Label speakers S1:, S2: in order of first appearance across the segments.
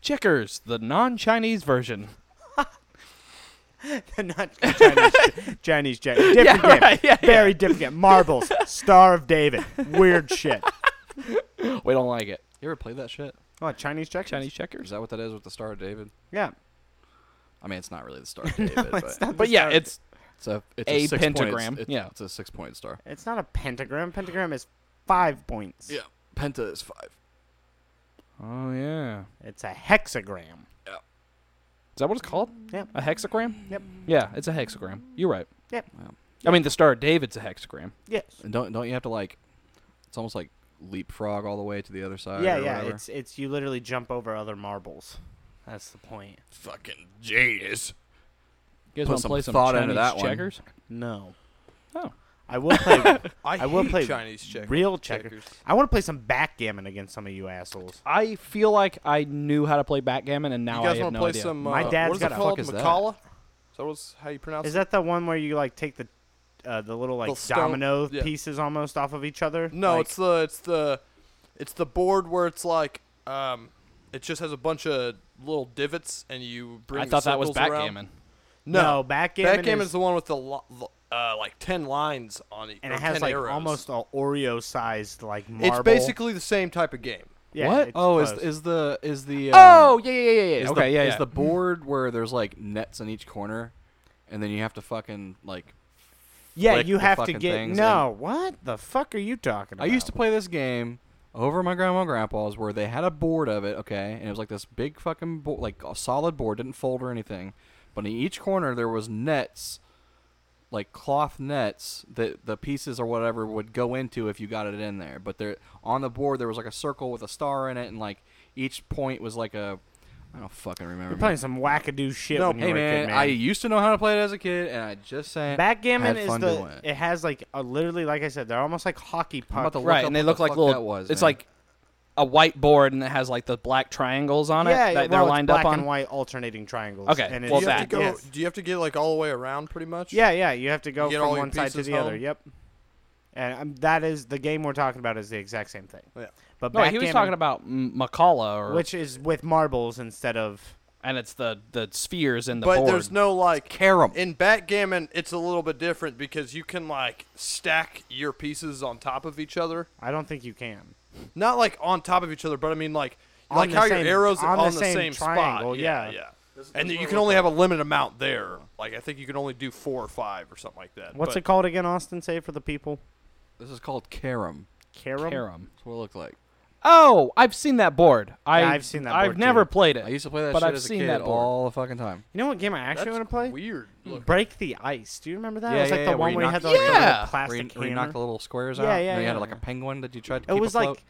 S1: Checkers, the non-Chinese version.
S2: Not Chinese, Chinese check. Different game.
S1: right, yeah,
S2: Very different game. Marbles, Star of David. Weird shit.
S1: We don't like it.
S3: You ever played that shit?
S2: What, Chinese check?
S1: Chinese
S3: Is
S1: checkers.
S3: that what that is with the Star of David?
S2: Yeah.
S3: I mean, it's not really the Star of David, but it's,
S1: But yeah, it's
S3: a it's
S1: A
S3: a six point-
S1: pentagram,
S3: it's-
S1: yeah.
S3: it's a six point star.
S2: It's not a pentagram. Pentagram is five points.
S3: Yeah, penta is five.
S1: oh yeah.
S2: It's a hexagram.
S1: Is that what it's called?
S2: Yep.
S1: A hexagram?
S2: Yep.
S1: Yeah, it's a hexagram. You're right.
S2: Yep.
S3: Wow.
S1: I mean, the Star of David's a hexagram.
S2: Yes.
S3: And don't don't you have to like? It's almost like leapfrog all the way to the other side.
S2: yeah,
S3: or
S2: yeah.
S3: whatever?
S2: It's it's you literally jump over other marbles. That's the point.
S3: fucking genius.
S1: You guys
S3: Put
S1: want to
S3: some
S1: play some
S3: thought
S1: Chinese
S3: into that one.
S1: checkers?
S2: No.
S1: Oh.
S2: I will play
S4: I,
S2: I will
S4: hate
S2: play
S4: Chinese checkers.
S2: real checkers. I want to play some backgammon against some of you assholes.
S1: I feel like I knew how to play backgammon, and now
S4: you guys
S1: I have
S4: want to
S1: no
S4: play
S1: idea.
S4: some? Uh,
S2: My dad's
S4: what is
S2: got
S4: it
S2: a-
S4: called?
S3: Fuck is that?
S4: Macala? Is that what's, how you pronounce
S2: Is
S4: it?
S2: that the one where you like take the uh, the little like
S4: The stone-
S2: domino
S4: yeah.
S2: pieces almost off of each other?
S4: No,
S2: Like-
S4: it's the it's the it's the board where it's like um, it just has a bunch of little divots, and you bring.
S1: I
S4: the
S1: thought that was
S4: circles around.
S1: backgammon.
S2: no,
S4: No,
S2: backgammon.
S4: backgammon is, the one with the lo- lo- uh, like ten lines on it,
S2: and
S4: or
S2: it has
S4: 10
S2: like
S4: arrows.
S2: almost an Oreo sized like marble.
S4: It's basically the same type of game.
S2: yeah,
S3: what?
S2: it's
S3: Oh, is
S2: close.
S3: is the is the um,
S1: Oh yeah yeah yeah yeah.
S3: is
S1: yeah.
S3: the-
S1: Okay yeah
S3: is
S1: yeah.
S3: the board where there's like nets in each corner, and then you have to fucking like.
S2: yeah,
S3: flick
S2: you
S3: the
S2: have to
S3: fucking
S2: get
S3: things
S2: no. What the fuck are you talking
S3: I
S2: about?
S3: used to play this game over at my grandma and grandpa's where they had a board of it, okay, and it was like this big fucking bo- like a solid board, didn't fold or anything, but in each corner there was nets, like cloth nets that the pieces or whatever would go into if you got it in there. But there on the board there was like a circle with a star in it, and like each point was like a I don't fucking remember.
S2: You're playing some wackadoo shit.
S4: No,
S2: when you
S3: hey
S2: were a
S3: man,
S2: kid,
S3: I used to know how to play it as a kid, and I just saying
S2: Backgammon
S3: had
S2: is
S3: fun
S2: the
S3: doing it.
S2: it has like a, literally like I said they're almost like hockey
S3: I'm about
S2: puck.
S3: to look
S1: right,
S3: up
S1: and they
S3: what
S1: look
S3: the
S1: like
S3: fuck
S1: little.
S3: That was
S1: it's
S3: man.
S1: like a white board, and it has like the black triangles on it.
S2: yeah,
S1: that
S2: well,
S1: they're
S2: it's
S1: lined
S2: black
S1: up on.
S2: and white alternating triangles.
S1: Okay,
S2: and
S1: well,
S2: it's-
S4: do you have
S1: that-
S4: to go?
S2: yes.
S4: Do you have to get like all the way around, pretty much?
S2: Yeah, yeah, you have to go
S4: get
S2: from
S4: all your
S2: one side to
S4: pieces
S2: the other.
S4: home?
S2: Yep. And um, that is the game we're talking about is the exact same thing.
S4: Oh, Yeah.
S2: But
S1: No, wait, he was
S2: backgammon,
S1: talking about M- Macala, or
S2: which is with marbles instead of
S1: and it's the the spheres in the
S4: But
S1: board.
S4: there's no like
S3: carom.
S4: In backgammon, it's a little bit different because you can like stack your pieces on top of each other.
S2: I don't think you can.
S4: Not like on top of each other, but I mean like
S2: On
S4: like
S2: the
S4: how
S2: same-
S4: your arrows
S2: on
S4: are
S2: the
S4: on the
S2: same
S4: same,
S2: triangle,
S4: spot. Yeah,
S2: yeah.
S4: yeah. And you can only have a limited amount there. Like I think you can only do four or five or something like that.
S2: What's
S4: but
S2: it called again, Austin? Say for the people.
S3: This is called carom.
S2: Carom.
S1: Carom.
S3: That's what it looked like.
S1: Oh, I've seen that board. I,
S2: I've seen that
S1: I've
S2: board,
S1: never
S2: too.
S1: played it.
S3: I used to play that
S1: but
S3: shit
S1: I've
S3: as
S1: seen
S3: a kid
S1: that board.
S3: all the fucking time.
S2: You know what game I actually
S4: that's
S2: want to play?
S4: Weird. Look,
S2: Break the Ice. Do you remember that?
S3: Yeah,
S2: it was
S3: yeah,
S2: like the
S3: yeah, where
S2: one
S3: you
S2: where you
S3: knock-
S2: had the like, little
S1: Yeah.
S3: Where you,
S2: plastic
S3: where you knocked
S2: hammer.
S3: the little squares
S2: Yeah,
S3: out.
S2: yeah,
S3: and then you had
S2: yeah.
S3: like a penguin that you tried to
S2: It
S3: keep
S2: was
S3: afloat.
S2: like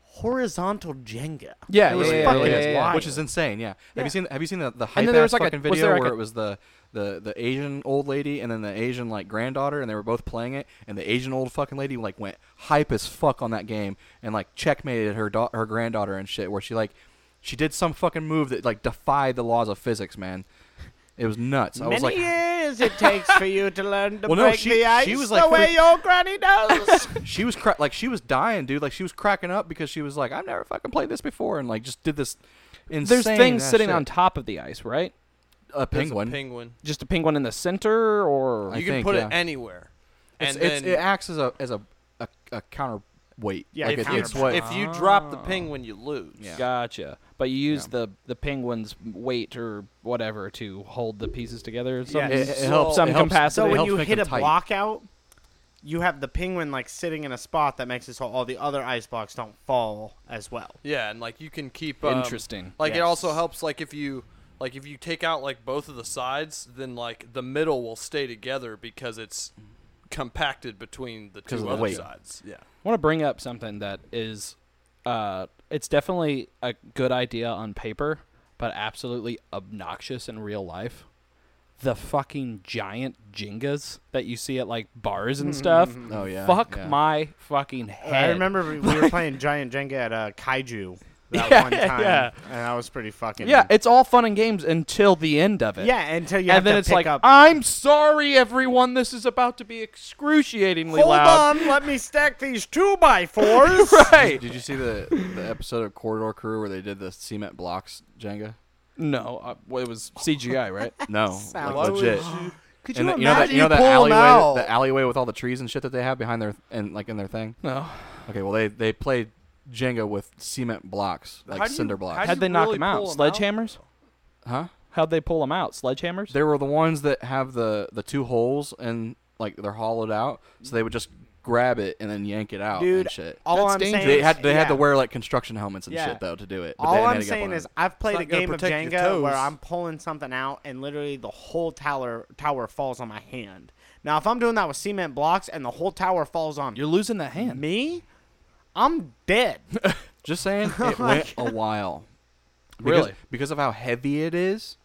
S2: horizontal Jenga.
S1: Yeah,
S3: It
S1: yeah,
S3: was
S1: yeah, yeah,
S3: fucking
S1: yeah, yeah, yeah.
S3: which is insane. Yeah. Have
S2: Yeah.
S3: you seen Have you seen the the
S1: then
S3: hype
S1: there was
S3: ass
S1: like a-
S3: fucking
S1: was
S3: video
S1: there like
S3: where
S1: a-
S3: it was the the the Asian old lady and then the Asian like granddaughter and they were both playing it and the Asian old fucking lady like went hype as fuck on that game and like checkmated her da- her granddaughter and shit where she like she did some fucking move that like defied the laws of physics, man. It was nuts. I
S2: Many
S3: was like,
S2: years it takes for you to learn to
S3: Well, no,
S2: break
S3: she-
S2: the ice
S3: she was
S2: the
S3: like
S2: way
S3: freak-
S2: your granny does.
S3: she was cra- like she was dying, dude. Like she was cracking up because she was like, "I've never fucking played this before," and like just did this insane.
S1: There's things
S3: ass
S1: sitting
S3: shit.
S1: on top of the ice, right?
S3: a
S4: there's
S3: penguin.
S4: A penguin.
S1: Just a penguin in the center, or
S3: I
S4: you can
S3: think,
S4: put
S3: yeah.
S4: it anywhere.
S3: It's,
S4: and
S3: it's-
S4: then
S3: it acts as a as a, a, a counterweight.
S2: Yeah,
S3: like
S4: if,
S3: it,
S4: you,
S3: it's what.
S4: if you drop
S2: Ah.
S4: the penguin, you lose.
S3: Yeah.
S1: gotcha. But you use the the penguin's weight or whatever to hold the pieces together. in Some,
S2: Yeah,
S3: it, it
S1: some
S3: helps, it helps-
S1: capacity.
S2: so
S3: it
S2: when
S3: helps
S2: you
S3: make
S2: hit a
S3: them tight.
S2: block out, you have the penguin like sitting in a spot that makes it so all the other ice blocks don't fall as well.
S4: Yeah, and like you can keep um,
S1: Interesting.
S4: Like it
S2: Yes.
S4: also helps like if you like if you take out like both of the sides, then like the middle will stay together because it's compacted between the
S3: of
S4: two
S3: the
S4: other
S3: weight.
S4: sides. Yeah.
S1: I want to bring up something that is, uh, it's definitely a good idea on paper, but absolutely obnoxious in real life. The fucking giant jengas that you see at like bars and stuff.
S3: Oh yeah.
S1: Fuck
S3: yeah.
S1: my fucking head.
S2: I remember we, we were playing Giant Jenga at uh, Kaiju that
S1: Yeah,
S2: one time,
S1: yeah.
S2: and that was pretty fucking.
S1: Yeah, it's all fun and games until the end of it.
S2: yeah. Until you have
S1: and then
S2: to
S1: it's
S2: pick
S1: like,
S2: up.
S1: I'm sorry, everyone. This is about to be excruciatingly
S2: Hold
S1: loud.
S2: on, let me stack these two by fours.
S1: Right?
S3: Did you see the, the episode of Corridor Crew where they did the cement blocks Jenga?
S1: No, uh, well, it was CGI, right?
S3: No, like,
S2: Sounds- Why would
S3: legit.
S2: Could
S3: And the- you know that you know that
S2: pull 'em out?
S3: alleyway, the alleyway with all the trees and shit that they have behind their and like in their thing.
S1: No.
S3: Okay, well they they played Jenga with cement blocks, like
S4: How do you-
S3: cinder
S4: how
S3: blocks.
S4: do
S1: How'd
S4: you
S1: they knock
S4: really
S1: them out?
S4: pull 'em out?
S1: Sledgehammers?
S3: huh?
S1: How'd they pull them out? Sledgehammers?
S3: They were the ones that have the the two holes and like they're hollowed out, so they would just grab it and then yank it out
S2: Dude,
S3: and shit.
S2: all
S1: That's
S2: I'm
S1: dangerous.
S2: saying
S3: They
S2: is-
S3: had they had to
S2: yeah.
S3: wear like construction helmets and
S2: Yeah.
S3: shit though to do it. but they
S2: All
S3: didn't
S2: I'm
S3: hang up
S2: saying
S3: on
S2: is
S3: it.
S2: I've played a
S4: not gonna
S2: game of
S4: protect your
S2: Jenga where
S4: toes.
S2: I'm pulling something out and literally the whole tower tower falls on my hand. Now if I'm doing that with cement blocks and the whole tower falls on
S1: You're losing that hand.
S2: me, I'm dead.
S3: just saying it went a while. Because-
S1: Really?
S3: because of how heavy it is.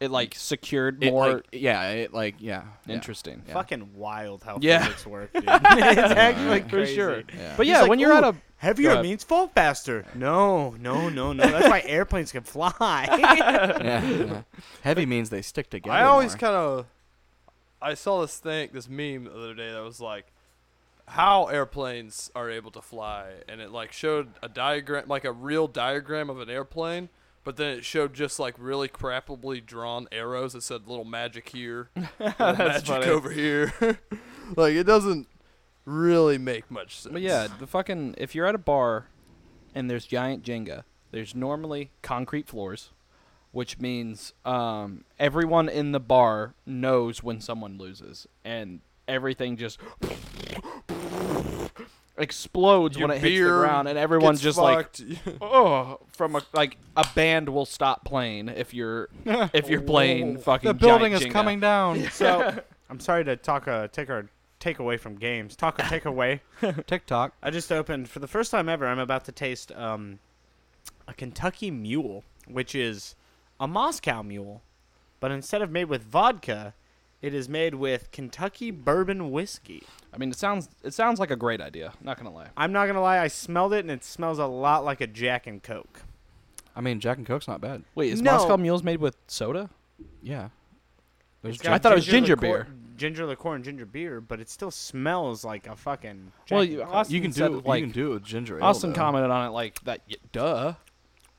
S1: It like secured
S3: It,
S1: more.
S3: like, yeah, it like yeah, yeah.
S1: interesting.
S3: Yeah.
S2: Fucking wild how
S1: Yeah.
S2: physics work, dude. it's actually
S1: For
S2: crazy.
S1: sure.
S3: Yeah.
S1: But
S2: He's
S1: yeah,
S2: like,
S1: when you're at
S2: "Ooh,
S1: a Go
S2: heavier
S1: ahead.
S2: means fall faster. No, no, no, no. That's why airplanes can fly.
S3: yeah, yeah. Heavy means they stick together.
S4: I always
S3: more.
S4: kind of. I saw this thing, this meme the other day that was like, how airplanes are able to fly, and it like showed a diagram, like a real diagram of an airplane, but then it showed just like really crappily drawn arrows that said little magic here, little magic
S1: funny.
S4: over here. like it doesn't really make much sense.
S1: But yeah, the fucking if you're at a bar and there's giant Jenga, there's normally concrete floors, which means um, everyone in the bar knows when someone loses, and everything just explodes
S4: Your
S1: when it hits the
S4: beer
S1: ground, and everyone's
S4: gets
S1: just
S4: fucked.
S1: like, oh, from a like a band will stop playing if you're if you're playing fucking.
S3: the building is
S1: giant Jenga.
S3: coming down.
S2: so I'm sorry to talk a take our take away from games. Talk a take away.
S3: TikTok.
S2: I just opened for the first time ever. I'm about to taste um, a Kentucky Mule, which is a Moscow Mule, but instead of made with vodka, it is made with Kentucky bourbon whiskey.
S1: I mean, it sounds it sounds like a great idea. Not gonna lie.
S2: I'm not gonna lie, I smelled it and it smells a lot like a Jack and Coke.
S3: I mean, Jack and Coke's not bad.
S1: Wait, is
S2: No.
S1: Moscow Mules made with soda?
S3: Yeah. There's
S2: It's
S1: I
S2: got
S1: thought it was ginger
S2: liqueur-
S1: beer.
S2: ginger liqueur, and ginger beer, but it still smells like a fucking. Jack
S1: Well,
S2: and
S1: you-
S2: Coke.
S1: Austin
S3: you can
S1: said,
S3: do it.
S1: like-
S3: you can do it with ginger ale.
S1: Austin
S3: though.
S1: commented on it like that. y duh.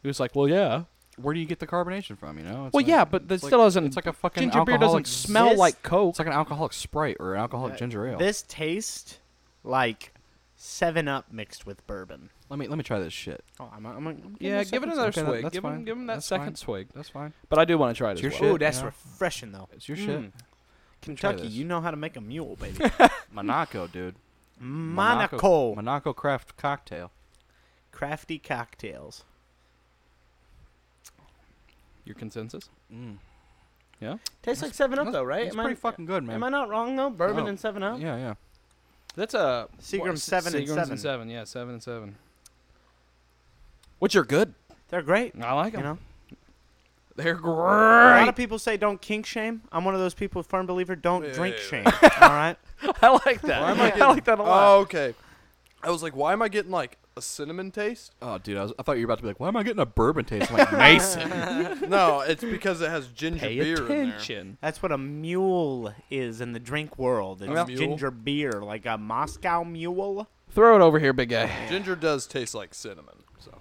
S1: He was like, "Well, yeah,
S3: Where do you get the carbonation from? You know. It's
S1: well,
S3: like-
S1: yeah, but that
S3: it's like-
S1: still doesn't.
S3: It's like a fucking
S1: ginger beer doesn't
S3: alcoholic
S1: smell
S2: This-
S1: like Coke."
S3: It's like an alcoholic Sprite or an alcoholic
S2: Uh,
S3: ginger ale.
S2: This tastes like Seven Up mixed with bourbon.
S3: let me let me try this shit.
S2: Oh, I'm, I'm, I'm
S1: yeah,
S3: a
S1: give it
S3: second
S1: another
S3: swig. Okay, that-
S1: swig.
S3: that's
S1: give him,
S3: fine.
S1: give him that
S3: That's
S1: second
S3: fine.
S1: swig.
S3: That's fine.
S1: But I do want to try it. As
S3: It's your
S1: well.
S3: shit,
S2: Oh,
S3: you
S2: that's
S3: know?
S2: refreshing though.
S3: It's your
S2: Mm.
S3: shit.
S2: Kentucky,
S3: this.
S2: you know how to make a mule, baby.
S3: Monaco, dude.
S2: Monaco.
S3: Monaco craft cocktail.
S2: Crafty cocktails.
S1: Your consensus?
S3: Mm.
S2: Tastes like Seven Up
S3: that's-
S2: though, right?
S3: It's
S2: Am I-
S3: pretty fucking good, man.
S2: Am I not wrong though? Bourbon
S3: No.
S2: and Seven Up.
S3: Yeah, yeah.
S1: That's a
S2: Seagram
S1: what, s-
S2: seven and
S1: Seagrams
S2: seven.
S1: Yeah, seven and seven. Which are good.
S2: They're great.
S1: I like
S2: You
S1: them.
S2: know,
S1: They're
S2: a lot of
S1: great.
S2: people say don't kink shame. I'm one of those people, firm believer, don't
S4: Yeah,
S2: drink
S4: yeah,
S2: shame. All right.
S1: I like that.
S4: Why am I
S1: I,
S4: getting-
S1: like that a lot.
S4: Oh, okay. I was like, why am I getting like a cinnamon taste?
S3: Oh, dude, I, was, I thought you were about to be like, why am I getting a bourbon taste? I'm like, Mason.
S4: no, it's because it has ginger
S1: Pay
S4: beer in
S1: attention.
S2: That's what a mule is in the drink world. It's
S4: Well-
S2: ginger beer, like a Moscow mule.
S1: Throw it over here, big guy.
S4: there. Ginger does taste like cinnamon. So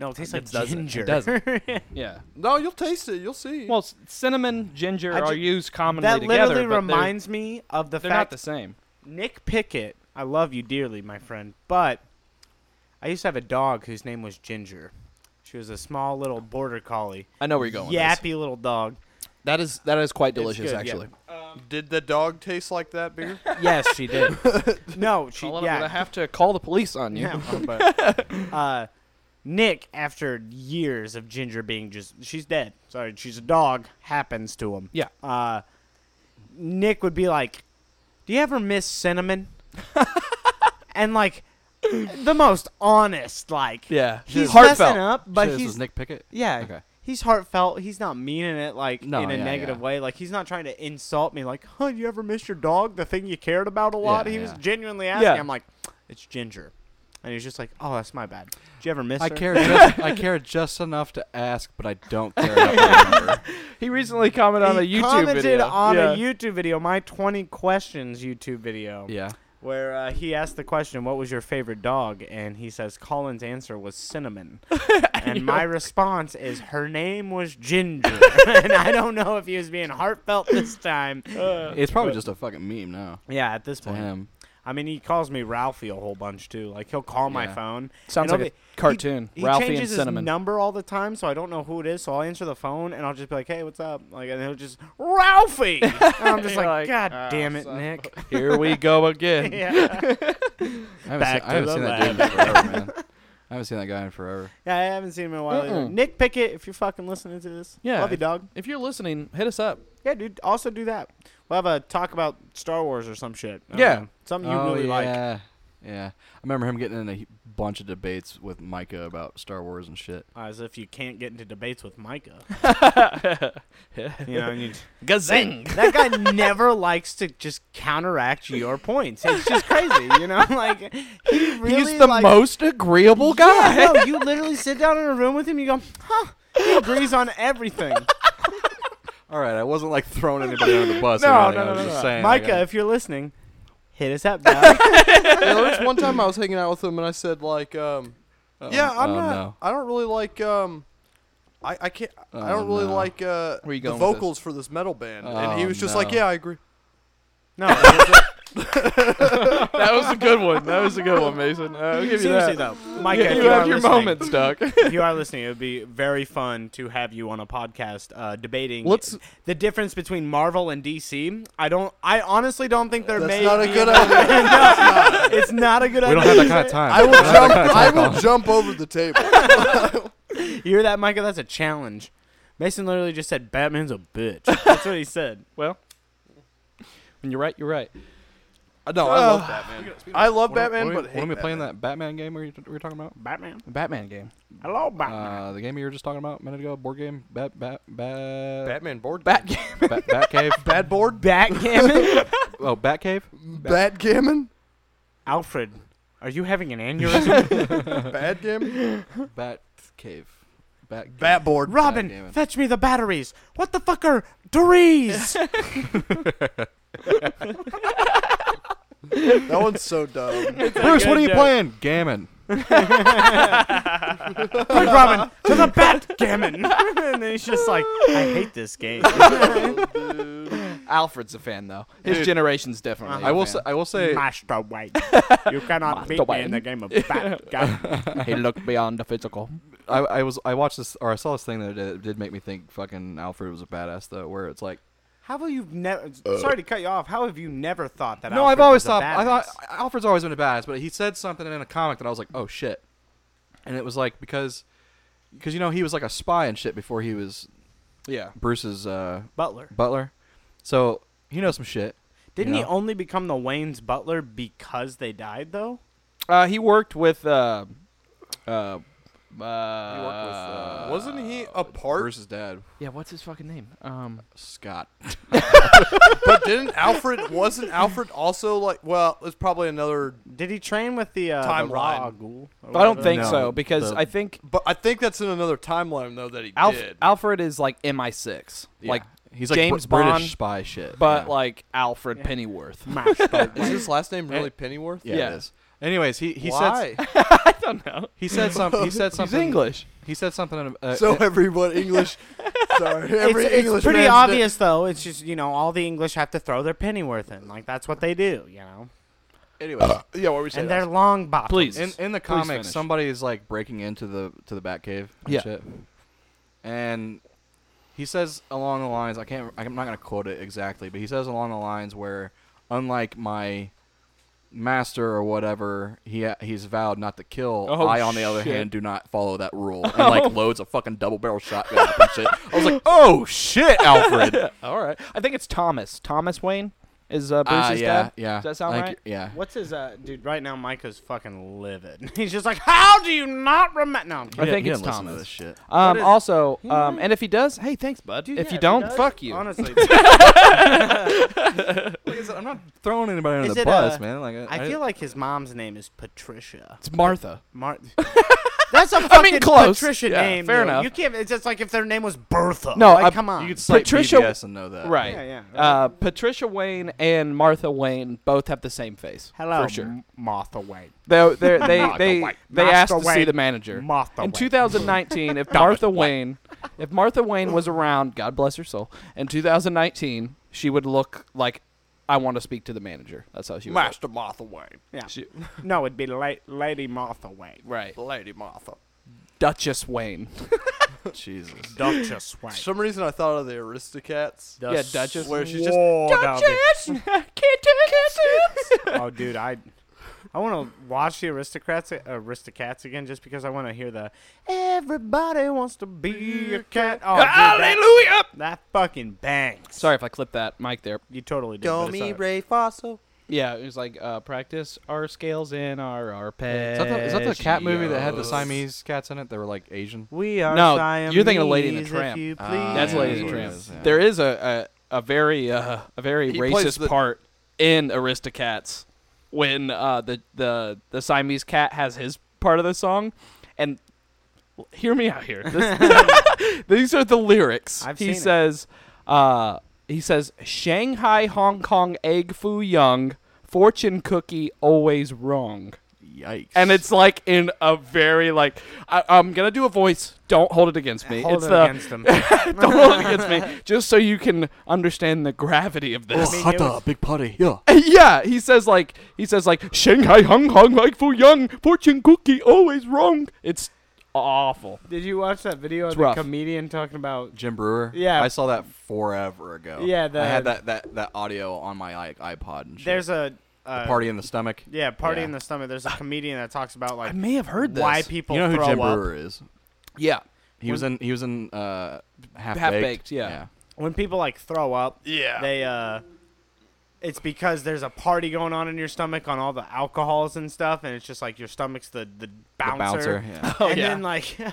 S2: No, it tastes
S1: It
S2: like
S1: doesn't. It
S2: ginger.
S1: doesn't. Yeah.
S4: no, you'll taste it. You'll see.
S1: Well, c- cinnamon, ginger
S2: I
S1: are
S2: ju-
S1: used commonly
S2: that
S1: together.
S2: literally
S1: but they're-
S2: reminds me of the
S1: they're not
S2: fact
S1: the same.
S2: Nick Pickett, I love you dearly, my friend, but I used to have a dog whose name was Ginger. She was a small little border collie,
S1: I know where you're going. Yeah,
S2: yappy little dog.
S1: that is that is quite
S2: delicious,
S1: delicious,
S2: good, yeah.
S1: actually.
S2: actually.
S4: Did the dog taste like that beer?
S2: Yes, she did. no, she
S1: Colin, I'm
S2: yeah.
S1: gonna have to call the police on you.
S2: yeah, um, but, uh, Nick, after years of Ginger being just, she's dead. Sorry, she's a dog. Happens to him.
S1: Yeah.
S2: Uh, Nick would be like, "Do you ever miss cinnamon?" and like, the most honest, like,
S1: Yeah.
S2: he's
S1: Heartfelt.
S2: messing up, but
S3: this
S2: he's
S3: is Nick Pickett.
S2: yeah,
S3: Okay.
S2: he's heartfelt. He's not meaning it like
S3: No,
S2: in a
S3: yeah,
S2: negative
S3: yeah.
S2: way. Like he's not trying to insult me. Like, huh, you ever miss your dog? The thing you cared about a lot.
S3: Yeah,
S2: he was
S3: yeah.
S2: genuinely asking.
S1: Yeah.
S2: I'm like, it's Ginger. And he was just like, "Oh, that's my bad. Did you ever miss?"
S3: I
S2: her?"
S3: care just I care just enough to ask, but I don't care enough to remember.
S1: He recently commented on a
S2: He
S1: YouTube
S2: commented
S1: video.
S2: on
S1: yeah.
S2: a YouTube video, my 20 questions YouTube video,
S3: Yeah.
S2: where uh, he asked the question, "What was your favorite dog?" And he says Colin's answer was cinnamon, and my response is her name was Ginger, and I don't know if he was being heartfelt this time.
S1: Uh.
S3: It's probably just a fucking meme now
S2: yeah, at this
S3: to
S2: point,
S3: him.
S2: I mean, he calls me Ralphie a whole bunch too. Like he'll call my
S3: Yeah.
S2: phone.
S1: Sounds
S2: and
S1: like
S2: I'll
S1: a cartoon.
S2: He, he
S1: Ralphie and
S2: changes
S1: Cinnamon.
S2: his number all the time, so I don't know who it is. So I'll answer the phone and I'll just be like, "Hey, what's up?" Like, and he'll just Ralphie. and I'm just
S1: You're
S2: like,
S1: like,
S2: "God
S1: "Ah,
S2: damn it,
S1: son of
S2: Nick."
S1: Here we go again.
S2: yeah. yeah,
S3: I haven't,
S2: Back
S3: seen,
S2: to
S3: I haven't
S2: the
S3: seen that dude in forever, man. I haven't seen that guy in forever.
S2: I haven't seen him in a while. either.
S1: Mm-mm.
S2: Nick Pickett, if you're fucking listening to this,
S1: Yeah.
S2: love you, dog.
S1: If you're listening, hit us up.
S2: Yeah, dude. Also do that. We'll have a talk about Star Wars or some shit. I don't
S1: Yeah.
S2: know. something you
S3: oh,
S2: really like.
S3: yeah. Yeah. I remember him getting in a he- bunch of debates with Micah about Star Wars and shit.
S2: As if you can't get into debates with Micah.
S1: Um, Gazing.
S2: You know, and you That guy never likes to just counteract your points. It's just crazy, you know. Like he really
S1: He's the
S2: like,
S1: most agreeable guy.
S2: Yeah, no, you literally sit down in a room with him. You go, huh? He agrees on everything.
S3: All right, I wasn't like throwing anybody under the bus.
S2: No,
S3: or anything.
S2: no,
S3: I
S2: no,
S3: was
S2: no,
S3: just
S2: no.
S3: saying. like,
S1: uh,
S2: Micah,
S3: I-
S2: if you're listening, hit us up. Dog.
S4: yeah, there was one time I was hanging out with him and I said like, um, yeah, I'm
S3: oh,
S4: not.
S3: no.
S4: I don't really like. Um, I, I can't. I
S3: Oh,
S4: don't really
S3: no.
S4: like uh,
S1: Where you
S4: the
S1: going with this?
S4: vocals for this metal band. and he
S3: Oh,
S4: was just
S3: no.
S4: like, yeah, I agree.
S2: no,
S1: that was a good one. That was a good one, Mason. Uh, I'll give you
S2: seriously
S1: that.
S2: though, Micah, if
S1: you
S2: you
S1: have
S2: are
S1: your
S2: listening-
S1: moments, Doc.
S2: If you are listening, it would be very fun to have you on a podcast uh, debating
S1: Let's-
S2: the difference between Marvel and DC. I don't. I honestly don't think they're
S4: That's
S2: made.
S4: not a good idea.
S2: it's not a good
S3: we
S2: idea.
S3: don't have that kind of time.
S4: I will jump. I will jump over the table.
S2: You hear that, Micah? That's a challenge. Mason literally just said, "Batman's a bitch." That's what he said.
S1: well, when you're right, you're right. Uh,
S4: No, I
S3: Oh.
S4: love Batman. I love Batman,
S3: when
S4: but
S3: we,
S4: hate
S3: when we playing
S4: Batman.
S3: that Batman game we were, we were talking about?
S2: Batman.
S1: The Batman game.
S2: Hello, Batman.
S3: Uh, the game you were just talking about a minute ago, board game, bat, bat, bat,
S4: Batman board
S1: Bat
S4: game.
S1: game.
S3: bat, bat, cave,
S4: bad board
S2: Backgammon.
S3: oh, bat cave,
S4: bad gammon
S2: Alfred, are you having an aneurysm?
S4: bad gammon
S3: bat cave, bat,
S4: bat board.
S2: Robin,
S3: Backgammon.
S2: fetch me the batteries. What the fuck are Dories?
S4: That one's so dumb.
S3: Bruce, what are you
S1: joke.
S3: playing? Gammon.
S2: Quick, Robin, to the Batgammon. and then he's just like, I hate this game.
S1: Alfred's a fan though. His
S4: Dude.
S1: generation's definitely.
S2: Uh,
S1: I
S3: I will say, I will say,
S2: Master Wayne, you cannot beat me in the game of Batgammon.
S1: he looked beyond the physical.
S3: I, I was I watched this or I saw this thing the other day that did make me think fucking Alfred was a badass though, where it's like
S2: How have you never?
S1: Uh.
S2: Sorry to cut you off. How have you never thought that?
S3: no,
S2: Alfred
S3: I've
S2: was
S3: always
S2: a
S3: thought I thought
S2: badass?
S3: Alfred's always been a badass, but he said something in a comic that I was like, oh shit, and it was like because because you know he was like a spy and shit before he was
S1: Yeah.
S3: Bruce's uh,
S2: Butler.
S3: butler, so he knows some shit.
S2: Didn't he
S3: know?
S2: only become the Wayne's butler because they died though?
S1: Uh, he worked with. Uh, uh, uh,
S4: uh, Wasn't he a part?
S3: Bruce's dad,
S1: yeah, what's his fucking name? Um,
S3: Scott.
S4: But didn't Alfred? Wasn't Alfred also like? Well, it's probably another.
S2: Did he train with the uh, the Ra
S4: Timeline.
S2: Ghul or
S1: I don't
S2: whatever?
S1: think
S3: No,
S1: so because
S3: the-
S1: I think
S4: But I think that's in another timeline though that he
S1: Alf-
S4: did.
S1: Alfred is like MI6, like
S3: Yeah. he's like
S1: James
S3: Br-
S1: Bond,
S3: British spy shit,
S1: but
S3: Yeah.
S1: like Alfred Pennyworth.
S2: Master
S4: Is his last name really Pennyworth?
S3: yeah,
S1: yeah.
S3: It is. Anyways, he he
S4: Why?
S3: said he said something. He said
S1: He's
S3: something.
S1: English.
S3: He said something. Uh,
S4: so everyone English. Sorry, every
S2: it's,
S4: English.
S2: it's pretty
S4: man's
S2: obvious though. It's just you know all the English have to throw their pennyworth in. Like that's what they do, you know.
S4: Anyway, Uh, yeah, what were we saying?
S2: And they're long bottoms.
S1: Please.
S3: in in the
S1: Please
S3: comics,
S1: finish.
S3: somebody's like breaking into the to the Batcave. And
S1: Yeah.
S3: Shit. And he says along the lines, I can't. I'm not gonna quote it exactly, but he says along the lines where, unlike my master or whatever, he he's vowed not to kill.
S1: Oh,
S3: I, on the other
S1: shit. Oh.
S3: hand, do not follow that rule. And like loads a fucking double barrel shotgun up and shit. I was like, oh shit, Alfred.
S1: All right. I think it's Thomas. Thomas Wayne Is uh, Bruce's
S3: Ah, yeah,
S1: dad?
S3: yeah.
S1: Does that sound
S3: I think
S1: right?
S3: you're- Yeah.
S2: What's his uh dude? Right now, Micah's fucking livid. He's just like, "How do you not remember?" No, I'm
S1: I
S2: kidding.
S1: think
S3: you
S1: it's
S3: didn't listen to
S1: Thomas.
S3: this shit.
S1: Um,
S2: is-
S1: also,
S2: He
S1: um,
S2: might.
S1: and if he does, hey, thanks, bud.
S2: Dude, yeah,
S1: if you
S2: he
S1: don't,
S2: does.
S1: fuck you.
S2: Honestly,
S3: Like I said, I'm not throwing anybody under
S2: Is
S3: the
S2: it,
S3: bus,
S2: uh,
S3: man. Like I,
S2: I feel like his mom's name is Patricia.
S1: It's Martha.
S2: Martin. That's a fucking
S1: I mean, close.
S2: Patricia
S1: Yeah,
S2: name.
S1: fair
S2: though.
S1: enough.
S2: You can't. It's just like if their name was Bertha.
S1: No,
S2: like,
S1: I-
S2: come on.
S3: you could cite
S1: Patricia-
S3: BBS and know that.
S1: Right.
S2: Yeah, yeah.
S1: Uh, Patricia Wayne and Martha Wayne both have the same face.
S2: Hello,
S1: for sure.
S2: M- Martha Wayne.
S1: They they they
S2: Martha
S1: they,
S2: Wayne.
S1: they
S2: Martha
S1: asked to see
S2: Wayne.
S1: the manager.
S2: Martha
S1: in
S2: Wayne.
S1: 2019, if Martha Wayne, if Martha Wayne was around, God bless her soul, in 2019, she would look like I want to speak to the manager. That's how she would. Look.
S4: Master Martha Wayne.
S2: Yeah.
S1: She-
S2: No, it'd be la- Lady Martha Wayne.
S1: right.
S4: Lady Martha.
S1: Duchess Wayne.
S3: Jesus.
S2: Duchess Wayne.
S4: For some reason, I thought of the Aristocats.
S2: The
S1: yeah, Duchess.
S4: Where she's just
S2: sword of the-
S1: Kittens.
S2: oh, dude, I, I want to watch the Aristocrats, uh, Aristocats again, just because I want to hear the "Everybody wants to be a cat." Oh, dude, that,
S1: Hallelujah.
S2: that fucking bangs.
S1: Sorry if I clipped that mic there.
S2: you totally did. but it's all right.
S4: Ray Fossil.
S1: Yeah, it was like uh, practice our scales in our arpeggios.
S3: Is that, the, is that the cat movie that had the Siamese cats in it? They were like Asian.
S2: We are
S1: No, you're thinking of Lady and the
S2: Siamese,
S1: Tramp. Uh,
S2: if you please.
S3: Ah,
S1: That's
S3: Yeah,
S1: Lady and
S3: that's
S1: the
S3: what it
S1: Tramp.
S3: is, yeah.
S1: There is a a, a very uh, a very
S4: He plays
S1: racist
S4: the-
S1: part in Aristocats when uh, the the the Siamese cat has his part of the song, and hear me out here. This- these are the lyrics.
S2: I've
S1: he
S2: seen it.
S1: says, uh, he says, Shanghai, Hong Kong, egg foo young, fortune cookie always wrong
S3: Yikes.
S1: and it's like in a very like I, I'm gonna do a voice. Don't hold it against me.
S2: Hold
S1: it's
S2: it
S1: the
S2: against them. I
S1: don't hold it against me, just so you can understand the gravity of this.
S2: mean,
S3: hot
S2: it was-
S3: big party. Yeah.
S1: Oh. yeah, he says like he says like Shanghai Hong Hong like Fu Young fortune cookie always wrong. It's awful.
S2: Did you watch that video
S1: It's
S2: of the
S1: rough.
S2: comedian talking about?
S3: Jim Brewer.
S2: Yeah.
S3: I saw that forever ago.
S2: Yeah, the-
S3: I had that, that, that audio on my like, iPod and shit.
S2: There's a uh,
S3: The party in the stomach.
S2: Yeah, party
S3: Yeah.
S2: in the stomach. There's a comedian that talks about like
S1: I may have heard this.
S2: why people
S3: You know who
S2: throw
S3: Jim
S2: up.
S3: Brewer is?
S1: Yeah,
S3: He was in. He was in. Uh, half
S1: Half-Baked, yeah.
S2: When people like throw up,
S4: Yeah.
S2: they uh it's because there's a party going on in your stomach on all the alcohols and stuff and it's just like your stomach's the the bouncer,
S3: The bouncer. Yeah.
S1: Oh,
S2: and
S1: yeah.
S2: then like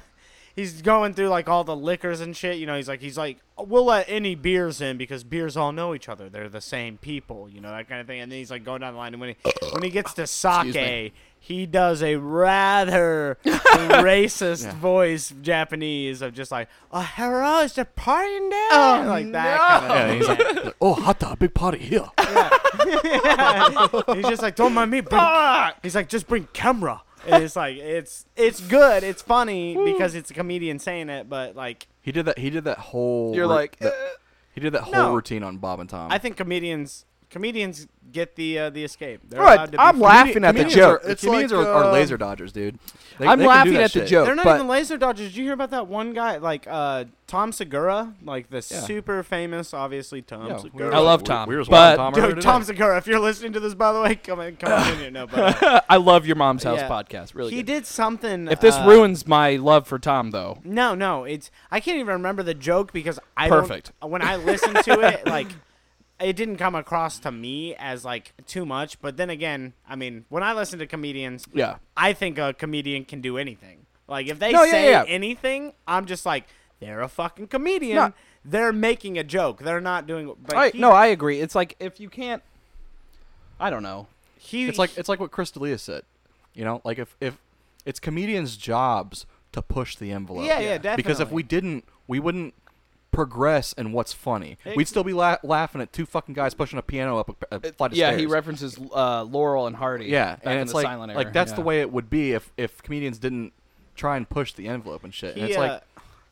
S2: he's going through like all the liquors and shit you know he's like he's like we'll let any beers in because beers all know each other they're the same people you know that kind of thing and then he's like going down the line and when he when he gets to
S3: Excuse me.
S2: sake he does a rather racist
S3: Yeah.
S2: voice japanese of just like oh hello it's a party now like that kind of
S3: yeah he's like, oh, hot dog, big party here.
S2: he's just like, don't mind me. Bring, he's like, just bring camera. And it's like, it's it's good. It's funny because it's a comedian saying it, but like,
S3: He did that. He did that whole.
S1: You're
S3: rou-
S1: like,
S3: that-
S1: "Eh."
S3: he did that whole
S2: No.
S3: routine on Bob and Tom.
S2: I think comedians comedians get the uh, the escape. They're
S1: Right,
S2: allowed to be
S1: I'm
S2: funny.
S1: laugh- laughing at the
S3: comedians
S1: joke.
S3: Are,
S4: It's
S3: comedians
S4: like,
S3: are, are
S4: uh,
S3: laser dodgers, dude. They,
S1: I'm
S3: they can do
S1: laughing
S3: that
S1: at the
S3: shit.
S1: joke.
S2: They're not
S1: but-
S2: even laser dodgers. Did you hear about that one guy, like uh, Tom Segura, like the super famous, obviously Tom
S3: Yeah, we
S2: Segura.
S3: were-
S1: I love
S3: we-
S1: Tom,
S3: We were just
S1: but-
S3: watching Tom
S2: Dude,
S3: earlier today.
S2: Tom Segura. If you're listening to this, by the way, come in, come on in here. No, but uh,
S1: I love your mom's house
S2: Yeah.
S1: podcast. Really,
S2: he
S1: good.
S2: did something.
S1: If this
S2: uh,
S1: ruins my love for Tom, though,
S2: No, no, it's I can't even remember the joke because I
S1: Perfect.
S2: Don't, when I listened to it, like it didn't come across to me as like too much. But then again, I mean, when I listen to comedians,
S1: yeah,
S2: I think a comedian can do anything. Like if they
S1: No, yeah,
S2: say
S1: yeah.
S2: anything, I'm just like they're a fucking comedian.
S1: No.
S2: They're making a joke. They're not doing. But
S1: I,
S2: he,
S1: no, I agree. It's like if you can't, I don't know.
S2: he,
S3: It's like it's like what Chris D'Elia said. You know, like if if it's comedians' jobs to push the envelope.
S2: Yeah, yeah,
S3: Because if
S2: definitely.
S3: we didn't, we wouldn't progress in what's funny. We'd still be la- laughing at two fucking guys pushing a piano up a, a flight of
S1: yeah,
S3: stairs.
S1: he references uh, Laurel and Hardy.
S3: yeah,
S1: back
S3: and
S1: in
S3: it's
S1: the
S3: like
S1: silent era.
S3: like that's the
S1: Yeah.
S3: way it would be if if comedians didn't try and push the envelope and shit. And
S2: He,
S3: it's
S2: uh,
S3: like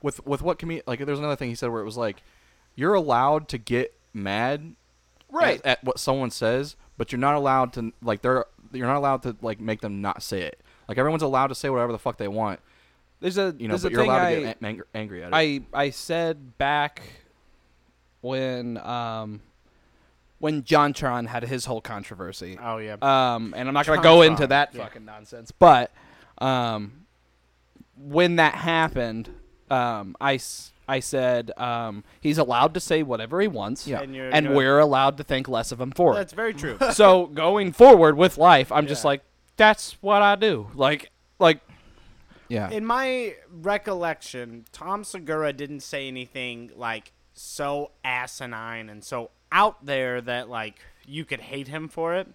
S3: with with what comedian like there's another thing he said where it was like you're allowed to get mad
S1: Right.
S3: at, at what someone says, but you're not allowed to like they're you're not allowed to like make them not say it. Like everyone's allowed to say whatever the fuck they want,
S1: There's a
S3: you know,
S1: there's
S3: but
S1: a
S3: you're
S1: thing
S3: allowed
S1: I,
S3: to get ang- angry at it.
S1: I I said back when um when JonTron had his whole controversy.
S2: oh yeah,
S1: Um, and I'm not gonna go into
S2: Jontron,
S1: that
S2: yeah.
S1: fucking nonsense, but um, when that happened, um, I, s- I said um, he's allowed to say whatever he wants,
S3: Yeah.
S2: And, you're
S1: and
S2: gonna-
S1: we're allowed to think less of him for it.
S2: That's very true.
S1: so going forward with life, I'm just
S2: Yeah.
S1: like, that's what I do. Like, like
S3: Yeah.
S2: In my recollection, Tom Segura didn't say anything like so asinine and so out there that like you could hate him for it.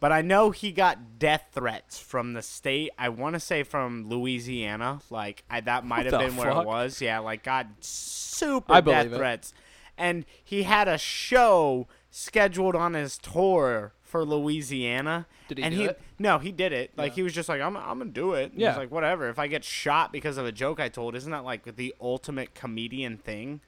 S2: But I know he got death threats from the state. I want to say from Louisiana. Like I, that might have
S1: the
S2: been where
S1: fuck?
S2: it was. Yeah, like got super
S1: I
S2: death
S1: believe it.
S2: threats. And he had a show scheduled on his tour for Louisiana.
S1: Did he
S2: and
S1: do
S2: he
S1: it?
S2: no, he did it. Like he was just like, I'm, I'm gonna do it. And
S1: Yeah.
S2: He's like, whatever. If I get shot because of a joke I told, isn't that like the ultimate comedian thing?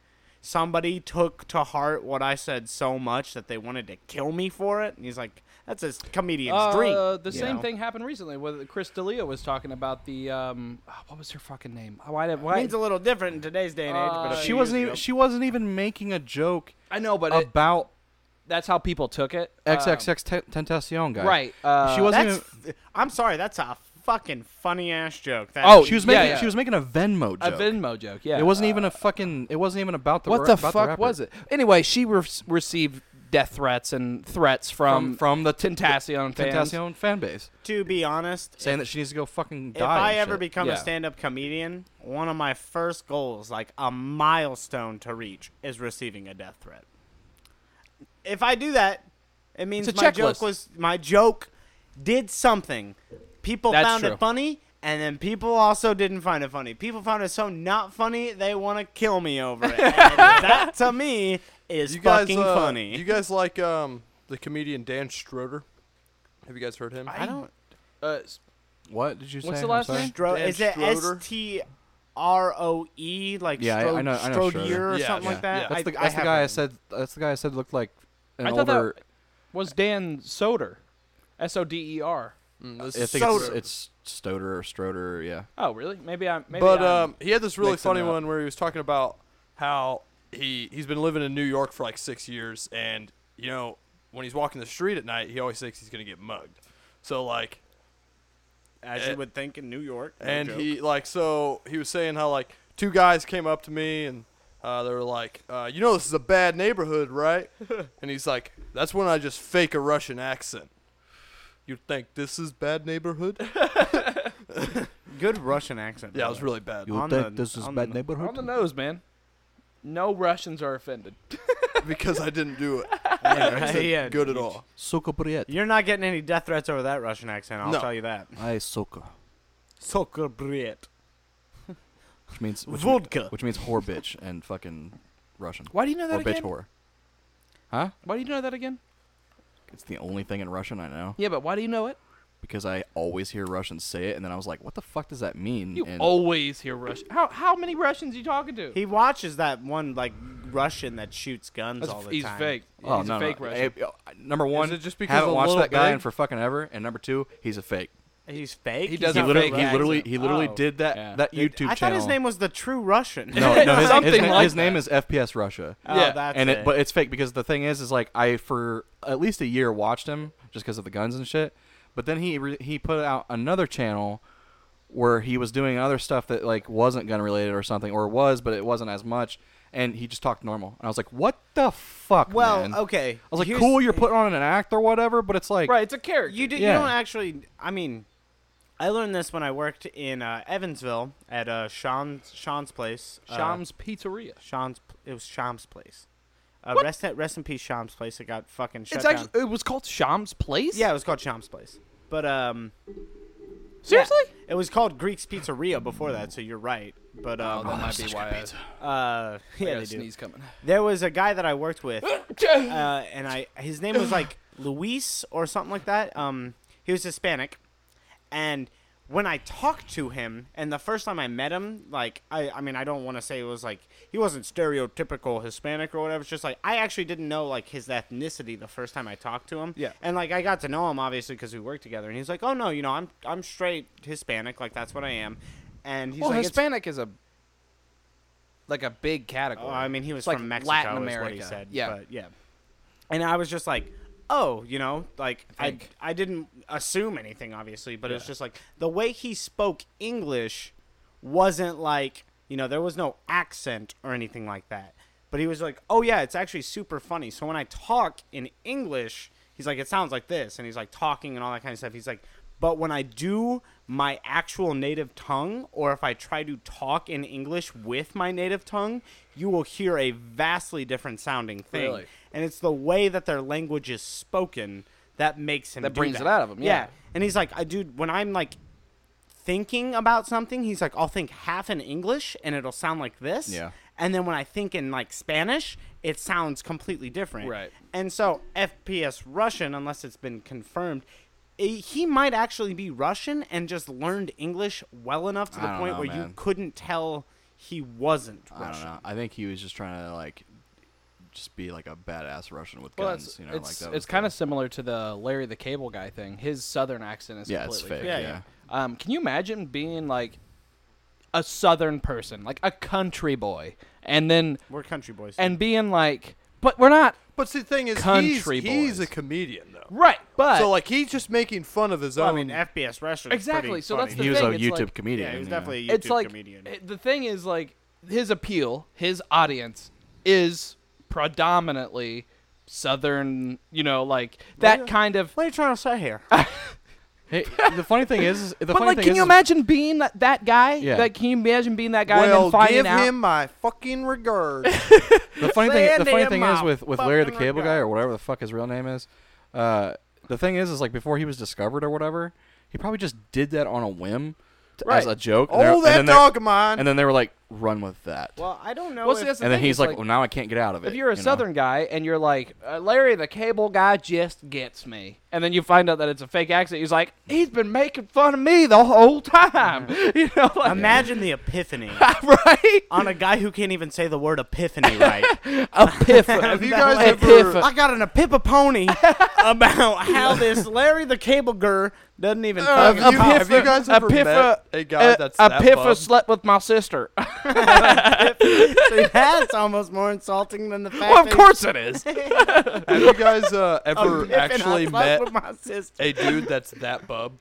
S2: Somebody took to heart what I said so much that they wanted to kill me for it. And he's like, that's a comedian's dream.
S1: Uh, the
S2: you
S1: same
S2: know?
S1: thing happened recently with Chris D'Elia was talking about the um, oh, what was her fucking name? Oh, Why did why?
S2: Means a little different in today's day and age. but a
S1: Uh,
S2: few
S3: she wasn't
S2: years
S3: even
S2: ago-
S3: she wasn't even making a joke
S1: I know, but it,
S3: about
S1: that's how people took it. Um,
S3: XXX Tentacion guy.
S1: right? Uh,
S3: she wasn't.
S2: That's.
S3: even-
S2: f- I'm sorry. That's a fucking funny ass joke. That,
S1: Oh,
S3: she was
S1: yeah,
S3: making.
S1: yeah.
S3: She was making a Venmo
S1: a
S3: joke.
S1: Venmo joke. Yeah,
S3: It wasn't even a fucking. It wasn't even about the.
S1: what
S3: ra-
S1: the
S3: about
S1: fuck
S3: rapper.
S1: was it? Anyway, she re- received death threats and threats from
S3: from from the t-
S1: Tentacion fans.
S3: Tentacion fan base
S2: To be honest,
S3: saying that she needs to go fucking die.
S2: If I
S3: and
S2: ever
S3: shit.
S2: become
S1: Yeah.
S2: a stand-up comedian, one of my first goals, like a milestone to reach, is receiving a death threat. If I do that, it means
S1: It's a
S2: my
S1: checklist.
S2: joke was my joke did something. People
S1: That's
S2: found
S1: true.
S2: it funny, and then people also didn't find it funny. People found it so not funny they want to kill me over it. And that to me is
S4: You guys,
S2: fucking
S4: uh,
S2: funny.
S4: You guys like um the comedian Dan Schroeder? Have you guys heard him?
S2: I don't.
S1: Uh,
S3: What did you say?
S1: What's the
S3: I'm
S1: last
S3: sorry?
S1: name?
S2: Stro-
S4: Dan
S2: is it
S4: Schroeder?
S2: S T R O E like
S3: Yeah, I-
S2: Stro-
S3: I know- I know
S2: Strodier
S3: Schroeder.
S2: or
S4: Yeah,
S2: something like
S4: yeah,
S2: that?
S4: yeah.
S3: That's
S2: I-
S3: the,
S2: I
S3: that's the
S2: have
S3: guy I
S2: it.
S3: said. That's the guy I said looked like an
S1: I thought that-
S3: older.
S1: was Dan Soder, S O D E R.
S4: Mm, this
S3: I
S4: is
S3: think
S2: Soder.
S3: it's, it's Stoder or Stroder. Yeah.
S1: Oh, really? Maybe I. Maybe
S4: but
S1: I'm-
S4: um, he had this really
S1: mixing
S4: funny
S1: up.
S4: one where he was talking about how he he's been living in New York for like six years, and you know when he's walking the street at night, he always thinks he's gonna get mugged. So like,
S2: as
S4: Eh,
S2: you would think in New York. no
S4: and
S2: joke.
S4: he like so he was saying how like two guys came up to me and uh, they were like, uh, you know this is a bad neighborhood, right? and he's like, that's when I just fake a Russian accent. You think this is bad neighborhood?
S2: good Russian accent.
S4: yeah,
S2: by
S4: it was
S2: the
S4: really bad.
S2: On think the- this is on bad the-
S1: on
S3: neighborhood?
S1: the nose, man. No Russians are offended.
S4: because I didn't do it.
S2: way.
S4: Yeah,
S2: Yeah,
S4: it
S2: right,
S4: wasn't
S2: yeah.
S4: good at all.
S3: Soka Briet.
S2: You're not getting any death threats over that Russian accent. I'll
S4: No.
S2: tell you that.
S3: I soka,
S2: Soka brit.
S3: which means which, mean-
S2: Vodka.
S3: which means whore bitch and fucking Russian
S1: Why do you know
S3: or
S1: that
S3: bitch
S1: again?
S3: whore. Huh?
S1: Why do you know that again?
S3: It's the only thing in Russian I know
S1: Yeah, but why do you know it?
S3: because I always hear Russians say it, and then I was like, "What the fuck does that mean?"
S1: You
S3: and
S1: always hear Russian. How how many Russians you talking to?
S2: He watches that one like Russian that shoots guns
S1: That's-
S2: all the
S1: he's
S2: time.
S1: fake.
S3: Oh
S1: he's
S3: no,
S1: a
S3: no.
S1: fake Russian.
S3: Eh, uh, number one,
S4: it just because
S3: haven't
S4: a
S3: watched
S4: little
S3: that guy
S4: big?
S3: in for fucking ever, and number two, he's a fake.
S2: He's fake.
S4: He
S2: He's
S4: does
S3: He
S2: not
S4: have
S3: literally,
S4: fake
S2: real
S3: he literally,
S2: accent.
S3: he literally
S1: Oh,
S3: did that
S1: yeah.
S3: that
S2: Dude,
S3: YouTube
S2: I thought
S3: channel.
S2: his name was the True Russian.
S3: no, no, his, his,
S1: Something
S3: na-
S1: like
S3: his name
S1: that.
S3: is FPS Russia.
S2: oh,
S4: Yeah,
S2: that's
S3: and
S2: it.
S3: it, but it's fake because the thing is, is like I for at least a year watched him just because of the guns and shit. But then he re- he put out another channel where he was doing other stuff that like wasn't gun related or something, or was but it wasn't as much, and he just talked normal. And I was like, what the fuck?
S2: well,
S3: man?
S2: okay.
S3: I was like,
S2: Here's-
S3: cool, you're putting on an act or whatever, but it's like,
S1: right, it's a character.
S2: You do,
S3: Yeah.
S2: you don't actually. I mean, I learned this when I worked in uh, Evansville at uh, Sean's Sean's place. uh,
S1: Shams Pizzeria.
S2: Sean's. It was Sean's place. Uh,
S1: What?
S2: rest in, rest in peace, Sean's place. It got fucking shut
S1: It's
S2: down.
S1: actually it was called Shams Place.
S2: yeah, it was called Sean's place. But um,
S1: seriously.
S2: yeah, it was called Greek's Pizzeria before that. So you're right. But
S1: Oh, that
S2: um,
S1: might be why. I,
S2: uh,
S1: I got
S2: yeah, they
S1: a
S2: do.
S1: sneeze coming.
S2: There was a guy that I worked with, uh, and I his name was like Luis or something like that. Um, he was Hispanic, and when I talked to him, and the first time I met him, like I, I mean, I don't want to say it was like he wasn't stereotypical Hispanic or whatever. It's just like I actually didn't know like his ethnicity the first time I talked to him.
S1: Yeah.
S2: and like I got to know him obviously because we worked together, and he's like, oh no, you know, I'm I'm straight Hispanic, like that's what I am, and he's
S1: Well,
S2: like, it's
S1: Hispanic is a like a big category.
S2: Oh, I mean, he was
S1: It's like
S2: from Mexico.
S1: Latin
S2: is
S1: America.
S2: what he said.
S1: Yeah.
S2: but yeah. And I was just like, oh, you know, like I,
S1: think.
S2: I, didn't assume anything, obviously, but it's just like the way he spoke English wasn't like You know, there was no accent or anything like that. But he was like, "Oh yeah, it's actually super funny." So when I talk in English, he's like, "It sounds like this," and he's like talking and all that kind of stuff. He's like, "But when I do my actual native tongue, or if I try to talk in English with my native tongue, you will hear a vastly different sounding thing."
S4: Really?
S2: And it's the way that their language is spoken that makes him
S1: That
S2: do
S1: brings it out of him, yeah.
S2: and he's like, I dude, when I'm like thinking about something, he's like, I'll think half in English and it'll sound like this.
S3: Yeah.
S2: And then when I think in like Spanish, it sounds completely different.
S1: Right.
S2: And so FPS Russian, unless it's been confirmed, i- he might actually be Russian and just learned English well enough to the
S3: I don't
S2: point
S3: know,
S2: where you
S3: man.
S2: couldn't tell he wasn't
S3: I don't
S2: Russian.
S3: know. I think he was just trying to like, just be like a badass Russian with
S1: Well,
S3: guns.
S1: it's
S3: you know,
S1: it's,
S3: like that.
S1: it's kind of similar to the Larry the Cable Guy thing. His southern accent is
S3: yeah, it's
S1: completely
S3: fake.
S2: Yeah,
S3: Yeah,
S2: yeah.
S1: Um, can you imagine being like a southern person, like a country boy, and then
S2: We're country boys.
S1: and being like, but we're not
S4: But see, the thing is,
S1: Country
S4: he's, he's a
S1: boys.
S4: comedian though.
S1: right, but
S4: So like he's just making fun of his
S2: Well, I
S4: own.
S2: mean, FPS Russian. is
S1: um, Exactly,
S2: pretty
S1: so
S2: funny.
S1: that's the
S3: He was a
S1: thing, it's
S3: YouTube
S1: like-
S3: comedian.
S2: yeah, he was
S3: you know.
S2: definitely a YouTube
S1: it's like
S2: comedian.
S1: it- the thing is like his appeal, his audience is predominantly southern. You know, like that kind of.
S2: What are you trying to say here?
S3: Hey, the funny thing is, is- the
S1: But
S3: funny
S1: like,
S3: thing
S1: can
S3: is,
S1: you
S3: is-
S1: imagine being that, that guy?
S3: Yeah.
S1: Like, can you imagine being that guy and
S4: well,
S1: then finding
S4: give
S1: out?
S4: him my fucking regards.
S3: the funny thing, the
S2: Sandy
S3: funny
S2: in
S3: thing
S2: my
S3: is with with Larry the
S2: fucking
S3: Cable Guy
S2: regard.
S3: or whatever the fuck his real name is. Uh, the thing is, is like before he was discovered or whatever, he probably just did that on a whim t- as
S1: Right.
S3: a joke. and they're-
S4: oh,
S3: and
S4: that
S3: then they-
S4: dog of mine.
S3: And then they were like, "Run with that."
S2: well, I don't know.
S1: Well, see,
S2: if-
S1: that's the
S3: and then
S1: thing,
S3: he's
S1: it's
S3: like, "Well, now I can't get out of it."
S1: if you're a
S3: you know?
S1: southern guy and you're like uh, larry the cable guy just gets me and then you find out that it's a fake accent he's like he's been making fun of me the whole time you know like
S2: Imagine the epiphany
S1: right
S2: on a guy who can't even say the word epiphany right.
S1: epiphany
S4: Have you guys
S1: Epiphany.
S4: ever?
S2: I got an epipapony about how this Larry the Cable Gur doesn't even
S4: Uh, Have
S2: fucking
S4: you, have you
S1: Epipha-
S4: guys ever met a guy
S1: uh,
S4: that's
S1: a
S4: that
S1: piffa
S4: bum?
S1: slept with my sister
S2: See, that's almost more insulting than the fact
S1: well of
S2: that
S1: course it is
S4: Have you guys uh,
S2: I'm
S4: ever
S2: piffing
S4: actually
S2: on top
S4: met
S2: with my sister.
S4: a dude that's that bub?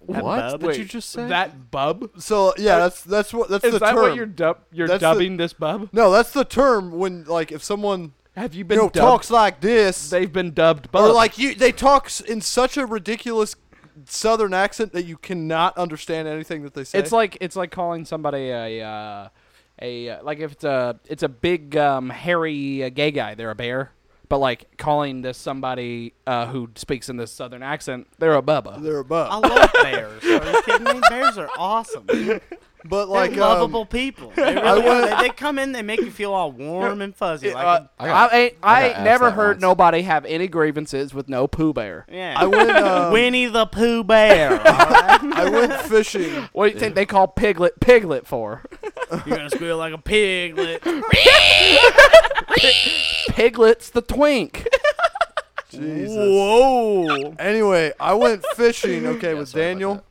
S3: what
S2: bub?
S3: did you
S1: Wait,
S3: just say?
S1: that bub
S4: So yeah, that's that's what that's
S1: is
S4: the
S1: that
S4: term.
S1: what you're dub- you're
S4: That's the-
S1: dubbing this bub
S4: no, that's the term when like if someone
S1: have you
S4: you
S1: been
S4: know
S1: dubbed?
S4: talks like this,
S1: they've been dubbed bub
S4: or like you, they talk s- in such a ridiculous southern accent that you cannot understand anything that they say.
S1: It's like it's like calling somebody a uh, a uh, like if it's a it's a big um, hairy uh, gay guy, they're a bear. But like calling this somebody uh, who speaks in this southern accent, they're a bubba.
S4: they're
S2: I
S4: above,
S2: love bears. Are you kidding me? Bears are awesome. They're
S4: but like
S2: lovable
S4: um,
S2: people. They, really
S4: I
S2: are.
S4: went-
S2: They- they come in, they make you feel all warm and fuzzy. Like,
S4: uh,
S1: I,
S3: I got-
S1: ain't,
S3: I
S1: I,
S3: got
S1: ain't
S3: asked
S1: never
S3: that
S1: heard
S3: once.
S1: nobody have any grievances with no Pooh Bear.
S2: yeah.
S4: I went um,
S2: Winnie the Pooh Bear. all right?
S4: I went fishing.
S1: What do you think they call Piglet Piglet for?
S2: You're gonna squeal like a piglet.
S1: Piglet's the twink.
S4: Jesus. Oh,
S2: Whoa!
S4: Anyway, I went fishing. Okay, with
S3: sorry about
S4: Daniel,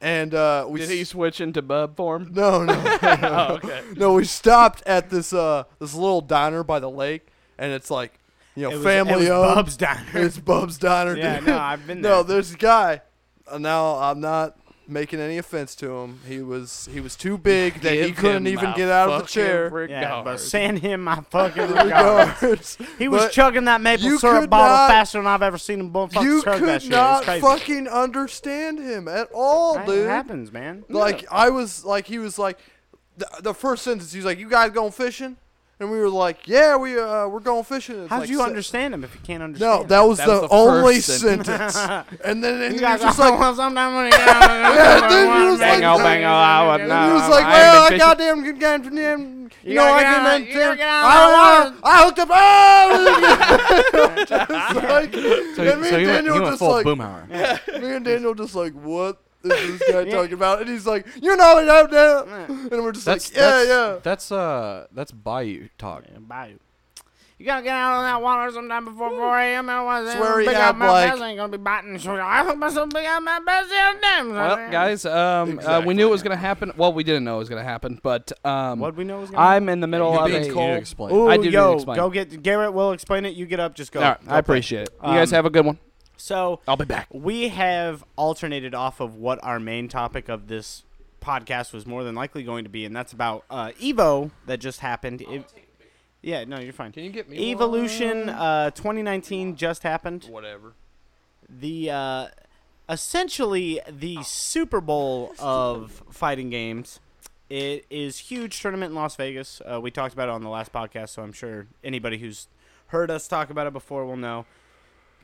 S4: and uh, we
S1: Did
S4: s-
S1: he switch into bub form? Oh,
S4: No, no. No, we stopped at this uh this little diner by the lake, and it's like, you know,
S2: It was-
S4: family
S2: it was
S4: owned.
S2: Bub's Diner.
S4: It's Bub's Diner.
S2: Yeah,
S4: dude.
S2: no, I've been
S4: No,
S2: there.
S4: there's a guy. Uh, now I'm not making any offense to him. He was he was too big that he
S1: Give
S4: couldn't
S1: him
S4: even
S1: my
S4: get out of the
S1: fucking
S4: chair.
S2: Yeah, but
S1: regards.
S2: send him my fucking regards.
S4: Regards.
S2: He was
S4: But
S2: chugging that maple
S4: you
S2: syrup
S4: could
S2: bottle
S4: not-
S2: faster than I've ever seen him bum fucking
S4: You
S2: chug that
S4: could
S2: shit. It's
S4: not
S2: crazy.
S4: fucking understand him at all,
S2: That
S4: dude.
S2: happens, man.
S4: Like I was like he was like the, the first sentence he was like you guys going fishing and we were like yeah we uh we're going fishing. It's
S2: How
S4: like,
S2: do you
S4: se-
S2: understand him if you can't understand?
S4: No, that was
S1: That
S4: the,
S1: was the
S4: only
S1: first
S4: sentence. and then and
S2: you
S4: he
S2: guys
S4: was just
S2: all
S4: like
S2: want some damn money.
S4: then he was
S1: Bang
S4: like-
S1: oh, bang oh, I would
S4: and
S1: not.
S4: he was like
S1: I
S4: well
S1: ain't
S4: I
S1: been fishing-
S4: goddamn good guy for them. You, know
S2: gotta
S4: I
S2: get out-
S4: can
S2: you gotta
S4: understand.
S2: get out
S4: I
S2: of
S4: don't want I hooked up. Oh, just like
S3: so
S4: and me
S3: he, so he
S4: and
S3: went,
S4: Daniel
S3: he went
S4: just
S3: full
S4: like
S3: Boomhauer.
S4: me and Daniel just like, what is this guy talking about? And he's like, you know it out there. And we're just
S3: That's
S4: like, yeah,
S3: that's,
S4: yeah.
S3: That's uh, that's Bayou talk.
S2: Bye. You gotta get out on that water sometime before 4 a.m. Otherwise,
S4: That's where he
S2: big
S4: had,
S2: out my
S4: like-
S2: best ain't gonna be biting. So I hope myself big out my best damn damn.
S1: Well, guys, um, uh, we
S4: Exactly.
S1: knew it was going to happen. Well, we didn't know it was going to happen, but um,
S2: What'd we know was gonna
S1: I'm in the middle
S4: You
S1: of
S4: being
S1: a.
S4: cold.
S3: You explain.
S2: Ooh,
S1: I do need to
S2: yo,
S1: explain.
S2: go get Garrett. will explain it. You get up, just go.
S1: All right,
S2: Go
S1: I
S2: play.
S1: appreciate Oh. it. You guys
S2: Um,
S1: have a good one.
S2: So
S1: I'll be back.
S2: we have alternated off of what our main topic of this podcast was more than likely going to be, and that's about uh, Evo that just happened. It- yeah, no, you're fine.
S4: Can you get me
S2: Evolution
S4: one?
S2: uh, 2019 just happened.
S4: Whatever.
S2: The uh, essentially the Super Bowl of fighting games. It is huge tournament in Las Vegas. Uh, we talked about it on the last podcast, so I'm sure anybody who's heard us talk about it before will know.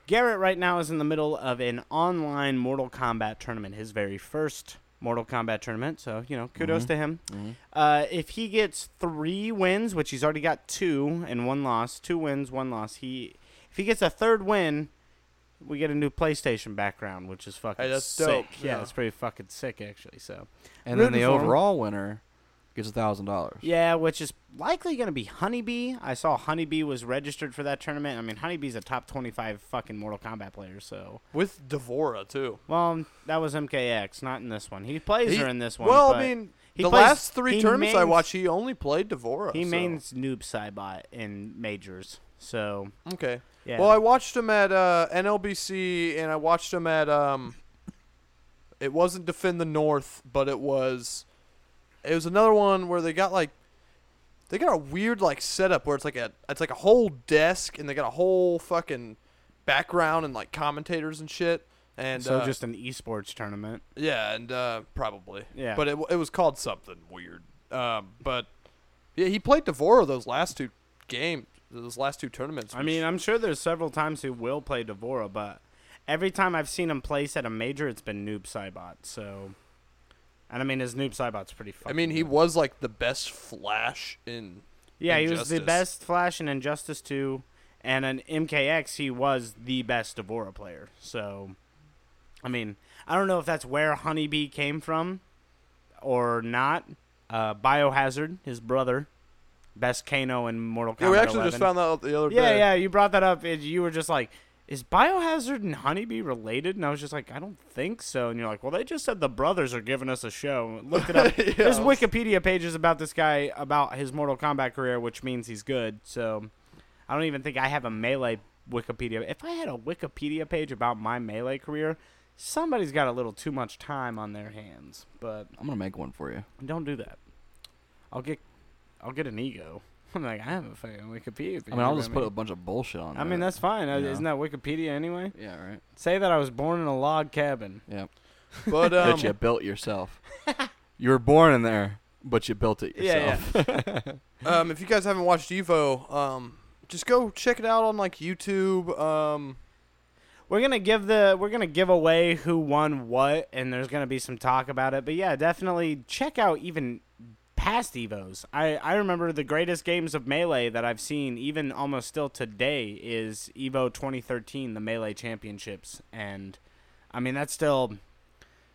S2: Garrett right now is in the middle of an online Mortal Kombat tournament, his very first Mortal Kombat tournament. So you know,
S4: Mm-hmm.
S2: kudos to him. Uh, if he gets three wins, which he's already got two and one loss, two wins, one loss. He if he gets a third win, we get a new PlayStation background, which is fucking
S4: Hey, that's
S2: sick.
S4: dope.
S2: Yeah,
S4: Yeah.
S2: it's pretty fucking sick actually. So
S3: And then
S2: Rooting
S3: the
S2: for 'em.
S3: overall winner gets a thousand dollars.
S2: yeah, which is likely going to be Honeybee. I saw Honeybee was registered for that tournament. I mean, Honeybee's a top twenty-five fucking Mortal Kombat player. So
S4: With Devora too.
S2: well, that was MKX, not in this one. He plays
S4: He-
S2: her in this one.
S4: well,
S2: but
S4: I mean,
S2: he
S4: the
S2: plays-
S4: last three
S2: he
S4: tournaments I
S2: mains-
S4: watched, he only played Devora.
S2: He
S4: so-
S2: mains Noob Saibot in majors. So
S4: Okay.
S2: yeah.
S4: Well, I watched him at uh, NLBC, and I watched him at um. It wasn't defend the North, but it was. It was another one where they got like, they got a weird like setup where it's like a it's like a whole desk, and they got a whole fucking background and like commentators and shit. And
S2: so
S4: uh,
S2: just an esports tournament.
S4: Yeah, and uh, probably.
S2: Yeah.
S4: But it, w- it was called something weird. Um, but yeah, he played Devoro those last two games, those last two tournaments.
S2: I
S4: which-
S2: mean, I'm sure there's several times he will play Devora, but every time I've seen him place at a major, it's been Noob Saibot. So, and I mean, his Noob Saibot's pretty fucking.
S4: I mean, he
S2: good.
S4: was like the best Flash in.
S2: yeah, he was the
S4: Injustice.
S2: best Flash in Injustice 2, and in MKX, he was the best Devora player. So, I mean, I don't know if that's where Honeybee came from or not. Uh, Biohazard, his brother, best Kano in Mortal Kombat.
S4: Yeah, we actually
S2: 11.
S4: just found that out the other
S2: Yeah,
S4: day.
S2: yeah. You brought that up, and you were just like, "Is Biohazard and Honeybee related?" And I was just like, "I don't think so." And you're like, "Well, they just said the brothers are giving us a show." Looked it up.
S4: Yeah.
S2: There's Wikipedia pages about this guy about his Mortal Kombat career, which means he's good. So, I don't even think I have a melee Wikipedia. If I had a Wikipedia page about my melee career, somebody's got a little too much time on their hands. But
S3: I'm gonna make one for you.
S2: don't do that. I'll get, I'll get an ego. I'm like, I have a fucking Wikipedia.
S3: I mean, I'll
S2: page,
S3: just put a bunch of bullshit on.
S2: I mean,
S3: there.
S2: that's fine. Uh,
S3: you
S2: Isn't that Wikipedia anyway?
S3: yeah, right.
S2: Say that I was born in a log cabin.
S3: Yeah,
S4: But
S3: that
S4: um,
S3: you built yourself. you were born in there, but you built it
S2: Yeah,
S3: yourself. Yeah,
S4: um, if you guys haven't watched Evo, um, just go check it out on like YouTube. Um,
S2: We're gonna give the we're gonna give away who won what, and there's gonna be some talk about it. But yeah, definitely check out even past Evos. I I remember the greatest games of melee that I've seen, even almost still today, is Evo 2013, the melee championships, and I mean that's still.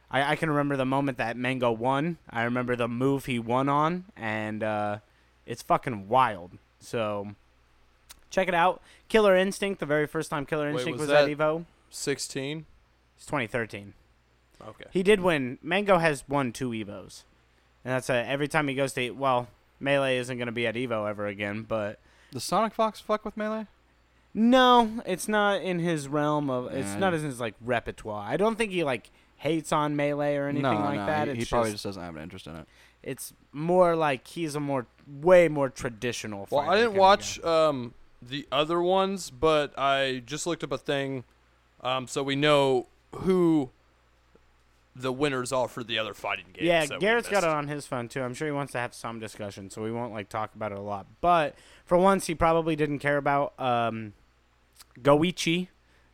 S2: I, I can remember the moment that Mango won. I remember the move he won on, and uh, it's fucking wild. So check it out. Killer Instinct, the very first time Killer
S4: Wait,
S2: Instinct was,
S4: was
S2: at
S4: that-
S2: Evo.
S4: sixteen.
S2: It's 2013.
S4: Okay.
S2: He did win. Mango has won two Evos, and that's a, every time he goes to well, melee isn't going to be at Evo ever again. But
S3: Does Sonic Fox fuck with melee?
S2: no, it's not in his realm of. It's
S3: Yeah.
S2: not in his like repertoire. I don't think he like hates on melee or anything
S3: no,
S2: like
S3: no,
S2: that.
S3: He,
S2: it's
S3: he probably
S2: just
S3: just doesn't have an interest in it.
S2: it's more like he's a more way more traditional.
S4: Well,
S2: fighter
S4: I didn't
S2: kinda
S4: watch um, the other ones, but I just looked up a thing um, so we know who the winners are for the other fighting games.
S2: Yeah,
S4: that we
S2: Garrett's got
S4: missed.
S2: it on his phone too. I'm sure he wants to have some discussion, so we won't like talk about it a lot. But for once, he probably didn't care about um, Goichi,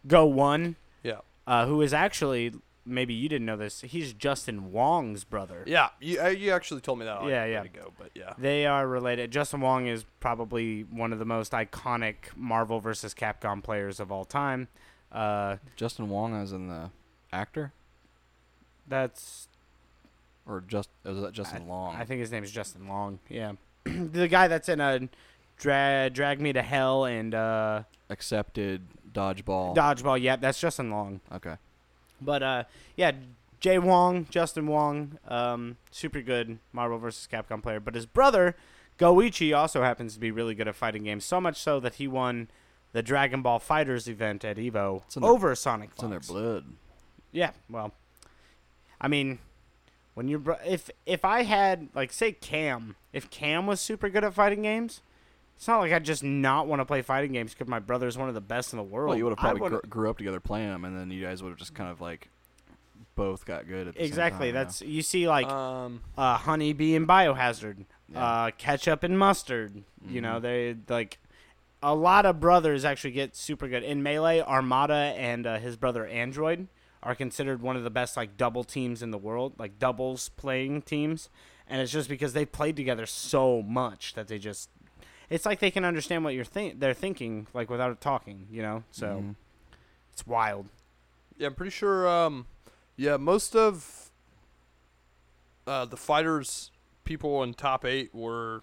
S2: Go One,
S4: Yeah.
S2: uh, who is actually maybe you didn't know this. He's Justin Wong's brother.
S4: Yeah, you, uh, you actually told me that.
S2: Yeah,
S4: Yeah,
S2: yeah.
S4: yeah. Ago, but yeah.
S2: They are related. Justin Wong is probably one of the most iconic Marvel versus Capcom players of all time. Uh,
S3: Justin Wong as in the actor,
S2: that's
S3: or just was that Justin Long?
S2: I think his name is Justin Long. Yeah, the guy that's in a dra- Drag Me to Hell and. Uh,
S3: Accepted dodgeball.
S2: Dodgeball, yeah, that's Justin Long.
S3: okay.
S2: But uh, yeah, Jay Wong, Justin Wong, um, super good Marvel vs. Capcom player. But his brother, Goichi, also happens to be really good at fighting games. So much so that he won the Dragon Ball Fighters event at Evo
S3: It's in their-
S2: over Sonic Fox.
S3: It's in their blood.
S2: Yeah, well, I mean, When you br- if if I had like say Cam, if Cam was super good at fighting games, it's not like I just not want to play fighting games because my brother's one of the best in the world.
S3: Well, you would have
S2: I
S3: probably
S2: wanna-
S3: gr- grew up together playing them, and then you guys would have just kind of like both got good at the same
S2: exactly.
S3: time, yeah.
S2: that's you see like
S4: um,
S2: uh, honeybee and biohazard,
S3: Yeah. Mm-hmm.
S2: uh, ketchup and mustard. You know, they like a lot of brothers actually get super good in melee. Armada and uh, his brother Android are considered one of the best like double teams in the world, like doubles playing teams, and it's just because they played together so much that they just. It's like they can understand what you're think they're thinking like without talking, you know. So
S3: Mhm.
S2: it's wild.
S4: yeah, I'm pretty sure. Um, yeah, most of uh, the fighters, people in top eight were,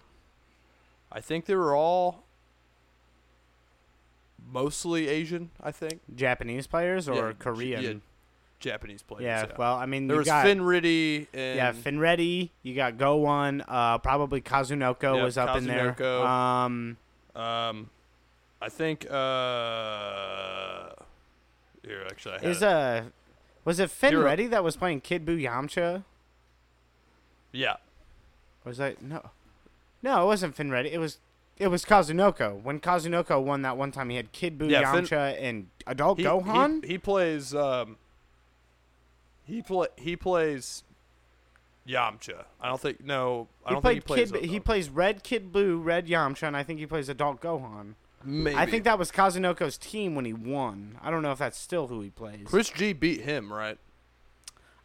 S4: I think they were all mostly Asian. I think
S2: Japanese players or
S4: Yeah, J-
S2: Korean?
S4: yeah, Japanese players.
S2: yeah, well, I mean,
S4: there
S2: you
S4: was
S2: got,
S4: Finn Riddy and
S2: Yeah, Finready. You got Go One. Uh, probably Kazunoko
S4: Yeah,
S2: was up in there.
S4: Kazunoko.
S2: Um,
S4: Um, I think uh, here actually I had
S2: is
S4: it.
S2: uh, was it
S4: Hero-
S2: Finready that was playing Kid Buu Yamcha?
S4: yeah
S2: Was that no? No, it wasn't Finready. It was it was Kazunoko. When Kazunoko won that one time, he had Kid Buu
S4: Yeah, Fin-
S2: Yamcha and Adult
S4: he,
S2: Gohan.
S4: He, he plays um. He play he plays Yamcha. I don't think no. I don't think he plays.
S2: Kid. Bu- he
S4: Adult.
S2: plays Red Kid Buu, Red Yamcha, and I think he plays Adult Gohan.
S4: Maybe.
S2: I think that was Kazunoko's team when he won. I don't know if that's still who he plays.
S4: Chris G beat him right.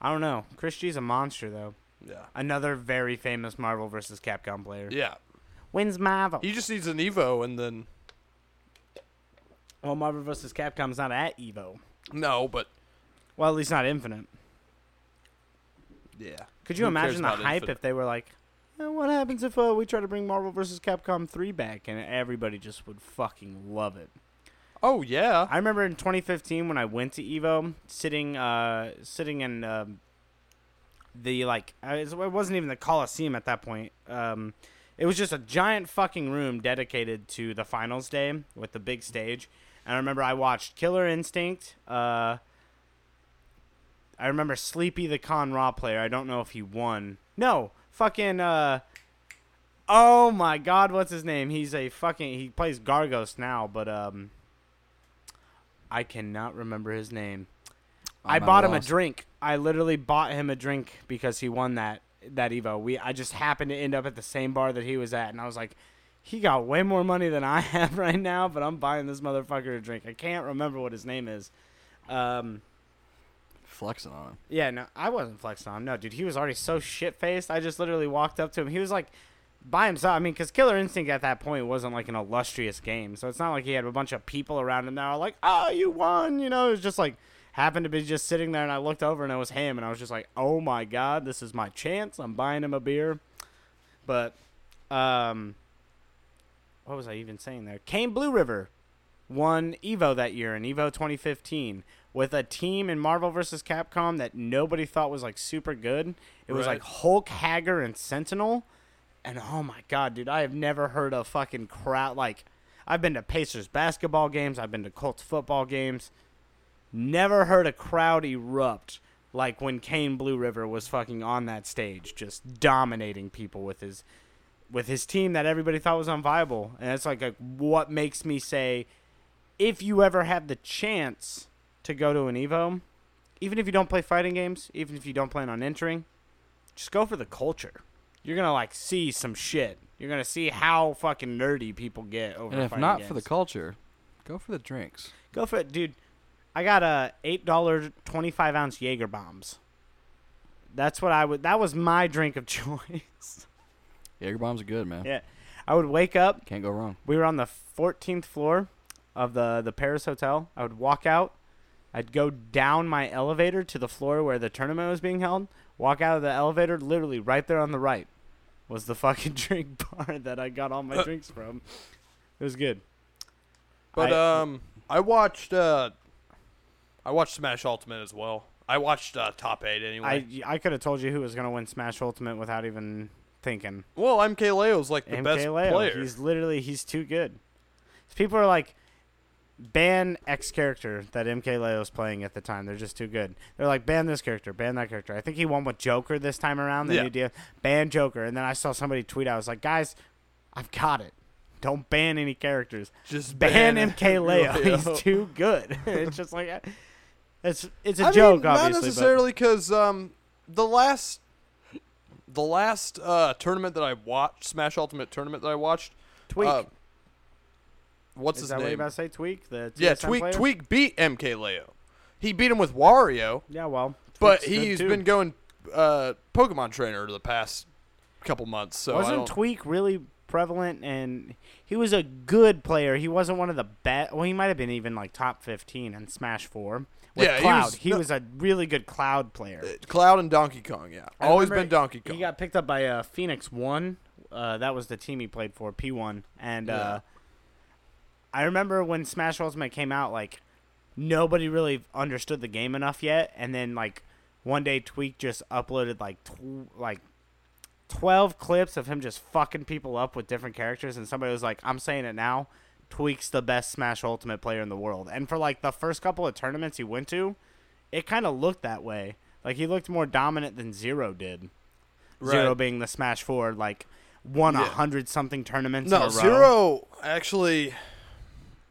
S2: I don't know. Chris G's a monster though.
S4: Yeah.
S2: Another very famous Marvel versus Capcom player.
S4: Yeah.
S2: Wins Marvel.
S4: He just needs an Evo and then
S2: well, Marvel versus Capcom's not at Evo.
S4: no, but
S2: Well, at least not Infinite.
S4: yeah.
S2: Could you
S4: Who cares
S2: imagine the
S4: about
S2: hype
S4: Infinite?
S2: if they were like, "Eh, "What happens if uh, we try to bring Marvel versus Capcom 3 back?" And everybody just would fucking love it.
S4: Oh yeah.
S2: I remember in 2015 when I went to Evo, sitting, uh, sitting in um, the like, uh, it wasn't even the Coliseum at that point. Um, it was just a giant fucking room dedicated to the finals day with the big stage. And I remember I watched Killer Instinct. Uh, I remember Sleepy the Con Ra player. I don't know if he won. No, fucking. Uh, oh my God, what's his name? He's a fucking. He plays Gargos now, but um, I cannot remember his name. i
S3: I'm at
S2: bought him
S3: Oh, loss.
S2: a drink. I literally bought him a drink because he won that that Evo. We I just happened to end up at the same bar that he was at, and I was like, he got way more money than I have right now, but I'm buying this motherfucker a drink. I can't remember what his name is. Um,
S3: flexing on him.
S2: yeah, no, I wasn't flexing on him. No, dude, he was already so shit faced. I just literally walked up to him. He was like by himself. I mean, because Killer Instinct at that point wasn't like an illustrious game, so it's not like he had a bunch of people around him that were like, "Oh, you won," you know. It was just like happened to be just sitting there, and I looked over and it was him, and I was just like, "Oh my god, this is my chance. I'm buying him a beer." But, um, what was I even saying there? Came Blue River won Evo that year in Evo 2015 with a team in Marvel vs. Capcom that nobody thought was like super good. It was
S4: Right.
S2: like Hulk, Hager, and Sentinel. And oh my god, dude, I have never heard a fucking crowd like. I've been to Pacers basketball games. I've been to Colts football games. Never heard a crowd erupt like when Kane Blue River was fucking on that stage, just dominating people with his with his team that everybody thought was unviable. And that's like, like what makes me say, if you ever have the chance to go to an Evo, even if you don't play fighting games, even if you don't plan on entering, just go for the culture. You're gonna like see some shit. You're gonna see how fucking nerdy people get over.
S3: And if
S2: fighting
S3: not
S2: games.
S3: for the culture, go for the drinks.
S2: Go for it, dude. I got a eight dollar twenty five ounce Jaeger bombs. That's what I would. That was my drink of choice.
S3: Jaeger bombs are good, man.
S2: Yeah. I would wake up.
S3: Can't go wrong.
S2: We were on the 14th floor of the the Paris hotel. I would walk out. I'd go down my elevator to the floor where the tournament was being held. Walk out of the elevator, literally right there on the right, was the fucking drink bar that I got all my drinks from. It was good.
S4: But
S2: I-
S4: um, I watched uh, I watched Smash Ultimate as well. I watched uh, top eight anyway.
S2: I I could have told you who was gonna win Smash Ultimate without even thinking.
S4: well, MKLeo's like the best
S2: MKLeo.
S4: player.
S2: He's literally he's too good. People are like, ban X character that MKLeo was playing at the time. They're just too good. They're like ban this character, ban that character. I think he won with Joker this time around. The
S4: Yeah.
S2: new deal, ban Joker. And then I saw somebody tweet. I was like, guys, I've got it. Don't ban any characters.
S4: Just
S2: Ban,
S4: ban
S2: MKLeo.
S4: MKLeo.
S2: He's too good. it's just like. uh, It's it's a
S4: I
S2: joke,
S4: mean,
S2: obviously.
S4: Not
S2: but-
S4: necessarily because um, the last the last uh, tournament that I watched, Smash Ultimate tournament that I watched,
S2: Tweak.
S4: uh, what's
S2: Is
S4: his
S2: that what
S4: name?
S2: you about to say? Tweak the
S4: yeah,
S2: TSM
S4: Tweak.
S2: player?
S4: Tweak beat MKLeo. He beat him with Wario,
S2: Yeah, well,
S4: but
S2: Tweak's good
S4: he's
S2: too.
S4: been going uh, Pokemon trainer the past couple months. So I
S2: wasn't
S4: don't-
S2: Tweak really prevalent? And he was a good player. He wasn't one of the best. Well, he might have been even like top fifteen in Smash Four. With
S4: Yeah, he
S2: Cloud.
S4: was-
S2: He
S4: no-
S2: was a really good Cloud player.
S4: Cloud and Donkey Kong. Yeah,
S2: I
S4: always
S2: remember
S4: been Donkey Kong.
S2: He got picked up by uh, Phoenix One. Uh, that was the team he played for, P One. And uh, I remember when Smash Ultimate came out, like nobody really understood the game enough yet. And then like one day, Tweak just uploaded like tw- like. 12 clips of him just fucking people up with different characters and somebody was like i'm saying it now tweaks the best smash ultimate player in the world and for like the first couple of tournaments he went to it kind of looked that way like he looked more dominant than zero did Zero
S4: Right.
S2: being the Smash Four, like won a
S4: Yeah.
S2: hundred something tournaments. in a
S4: No,
S2: row.
S4: zero actually,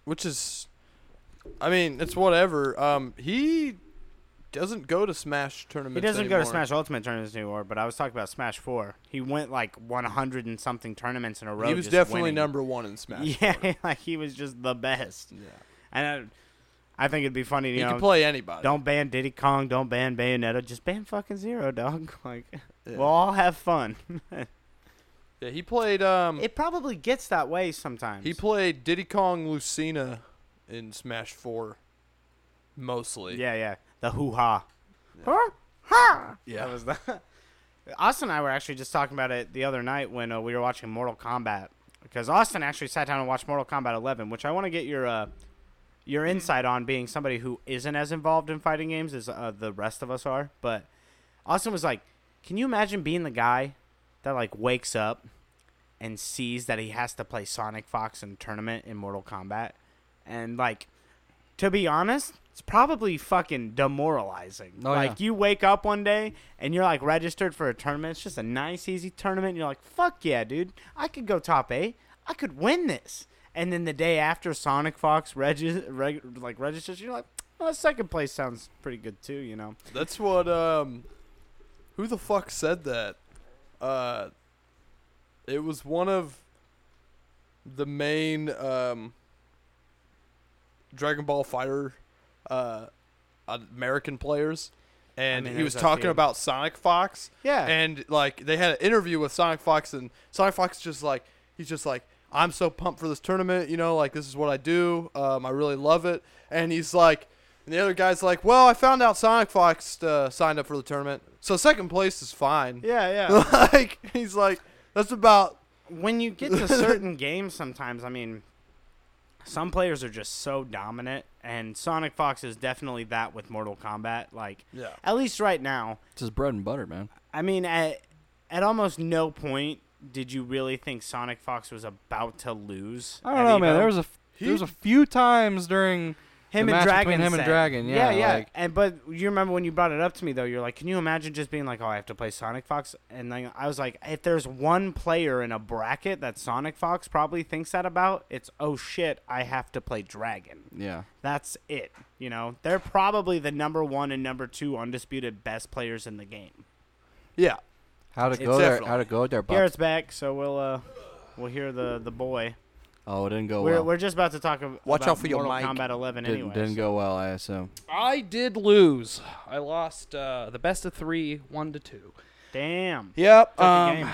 S4: which is, I mean, it's whatever. Um, he doesn't go to Smash
S2: He
S4: tournaments.
S2: doesn't go to
S4: anymore.
S2: Smash Ultimate tournaments anymore. But I was talking about Smash Four. He went like one hundred and something tournaments in a row.
S4: He was
S2: just
S4: definitely
S2: winning.
S4: number one in Smash.
S2: Yeah, like he was just the best.
S4: Yeah.
S2: And I, I think it'd be funny. You
S4: He
S2: know,
S4: can play anybody.
S2: don't ban Diddy Kong. Don't ban Bayonetta. Just ban fucking Zero, dog. Like
S4: Yeah.
S2: we'll all have fun.
S4: Yeah, he played. Um,
S2: it probably gets that way sometimes.
S4: he played Diddy Kong Lucina in Smash Four, mostly.
S2: Yeah, yeah. The hoo ha.
S4: Yeah.
S2: That was the. Austin and I were actually just talking about it the other night when uh, we were watching Mortal Kombat because Austin actually sat down and watched Mortal Kombat 11, which I want to get your uh, your insight on being somebody who isn't as involved in fighting games as uh, the rest of us are. But Austin was like, "Can you imagine being the guy that like wakes up and sees that he has to play Sonic Fox in a tournament in Mortal Kombat?" And like, to be honest, it's probably fucking demoralizing.
S3: Oh,
S2: like
S3: yeah.
S2: you wake up one day and you're like registered for a tournament. It's just a nice, easy tournament. And you're like, fuck yeah, dude. I could go top eight. I could win this. And then the day after Sonic Fox regi- reg- like registers, you're like, well, second place sounds pretty good too, you know.
S4: That's what. Um, who the fuck said that? Uh, it was one of the main um, Dragon Ball Fighter uh, American players, and
S2: mean,
S4: he
S2: there's
S4: was
S2: a
S4: talking
S2: few.
S4: about Sonic Fox.
S2: Yeah.
S4: and like they had an interview with Sonic Fox, and Sonic Fox just like he's just like. I'm so pumped for this tournament, you know, like this is what I do. Um, I really love it. And he's like, and the other guy's like, well, I found out Sonic Fox uh, signed up for the tournament, so second place is fine.
S2: Yeah, yeah.
S4: like he's like that's about
S2: when you get to certain games sometimes i mean some players are just so dominant and sonic fox is definitely that with mortal kombat like
S4: yeah
S2: at least right now
S3: It's his bread and butter, man.
S2: i mean at, at almost no point did you really think sonic fox was about to lose
S3: I don't
S2: at E
S3: know, man.
S2: Evo.
S3: There was a there was a few times during
S2: him and
S3: the match
S2: Dragon.
S3: between him and
S2: said-
S3: Dragon, yeah,
S2: yeah.
S3: like-
S2: and but you remember when you brought it up to me though, you're like, "Can you imagine just being like, oh, I have to play Sonic Fox?" And then I was like, "If there's one player in a bracket that Sonic Fox probably thinks that about, it's oh shit, I have to play Dragon."
S3: yeah.
S2: That's it. You know, they're probably the number one and number two undisputed best players in the game.
S4: yeah
S3: How to
S4: It's
S3: go there?
S4: definitely-
S3: How to go there? Bub.
S2: Garrett's back, so we'll uh, we'll hear the the boy.
S3: Oh, it didn't go
S2: We're,
S3: well.
S2: we're just about to talk ab-
S4: Watch
S2: about
S4: out for your
S2: Mortal
S4: mic.
S2: Kombat 11
S3: didn't,
S2: anyway.
S3: didn't go well. I assume.
S1: I did lose. I lost uh, the best of three, one to two.
S2: Damn.
S1: Yep.
S2: Took
S1: um,
S2: the game.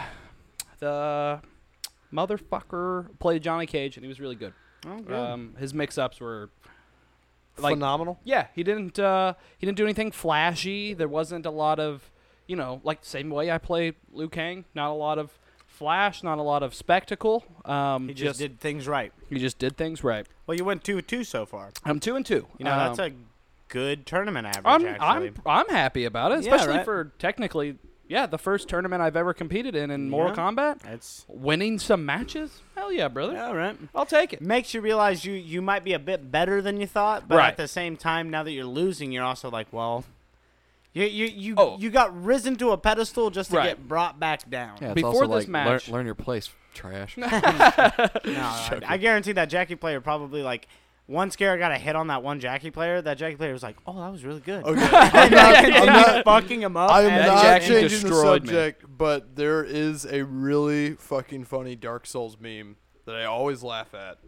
S1: the motherfucker played Johnny Cage, and he was really good.
S2: Oh, good.
S1: Um, his mix-ups were like
S4: phenomenal
S1: yeah, he didn't uh, he didn't do anything flashy. There wasn't a lot of you know like same way I play Liu Kang. Not a lot of flash, not a lot of spectacle. Um,
S2: he just did things right.
S1: he just did things right.
S2: Well, you went two two so far.
S1: I'm two and two.
S2: You know, that's
S1: Um,
S2: a good tournament average.
S1: I'm,
S2: actually,
S1: I'm I'm happy about it,
S2: Yeah,
S1: especially
S2: right?
S1: for technically Yeah, the first tournament I've ever competed in in Mortal
S2: Yeah.
S1: Kombat,
S2: That's
S1: winning some matches. Hell yeah, brother!
S2: all right.
S1: I'll take it.
S2: Makes you realize you you might be a bit better than you thought, but
S1: Right.
S2: at the same time, now that you're losing, you're also like, well, you you you,
S1: Oh.
S2: you got risen to a pedestal just to
S1: Right.
S2: get brought back down.
S3: Yeah, it's
S1: Before
S3: also
S1: this
S3: like,
S1: match-
S3: learn, learn your place, trash.
S2: No, I, I guarantee that Jackie player probably like one scare got a hit on that one Jackie player. That Jackie player was like, "Oh, that was really good."
S4: Okay.
S2: and now
S1: Yeah,
S2: continues
S4: yeah, yeah.
S2: fucking him up.
S4: I am
S2: and
S1: that
S4: not
S1: Jack
S4: changing the
S1: destroyed me.
S4: subject, but there is a really fucking funny Dark Souls meme that I always laugh at.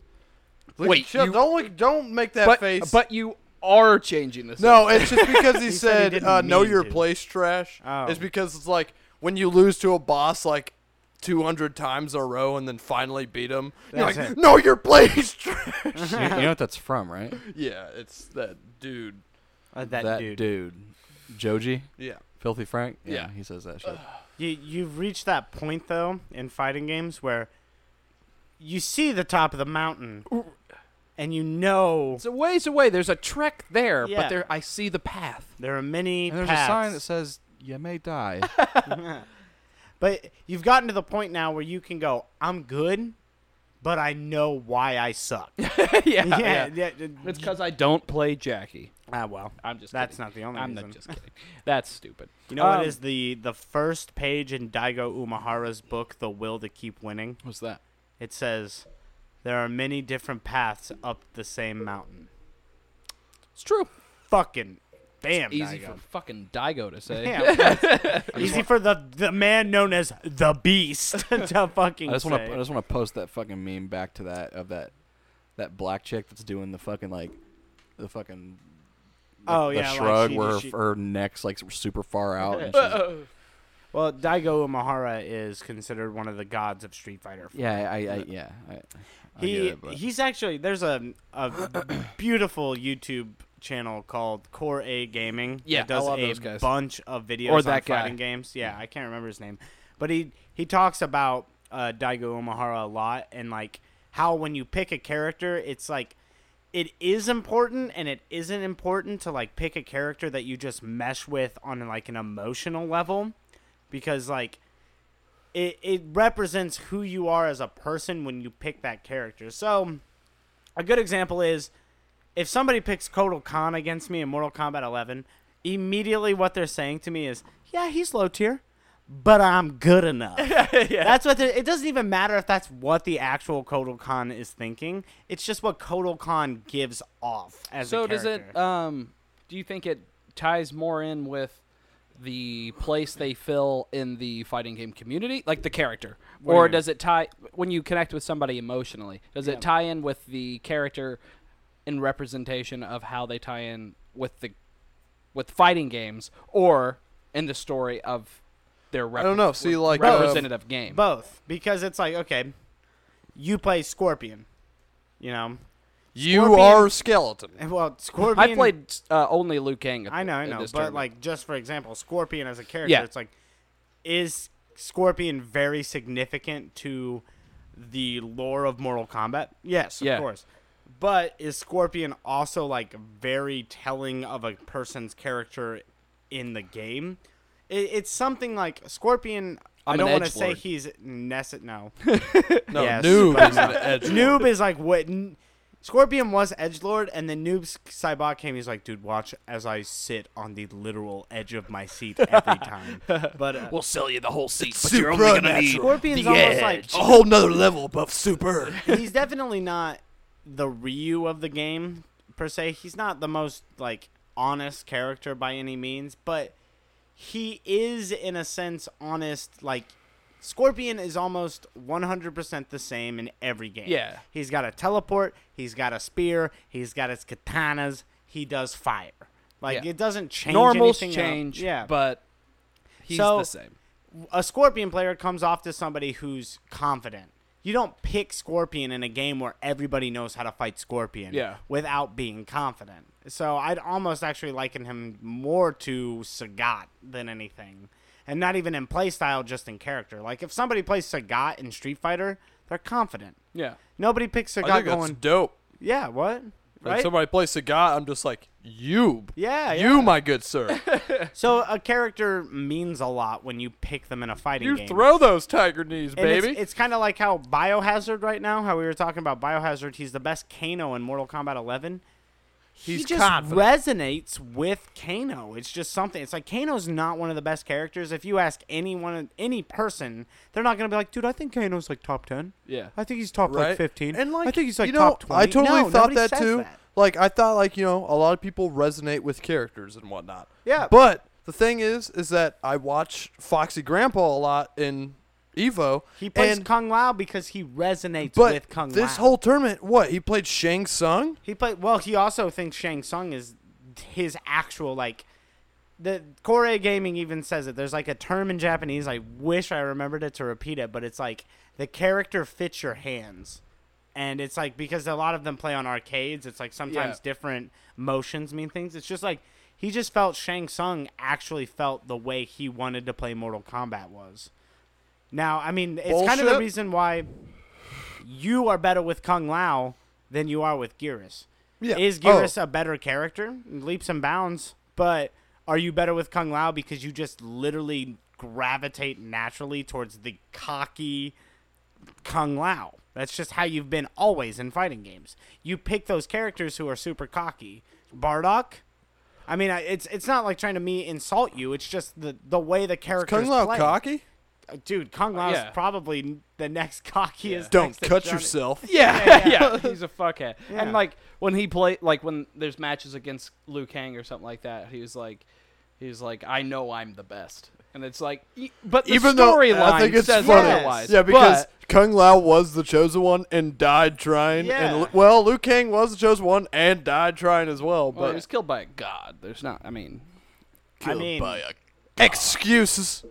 S4: Look,
S1: Wait,
S4: shut-
S1: you-
S4: don't look, don't make that
S1: but
S4: face.
S1: but you are changing this.
S4: no, it's just because he,
S2: He said he
S4: said,
S2: didn't
S4: uh, "Know
S2: mean
S4: your
S2: to."
S4: place, trash."
S2: Oh.
S4: It's because it's like when you lose to a boss like 200 times in a row and then finally beat him. You're
S2: That's
S4: like,
S2: it.
S4: "Know your place, trash."
S3: you, you know what that's from, right?
S4: yeah, it's that dude.
S2: Uh, that, dude.
S3: Joji,
S4: Yeah.
S3: Filthy Frank.
S4: Yeah.
S3: he says that shit.
S2: You you've reached that point though in fighting games where you see the top of the mountain, and you know
S1: It's a ways away. There's a trek there,
S2: Yeah.
S1: but there I see the path.
S2: there are many
S3: and there's
S2: paths.
S3: a sign that says you may die.
S2: But you've gotten to the point now where you can go, I'm good, but I know why I suck. yeah,
S1: yeah,
S2: yeah.
S1: It's because I don't play Jackie.
S2: ah, well,
S1: I'm just.
S2: that's
S1: kidding.
S2: not the only
S1: I'm
S2: reason.
S1: not just kidding. That's stupid.
S2: You know what
S1: Um,
S2: is the the first page in Daigo Umahara's book, The Will to Keep Winning?
S1: What's that?
S2: It says, "There are many different paths up the same mountain."
S1: It's true.
S2: Fucking, bam,
S1: Easy
S2: Daigo.
S1: for fucking Daigo to say.
S2: Yeah, that's- easy for the the man known as the Beast to fucking.
S3: I just
S2: want
S3: want to I just want to post that fucking meme back to that of that that black chick that's doing the fucking like the fucking like,
S2: Oh,
S3: the
S2: yeah, like
S3: shrug
S2: she-
S3: where her,
S2: she-
S3: her neck's like super far out. And she's,
S2: Well, Daigo Umahara is considered one of the gods of Street Fighter.
S3: yeah, I, I yeah. I, I
S2: He
S3: get it, but-
S2: he's actually there's a a beautiful YouTube channel called Core A Gaming.
S1: Yeah, I
S2: that does
S1: love
S2: a
S1: those guys.
S2: bunch of videos
S1: Or
S2: on
S1: that guy.
S2: fighting games. Yeah, I can't remember his name, but he he talks about uh, Daigo Umahara a lot and like how when you pick a character, it's like it is important and it isn't important to like pick a character that you just mesh with on like an emotional level because like it it represents who you are as a person when you pick that character. So a good example is if somebody picks Kotal Khan against me in Mortal Kombat 11, immediately what they're saying to me is, "Yeah, he's low tier, but I'm good enough." That's what they're- it doesn't even matter if that's what the actual Kotal Khan is thinking. It's just what Kotal Khan gives off as
S1: so
S2: a
S1: does
S2: character.
S1: it? Um, do you think it ties more in with the place they fill in the fighting game community, like the character,
S2: do you
S1: or
S2: mean?
S1: does it tie when you connect with somebody emotionally? Does it tie in with the character in representation of how they tie in with the with fighting games, or in the story of their rep-
S4: I don't know. See, like, uh,
S1: representative game?
S2: both because it's like, okay, you play Scorpion, you know.
S4: You
S2: Scorpion-
S4: are skeleton.
S2: And, Well, Scorpion.
S1: I played uh, only Liu Kang. at
S2: I know,
S1: th-
S2: I
S1: at
S2: know, but
S1: this tournament.
S2: like just for example, Scorpion as a character,
S1: Yeah.
S2: it's like, is Scorpion very significant to the lore of Mortal Kombat? Yes, of
S1: Yeah.
S2: course. But is Scorpion also like very telling of a person's character in the game? It, it's something like Scorpion.
S1: I'm
S2: I do
S1: an
S2: not want to say
S1: edgelord.
S2: he's nece- no.
S4: No,
S2: Yes,
S4: noob
S2: but-
S4: is an edge.
S2: Noob is like what. N- Scorpion was Edgelord, and then Noob's Cybot came. He's like, dude, watch as I sit on the literal edge of my seat every time. But uh,
S5: We'll sell you the whole seat, but you're
S4: you're only
S5: only
S4: gonna
S5: going to
S4: need
S5: need
S2: Scorpion's
S5: the
S2: almost
S5: edge.
S2: like
S4: a whole nother level above super.
S2: he's definitely not the Ryu of the game per se. He's not the most like honest character by any means, but he is in a sense honest. Like Scorpion is almost 100% the same in every game.
S1: Yeah.
S2: He's got a teleport, he's got a spear, he's got his katanas, he does fire. Like
S1: Yeah.
S2: it doesn't change
S1: normals
S2: anything up.
S1: change,
S2: Yeah.
S1: but he's
S2: So-
S1: the same.
S2: a Scorpion player comes off to somebody who's confident. You don't pick Scorpion in a game where everybody knows how to fight Scorpion
S1: Yeah.
S2: without being confident. So I'd almost actually liken him more to Sagat than anything. And not even in playstyle, just in character. Like if somebody plays Sagat in Street Fighter, they're confident.
S1: Yeah.
S2: Nobody picks
S4: I
S2: Sagat
S4: think that's
S2: going,
S4: dope.
S2: yeah, what?
S4: And
S2: Right?
S4: somebody plays cigar, I'm just like, you.
S2: Yeah,
S4: You, my good sir.
S2: So a character means a lot when you pick them in a fighting
S4: you
S2: game.
S4: throw those tiger knees,
S2: And
S4: baby.
S2: It's, it's kind of like how Biohazard right now, how we were talking about Biohazard. He's the best Kano in Mortal Kombat 11. he
S4: He's
S2: just
S4: confident.
S2: resonates with Kano. It's just something. It's like Kano's not one of the best characters. If you ask anyone, any person, they're not gonna be like, "Dude, I think Kano's like top ten.
S1: Yeah.
S2: I think he's top like
S4: right?
S2: fifteen.
S4: And like
S2: I think he's like
S4: you know,
S2: top twenty.
S4: I totally
S2: No,
S4: thought
S2: nobody
S4: that
S2: says
S4: too.
S2: that.
S4: Like I thought like, you know, a lot of people resonate with characters and whatnot.
S2: Yeah.
S4: But the thing is is that I watch Foxy Grandpa a lot in Evo.
S2: He plays
S4: and,
S2: Kung Lao because he resonates
S4: but
S2: with Kung Lao.
S4: this whole tournament, what? He played Shang Tsung?
S2: He played well. He also thinks Shang Tsung is his actual like. The Korea Gaming even says it. There's like a term in Japanese. I wish I remembered it to repeat it, but it's like the character fits your hands, and it's like because a lot of them play on arcades. It's like sometimes
S4: Yeah.
S2: different motions mean things. It's just like he just felt Shang Tsung actually felt the way he wanted to play Mortal Kombat was. Now, I mean, it's kind of the
S4: Bullshit.
S2: reason why you are better with Kung Lao than you are with Gearus.
S4: Yeah.
S2: Is Gearus a better character? Leaps and bounds. But are you better with Kung Lao because you just literally gravitate naturally towards the cocky Kung Lao? That's just how you've been always in fighting games. You pick those characters who are super cocky. Bardock. I mean, I- it's it's not like trying to me insult you. It's just the the way the characters
S4: Kung Lao
S2: play.
S4: cocky?
S2: Uh, dude, Kung Lao's
S1: yeah.
S2: probably the next cockiest.
S4: Don't
S2: next to
S4: cut
S2: Johnny-
S4: yourself.
S1: Yeah, yeah, he's a fuckhead.
S2: Yeah.
S1: And like when he play, like when there's matches against Liu Kang or something like that, he was like, he was like, I know I'm the best, and it's like, e- but the
S4: Even though I think
S1: storyline
S4: it's
S1: says
S4: funny.
S1: otherwise.
S4: Yeah, because
S1: But-
S4: Kung Lao was the chosen one and died trying.
S2: Yeah.
S4: And Lu- well, Liu Kang was the chosen one and died trying as well. But
S1: well, he was killed by a god. There's not. I mean,
S2: I mean,
S4: excuses.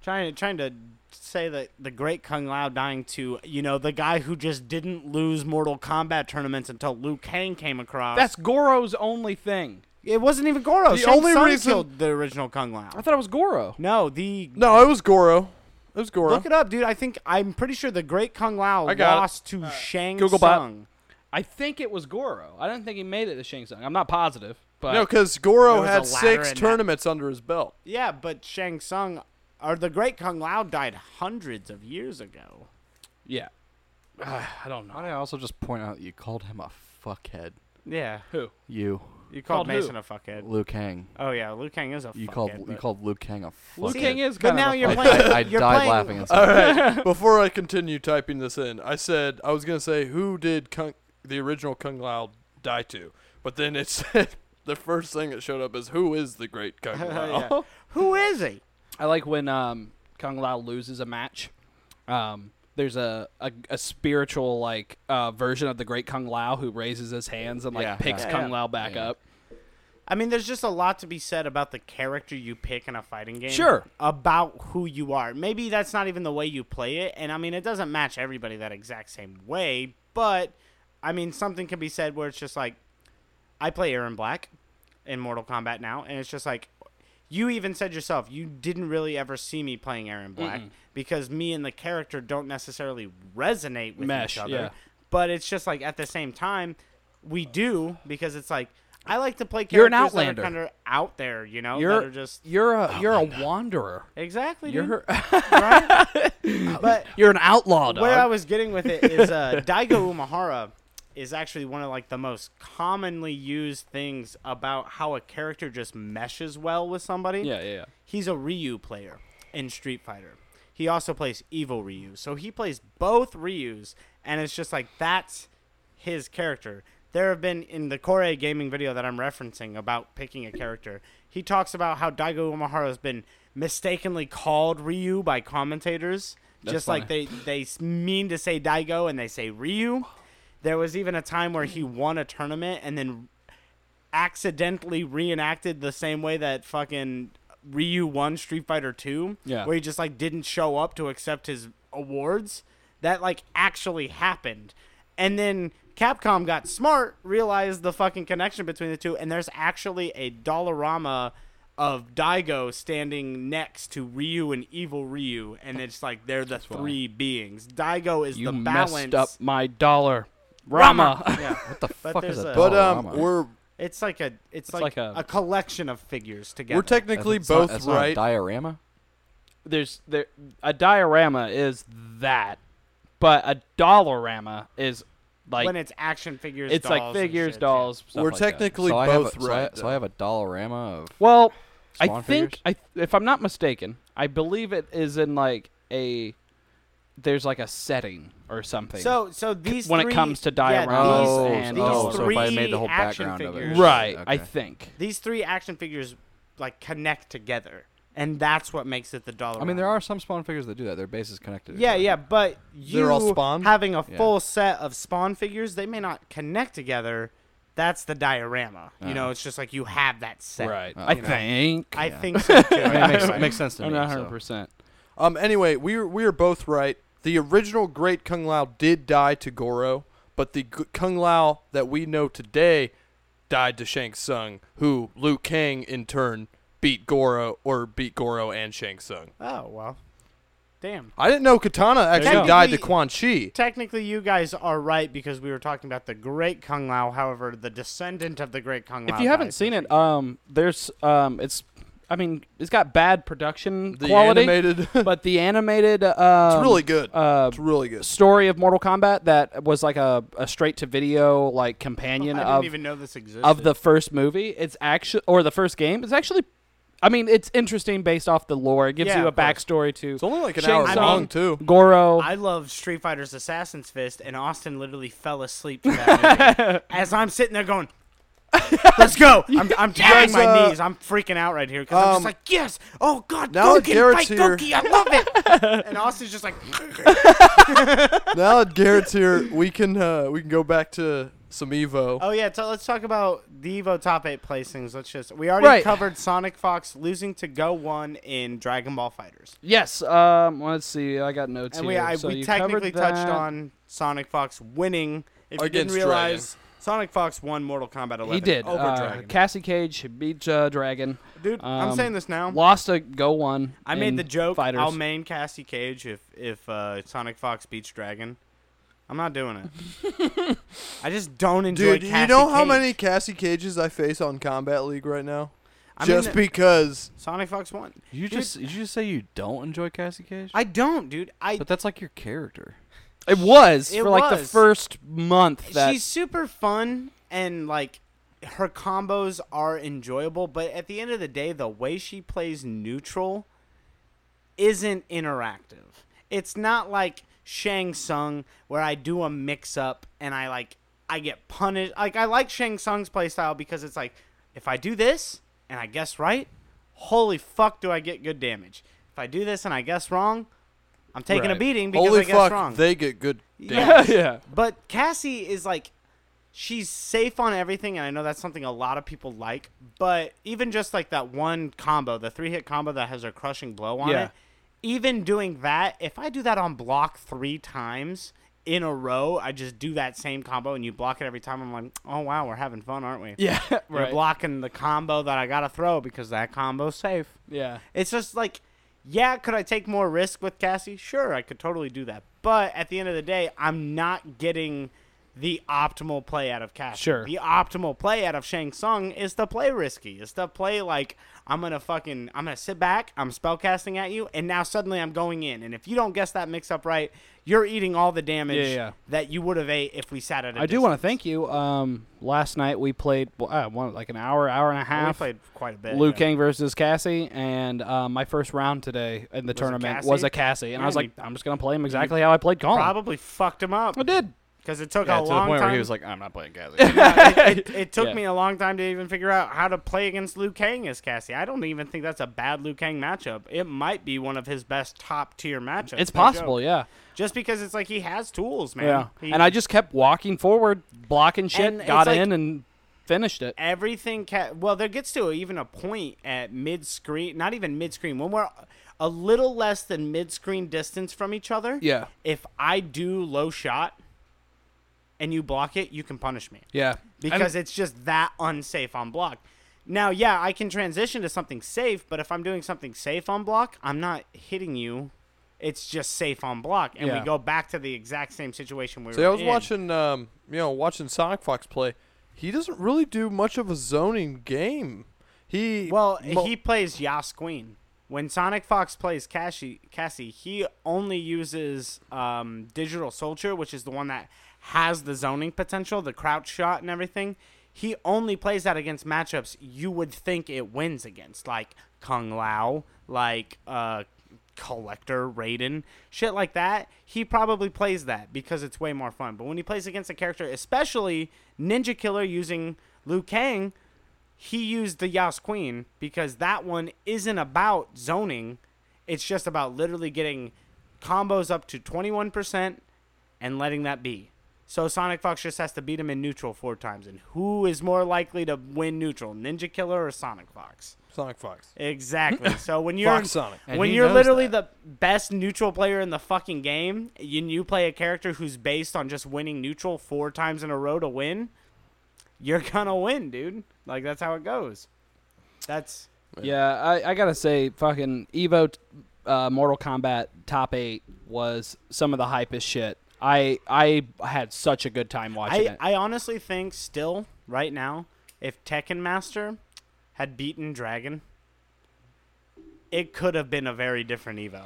S2: trying to trying to say that the great Kung Lao dying to you know the guy who just didn't lose Mortal Kombat tournaments until Liu Kang came across.
S1: that's Goro's only thing.
S2: it wasn't even Goro.
S4: The
S2: Shang
S4: only
S2: Tsung
S4: reason-
S2: killed the original Kung Lao.
S1: I thought it was Goro.
S2: No, the
S4: No, it was Goro. It was Goro.
S2: look it up, dude. I think I'm pretty sure the great Kung Lao
S4: I got it.
S2: lost to Shang
S1: Google bot.
S2: Tsung.
S1: I think it was Goro. I didn't think he made it to Shang Tsung. I'm not positive, but
S4: no, because
S2: There
S4: Goro
S2: was
S4: had
S2: a ladder
S4: six
S2: in that.
S4: tournaments under his belt.
S2: Yeah, but Shang Tsung or the great Kung Lao died hundreds of years ago.
S1: yeah, Ah, I don't
S3: Why
S1: know
S3: do I also just point out that you called him a fuckhead?
S2: Yeah,
S1: who.
S3: You,
S2: you
S1: Called
S2: called,
S1: who?
S2: Mason a fuckhead.
S3: Liu Kang.
S2: Oh yeah, Liu Kang is a
S3: You
S2: fuckhead.
S3: called you
S2: but-
S3: called Liu Kang a fuckhead.
S1: Liu Kang is
S2: But
S1: kind
S2: now
S1: of a
S2: you're
S1: fuck-
S2: playing.
S3: I, I
S2: you're
S3: died
S2: playing-
S3: laughing. Inside.
S4: All right. Before I continue typing this in, I said I was gonna say who did Kung, the original Kung Lao die to, but then it said the first thing that showed up is who is the great Kung Lao.
S2: Yeah. Who is he?
S1: I like when um, Kung Lao loses a match. Um, there's a, a a spiritual like uh, version of the Great Kung Lao who raises his hands and like
S4: Yeah.
S1: picks
S2: Yeah.
S1: Kung
S2: Yeah.
S1: Lao back
S3: Yeah.
S1: up.
S2: I mean, there's just a lot to be said about the character you pick in a fighting game.
S1: Sure.
S2: About who you are. Maybe that's not even the way you play it. And I mean, it doesn't match everybody that exact same way. But I mean, something can be said where it's just like, I play Aaron Black in Mortal Kombat now, and it's just like, you even said yourself, you didn't really ever see me playing Aaron Black because me and the character don't necessarily resonate with
S1: Mesh,
S2: each other.
S1: yeah.
S2: But it's just like at the same time, we do because it's like I like to play characters
S1: You're an outlander.
S2: that are kind of out there, you know, that
S1: You're
S2: are just
S1: you're a you're a wanderer.
S2: exactly. Dude,
S1: You're
S2: right? but
S1: you're an outlaw dog.
S2: where I was getting with it is uh, Daigo Umahara is actually one of like the most commonly used things about how a character just meshes well with somebody.
S1: yeah, yeah, yeah.
S2: He's a Ryu player in Street Fighter. He also plays Evil Ryu. So he plays both Ryus, and it's just like that's his character. There have been in the Korea gaming video that I'm referencing about picking a character, he talks about how Daigo Umahara has been mistakenly called Ryu by commentators. just like they, they s- mean to say Daigo and they say Ryu. There was even a time where he won a tournament and then accidentally reenacted the same way that fucking Ryu won Street Fighter 2,
S1: Yeah.
S2: where he just like didn't show up to accept his awards. That like actually happened. And then Capcom got smart, realized the fucking connection between the two, and there's actually a Dollarama of Daigo standing next to Ryu and Evil Ryu, and it's like they're the three beings. Daigo is
S1: You
S2: the
S1: messed
S2: balance.
S1: up my dollar. Rama.
S2: yeah,
S3: What the
S2: But
S3: fuck is
S2: there's
S3: a
S2: a-
S4: But um,
S3: Dollarama?
S4: we're
S2: it's like a it's,
S1: It's
S2: like,
S1: like a-
S2: a, collection of figures together.
S4: we're technically
S3: That's not-
S4: both
S3: that's not a
S4: right.
S3: diorama.
S1: There's there a diorama is that, but a dollarama is like
S2: when it's action figures,
S1: it's like
S2: dolls and
S1: figures,
S2: shit, yeah.
S1: dolls. stuff
S4: we're
S1: like that.
S4: technically
S3: So I, have a,
S4: both
S3: so, I,
S4: right.
S3: so I have a dollarama of.
S1: Well, I
S3: Swan
S1: think
S3: figures?
S1: I, if I'm not mistaken, I believe it is in like a there's like a setting or something.
S2: So so these
S1: when it
S2: three-
S1: comes to
S2: yeah,
S1: dioramas
S2: these-
S1: Oh,
S2: and
S1: so-
S2: these
S1: oh,
S3: so if I made the
S2: three
S3: whole
S2: action
S3: background of it.
S2: figures-
S1: right, I
S3: Okay.
S1: think.
S2: These three action figures like connect together, and that's what makes it the dollar.
S3: I mean, there are some Spawn figures that do that. Their base is connected. to
S2: Yeah,
S3: each other.
S2: yeah, but you
S4: They're all Spawn?
S2: having a
S3: Yeah.
S2: full set of spawn figures, they may not connect together. That's the diorama. You
S3: Uh-huh.
S2: know, it's just like you have that set.
S1: Right.
S3: Uh,
S1: I
S3: you know.
S1: think.
S2: I think so too.
S3: I mean, it makes, it makes sense to
S1: I'm
S3: me.
S1: not
S3: so.
S1: 100%.
S4: Um. Anyway, we are, we are both right. The original Great Kung Lao did die to Goro, but the G- Kung Lao that we know today died to Shang Tsung, who Liu Kang in turn beat Goro or beat Goro and Shang Tsung.
S2: oh well, damn.
S4: I didn't know Katana
S1: you
S4: actually
S1: go.
S4: died to
S2: Technically-
S4: Quan Chi.
S2: Technically, you guys are right because we were talking about the Great Kung Lao. However, the descendant of the Great Kung Lao.
S1: If you haven't
S2: dies.
S1: seen it, um, there's, um, it's, I mean, it's got bad production
S3: um,
S4: The
S1: quality,
S4: animated. it's
S1: but the animated, uh,
S4: really good.
S3: um,
S1: uh,
S4: it's really good.
S1: story of Mortal Kombat that was like a, a straight to video like companion
S2: I didn't
S1: of
S2: even know this existed.
S1: of the first movie. It's actually or the first game. It's actually, I mean, it's interesting based off the lore. It gives
S2: Yeah,
S1: you a
S2: of course.
S1: backstory to
S4: It's only like an
S1: Shang
S4: hour
S2: Tsung.
S4: long too.
S1: Goro.
S2: I love Street Fighter's Assassin's Fist, and Austin literally fell asleep to that movie. As I'm sitting there going, "Let's go!" I'm, I'm tapping
S4: Yes,
S2: my
S4: uh,
S2: knees. I'm freaking out right here because I'm
S4: um,
S2: just like, "Yes! Oh God,
S4: now that
S2: Goki,
S4: Garrett's
S2: fight
S4: here-
S2: Goki! I love it!" and Austin's just like,
S4: now that Garrett's here, we can uh, we can go back to some Evo.
S2: "Oh yeah, so let's talk about the Evo top eight placings. Let's just we already
S1: Right.
S2: covered Sonic Fox losing to Go One in Dragon Ball Fighters,
S1: yes. Um. Let's see. I got notes
S2: and we
S1: here.
S2: I,
S1: So
S2: we
S1: you
S2: technically
S1: covered
S2: touched
S1: that.
S2: on Sonic Fox winning. If you didn't
S4: Against
S2: realize, Sonic Fox won Mortal Kombat 11.
S1: He did.
S2: over
S1: uh,
S2: Dragon.
S1: Cassie Cage beat uh, Dragon.
S2: Dude, I'm
S1: Um,
S2: saying this now.
S1: Lost a go one.
S2: I made
S1: in
S2: the joke.
S1: Fighters.
S2: I'll main Cassie Cage if if uh, Sonic Fox beats Dragon. I'm not doing it. I just don't enjoy.
S4: Dude, you
S2: Cassie
S4: know how
S2: Cage.
S4: many Cassie Cages I face on Combat League right now?
S2: I
S4: Just
S2: mean, uh,
S4: because
S2: Sonic Fox won.
S3: You
S2: Dude.
S3: just did you just say you don't enjoy Cassie Cage?
S2: I don't, dude. I
S3: but that's like your character.
S1: it was
S2: It
S1: for like the
S2: was.
S1: first month that
S2: she's super fun and like her combos are enjoyable, but at the end of the day, the way she plays neutral isn't interactive. It's not like Shang Tsung where I do a mix up and I like I get punished. Like I like Shang Tsung's playstyle because it's like if I do this and I guess right, holy fuck do I get good damage. If I do this and I guess wrong, I'm taking a
S1: Right.
S2: beating because
S4: holy
S2: I guess
S4: fuck,
S2: wrong.
S4: they get good.
S1: yeah yeah
S2: But Cassie is like, she's safe on everything, and I know that's something a lot of people like. But even just like that one combo, the three hit combo that has her crushing blow on
S1: Yeah.
S2: it, even doing that, if I do that on block three times in a row, I just do that same combo and you block it every time. I'm like, oh wow, we're having fun, aren't we?
S1: yeah
S2: You're
S1: right
S2: blocking the combo that I gotta throw because that combo's safe.
S1: yeah
S2: It's just like, yeah, could I take more risk with Cassie? Sure, I could totally do that. But at the end of the day, I'm not getting the optimal play out of Cassie.
S1: Sure.
S2: The optimal play out of Shang Tsung is to play risky. Is to play like I'm gonna fucking I'm gonna sit back, I'm spellcasting at you, and now suddenly I'm going in. And if you don't guess that mix up right, you're eating all the damage
S1: Yeah, yeah.
S2: that you would have ate if we sat at a
S1: I do want to
S2: distance.
S1: thank you. Um, last night we played well, uh, one, like an hour, hour and a
S2: And we
S1: half.
S2: played quite a bit.
S1: Liu
S2: yeah.
S1: Kang versus Cassie, and uh, my first round today in the tournament was
S2: Cassie?
S1: a Cassie, and I was
S2: Man,
S1: like, I'm just gonna play him exactly how I played Colin.
S2: Probably fucked him up
S1: I did.
S2: because it took
S3: Yeah,
S2: a
S3: to the
S2: long
S3: point
S2: time.
S3: where he was like, I'm not playing Cassie.
S2: Yeah, it, it- it took
S1: Yeah.
S2: me a long time to even figure out how to play against Liu Kang as Cassie. I don't even think that's a bad Liu Kang matchup. It might be one of his best top tier matchups.
S1: It's
S2: no
S1: possible,
S2: joke.
S1: yeah,
S2: Just because it's like he has tools, man.
S1: yeah.
S2: He-
S1: and I just kept walking forward, blocking shit,
S2: And it's
S1: got
S2: like-
S1: in, and finished it.
S2: everything. Ca- well, there gets to even a point at mid screen, not even mid screen, when we're a little less than mid screen distance from each other.
S1: Yeah,
S2: If I do low shot and you block it, you can punish me.
S1: yeah.
S2: because it's just that unsafe on block. Now, yeah, I can transition to something safe, but if I'm doing something safe on block, I'm not hitting you. it's just safe on block, and
S1: Yeah.
S2: we go back to the exact same situation we
S4: See,
S2: were.
S4: I was
S2: in.
S4: watching, um, you know, watching Sonic Fox play. He doesn't really do much of a zoning game. He
S2: Well,
S4: mo-
S2: he plays Yas Queen. When Sonic Fox plays Cassie, Cassie, he only uses um, Digital Soldier, which is the one that has the zoning potential, the crouch shot, and everything. He only plays that against matchups you would think it wins against, like Kung Lao, like uh, Collector, Raiden, shit like that. He probably plays that because it's way more fun. But when he plays against a character, especially Ninja Killer using Liu Kang, he used the Yas Queen because that one isn't about zoning. It's just about literally getting combos up to 21% and letting that be. So Sonic Fox just has to beat him in neutral four times. And who is more likely to win neutral, Ninja Killer or Sonic Fox?
S4: Sonic Fox.
S2: Exactly. So when you're
S4: Fox Sonic.
S3: And
S2: when
S3: he
S2: you're
S3: knows
S2: literally
S3: that.
S2: the best neutral player in the fucking game, you you play a character who's based on just winning neutral four times in a row to win, you're gonna win, dude. Like that's how it goes. That's
S1: Yeah, I, I gotta say, fucking Evo, t- uh, Mortal Kombat top eight was some of the hypest shit. I I had such a good time watching
S2: I,
S1: it.
S2: I honestly think still right now, if Tekken Master had beaten Dragon, it could have been a very different Evo.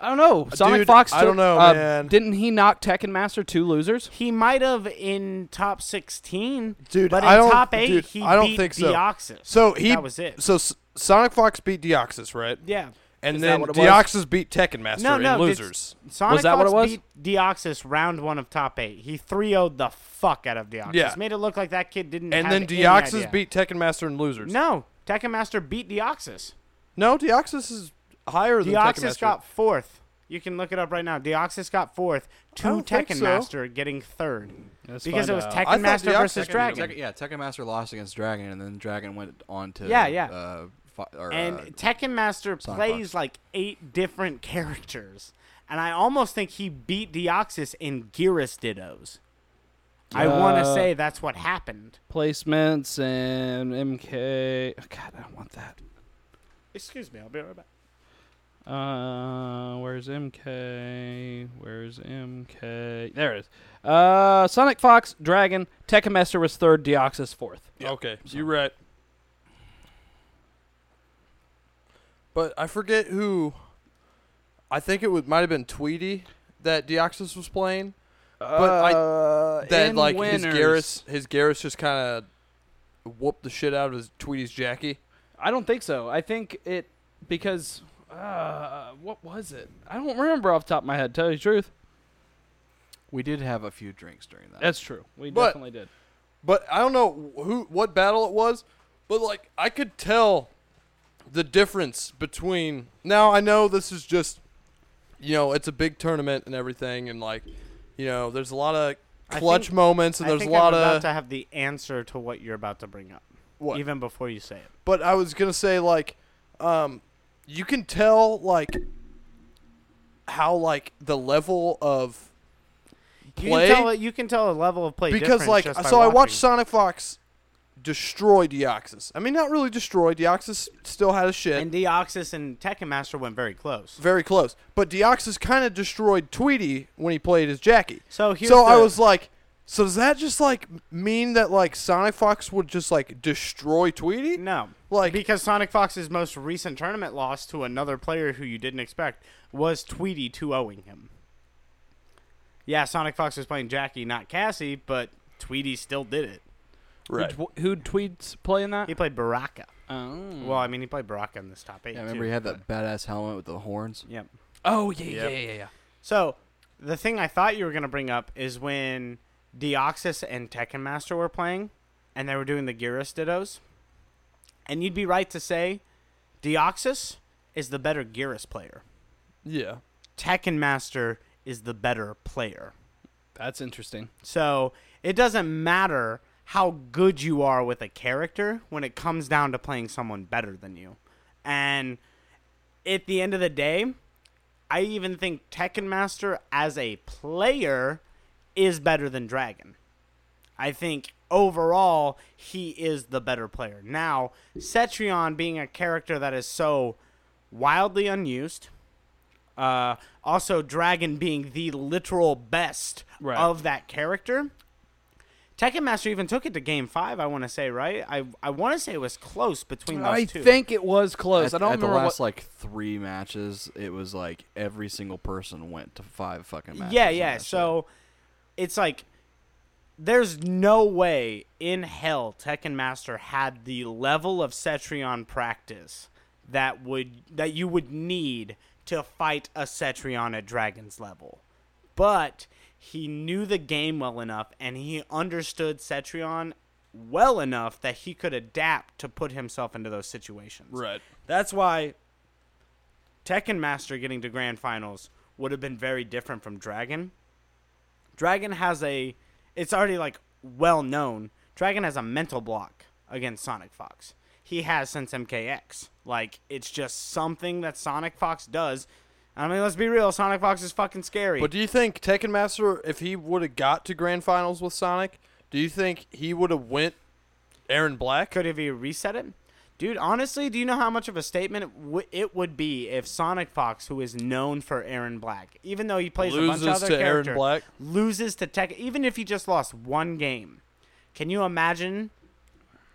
S1: I don't know. Sonic
S4: Dude,
S1: Fox.
S4: I
S1: took-
S4: don't know,
S1: uh,
S4: man.
S1: Didn't he knock Tekken Master two losers?
S2: He might have in top sixteen,
S4: Dude,
S2: But in
S4: I don't-
S2: top eight,
S4: dude,
S2: he
S4: I don't
S2: beat
S4: think so.
S2: Deoxys.
S4: So he
S2: that was it.
S4: So S- Sonic Fox beat Deoxys, right?
S2: yeah.
S4: And
S1: Is that
S4: then
S1: what it was?
S4: Deoxys beat Tekken Master
S2: No, no,
S4: in
S2: it's-
S4: losers.
S2: Sonic
S1: Was that
S2: Fox
S1: what it was?
S2: beat Deoxys round one of top eight. He 3 0'd the fuck out of Deoxys.
S4: Yeah.
S2: Made it look like that kid didn't
S4: And
S2: have
S4: then
S2: any idea.
S4: Deoxys beat Tekken Master in losers.
S2: No. Tekken Master beat Deoxys.
S4: no, Deoxys is higher than Tekken
S2: Deoxys
S4: Master.
S2: got fourth. You can look it up right now. Deoxys got fourth to
S4: don't think
S2: Tekken
S4: so.
S2: Master getting third.
S1: Let's
S2: because
S1: find
S2: it was
S1: out.
S4: I thought
S2: Tekken Master
S4: Deoxys
S2: versus
S4: Tekken-
S2: Dragon.
S3: Tekken, yeah, Tekken Master lost against Dragon, and then Dragon went on to
S2: Yeah, yeah.
S3: Uh, fi- or,
S2: and
S3: uh,
S2: Tekken Master
S3: Sonic
S2: plays
S3: Fox.
S2: like eight different characters, and I almost think he beat Deoxys in Gearus Dittos. I want to
S1: Uh,
S2: say that's what happened.
S1: placements and MK. oh, God, I don't want that.
S2: Excuse me, I'll be right back.
S1: Uh, where's MK? Where's MK? There it is. Uh, Sonic Fox, Dragon, Tekken Master was third, Deoxys fourth.
S4: Okay, you're right. But I forget who. I think it would might have been Tweety that Deoxys was playing. But
S1: uh,
S4: I that
S1: in
S4: like
S1: winners-
S4: his Garrus his Garrus just kind of whooped the shit out of his Tweety's Jackie.
S1: I don't think so. I think it because uh, what was it? I don't remember off the top of my head. Tell you the truth,
S3: we did have a few drinks during that.
S1: that's true. We
S4: But-
S1: definitely did.
S4: But I don't know who what battle it was, but like I could tell the difference between now I know this is just you know, it's a big tournament and everything and like you know, there's a lot of
S2: I
S4: clutch
S2: think-
S4: moments and
S2: I
S4: there's
S2: think
S4: a lot
S2: I'm about
S4: of
S2: to have the answer to what you're about to bring up,
S4: what
S2: even before you say it.
S4: but I was gonna say like, um, you can tell like how like the level of
S2: You
S4: Play?
S2: can tell you can tell a level of play
S4: because
S2: difference
S4: like uh,
S2: just by
S4: so I watched
S2: watching.
S4: Sonic Fox destroy Deoxys. I mean, not really destroy. Deoxys still had a shit,
S2: and Deoxys and Tekken Master went very close.
S4: very close. But Deoxys kind of destroyed Tweety when he played as Jackie.
S2: So here's
S4: so I
S2: the-
S4: was like. So does that just like mean that like Sonic Fox would just like destroy Tweety?
S2: No.
S4: Like-
S2: because Sonic Fox's most recent tournament loss to another player who you didn't expect was Tweety 2-0ing him. Yeah, Sonic Fox was playing Jackie, not Cassie, but Tweety still did it.
S4: Right.
S1: Who, who tweets playing that?
S2: He played Baraka.
S1: Oh.
S2: Well, I mean, he played Baraka in this top eight.
S3: yeah, remember
S2: too,
S3: he had
S2: but-
S3: that badass helmet with the horns.
S2: Yep.
S1: oh yeah,
S4: Yep.
S1: yeah, yeah, yeah.
S2: So the thing I thought you were gonna bring up is when Deoxys and Tekken Master were playing, and they were doing the Gearus Dittos, and you'd be right to say Deoxys is the better Gearus player.
S4: Yeah.
S2: Tekken Master is the better player.
S1: That's interesting.
S2: So it doesn't matter how good you are with a character when it comes down to playing someone better than you. And at the end of the day, I even think Tekken Master as a player is better than Dragon. I think overall he is the better player. Now, Cetrion being a character that is so wildly unused, uh, Uh, also, Dragon being the literal best
S1: Right.
S2: of that character. Tekken Master even took it to Game Five. I want to say, right? I I want to say it was close between those
S1: I
S2: two.
S1: think it was close.
S3: At,
S1: I don't
S3: at the
S1: remember
S3: last
S1: what.
S3: like three matches, it was like every single person went to five fucking matches.
S2: yeah,
S3: in
S2: yeah.
S3: that shit.
S2: So it's like there's no way in hell Tekken Master had the level of Cetrion practice that would that you would need to fight a Cetrion at Dragon's level. But he knew the game well enough and he understood Cetrion well enough that he could adapt to put himself into those situations.
S4: Right.
S2: That's why Tekken Master getting to grand finals would have been very different from Dragon. Dragon has a it's already like well known. Dragon has a mental block against Sonic Fox. He has since MKX. Like it's just something that Sonic Fox does. I mean, let's be real, Sonic Fox is fucking scary.
S4: But do you think Tekken Master, if he would have got to grand finals with Sonic, do you think he would have went Aaron Black?
S2: Could have you reset it? Dude, honestly, do you know how much of a statement it w- it would be if Sonic Fox, who is known for Aaron Black, even though he plays a bunch
S4: Loses
S2: of other
S4: to Aaron
S2: characters,
S4: Black?
S2: loses to Tech, even if he just lost one game, can you imagine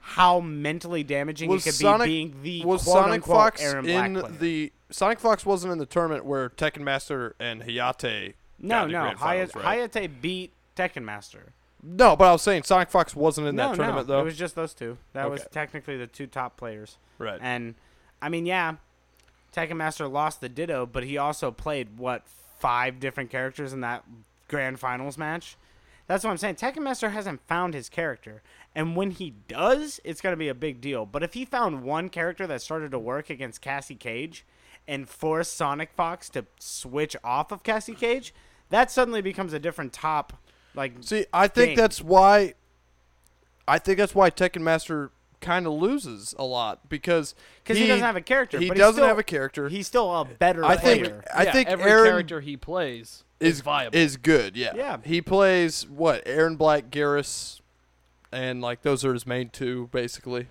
S2: how mentally damaging
S4: Was
S2: it could
S4: Sonic
S2: be being the
S4: was
S2: quote
S4: Sonic
S2: unquote
S4: Fox
S2: Aaron Black
S4: in
S2: player?
S4: the Sonic Fox wasn't in the tournament where Tekken Master and Hayate? got
S2: no,
S4: to
S2: no,
S4: grand finals,
S2: Hayate,
S4: right?
S2: Hayate beat Tekken Master.
S4: No, but I was saying Sonic Fox wasn't in
S2: no,
S4: that tournament
S2: no,
S4: though.
S2: it was just those two. That was
S4: Okay.
S2: technically the two top players.
S4: right.
S2: And I mean, yeah, Tekken Master lost the Ditto, but he also played what five different characters in that grand finals match. That's what I'm saying. Tekken Master hasn't found his character, and when he does, it's gonna be a big deal. But if he found one character that started to work against Cassie Cage, and forced Sonic Fox to switch off of Cassie Cage, that suddenly becomes a different top. Like,
S4: See, I think
S2: thing.
S4: that's why. I think that's why Tekken Master kind of loses a lot because
S2: because he, doesn't have a character.
S4: He
S2: but he's
S4: doesn't
S2: still-
S4: have a character.
S2: He's still a better
S4: I
S2: player.
S4: think I
S1: yeah,
S4: think
S1: every
S4: Aaron
S1: character he plays
S4: is
S1: viable.
S4: is good. Yeah.
S2: Yeah.
S4: He plays what Aaron Black, Garrus, and like those are his main two basically.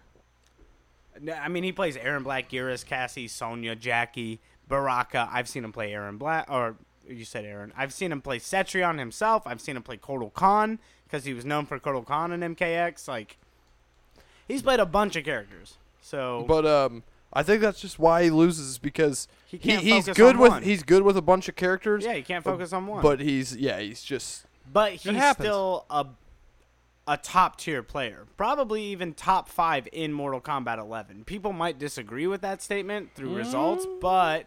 S2: No, I mean, he plays Aaron Black, Geras, Cassie, Sonia, Jackie, Baraka. I've seen him play Aaron Black, or you said Aaron. I've seen him play Cetrion himself. I've seen him play Kotal Khan because he was known for Kotal Khan in MKX. Like, he's played a bunch of characters. So,
S4: But um, I think that's just why he loses because
S2: He can't
S4: he's
S2: focus
S4: good
S2: on
S4: with
S2: one.
S4: he's good with a bunch of characters.
S2: yeah, you can't focus on one.
S4: But he's yeah he's just
S2: But he's
S4: happens.
S2: still a a top tier player, probably even top five in Mortal Kombat 11. People might disagree with that statement through results,
S1: Mm.
S2: but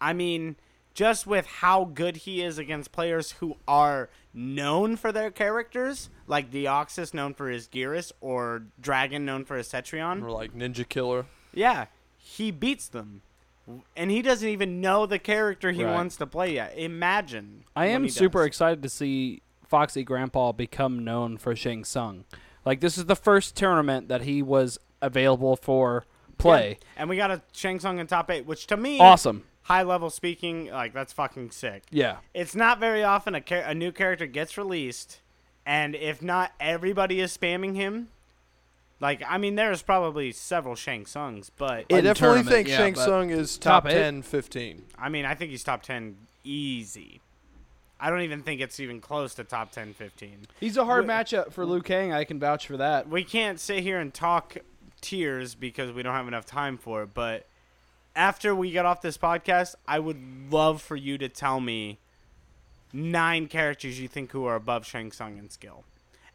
S2: I mean, just with how good he is against players who are known for their characters, like Deoxys known for his Geras or Dragon known for his Cetrion.
S4: or like Ninja Killer.
S2: Yeah, he beats them. And he doesn't even know the character he
S1: Right.
S2: wants to play yet. Imagine.
S1: I
S2: when
S1: am
S2: he
S1: super
S2: does.
S1: excited to see Foxy Grandpa become known for Shang Tsung. Like this is the first tournament that he was available for play.
S2: Yeah. And we got a Shang Tsung in top eight, which to me,
S1: Awesome.
S2: high level speaking, like that's fucking sick.
S1: Yeah.
S2: It's not very often a, char- a new character gets released, and if not everybody is spamming him, like I mean, there's probably several Shang Tsungs, but
S4: I
S1: In
S4: definitely
S1: tournament,
S4: think
S1: yeah,
S4: Shang
S1: but-
S4: Tsung is
S1: Top
S4: top,
S1: eight?
S4: 10, 15.
S2: I mean, I think he's top ten easy. I don't even think it's even close to top 10, 15.
S1: He's a hard
S2: Wh-
S1: matchup for Liu Kang, I can vouch for that.
S2: we can't sit here and talk tears because we don't have enough time for it. But after we get off this podcast, I would love for you to tell me nine characters you think who are above Shang Tsung in skill.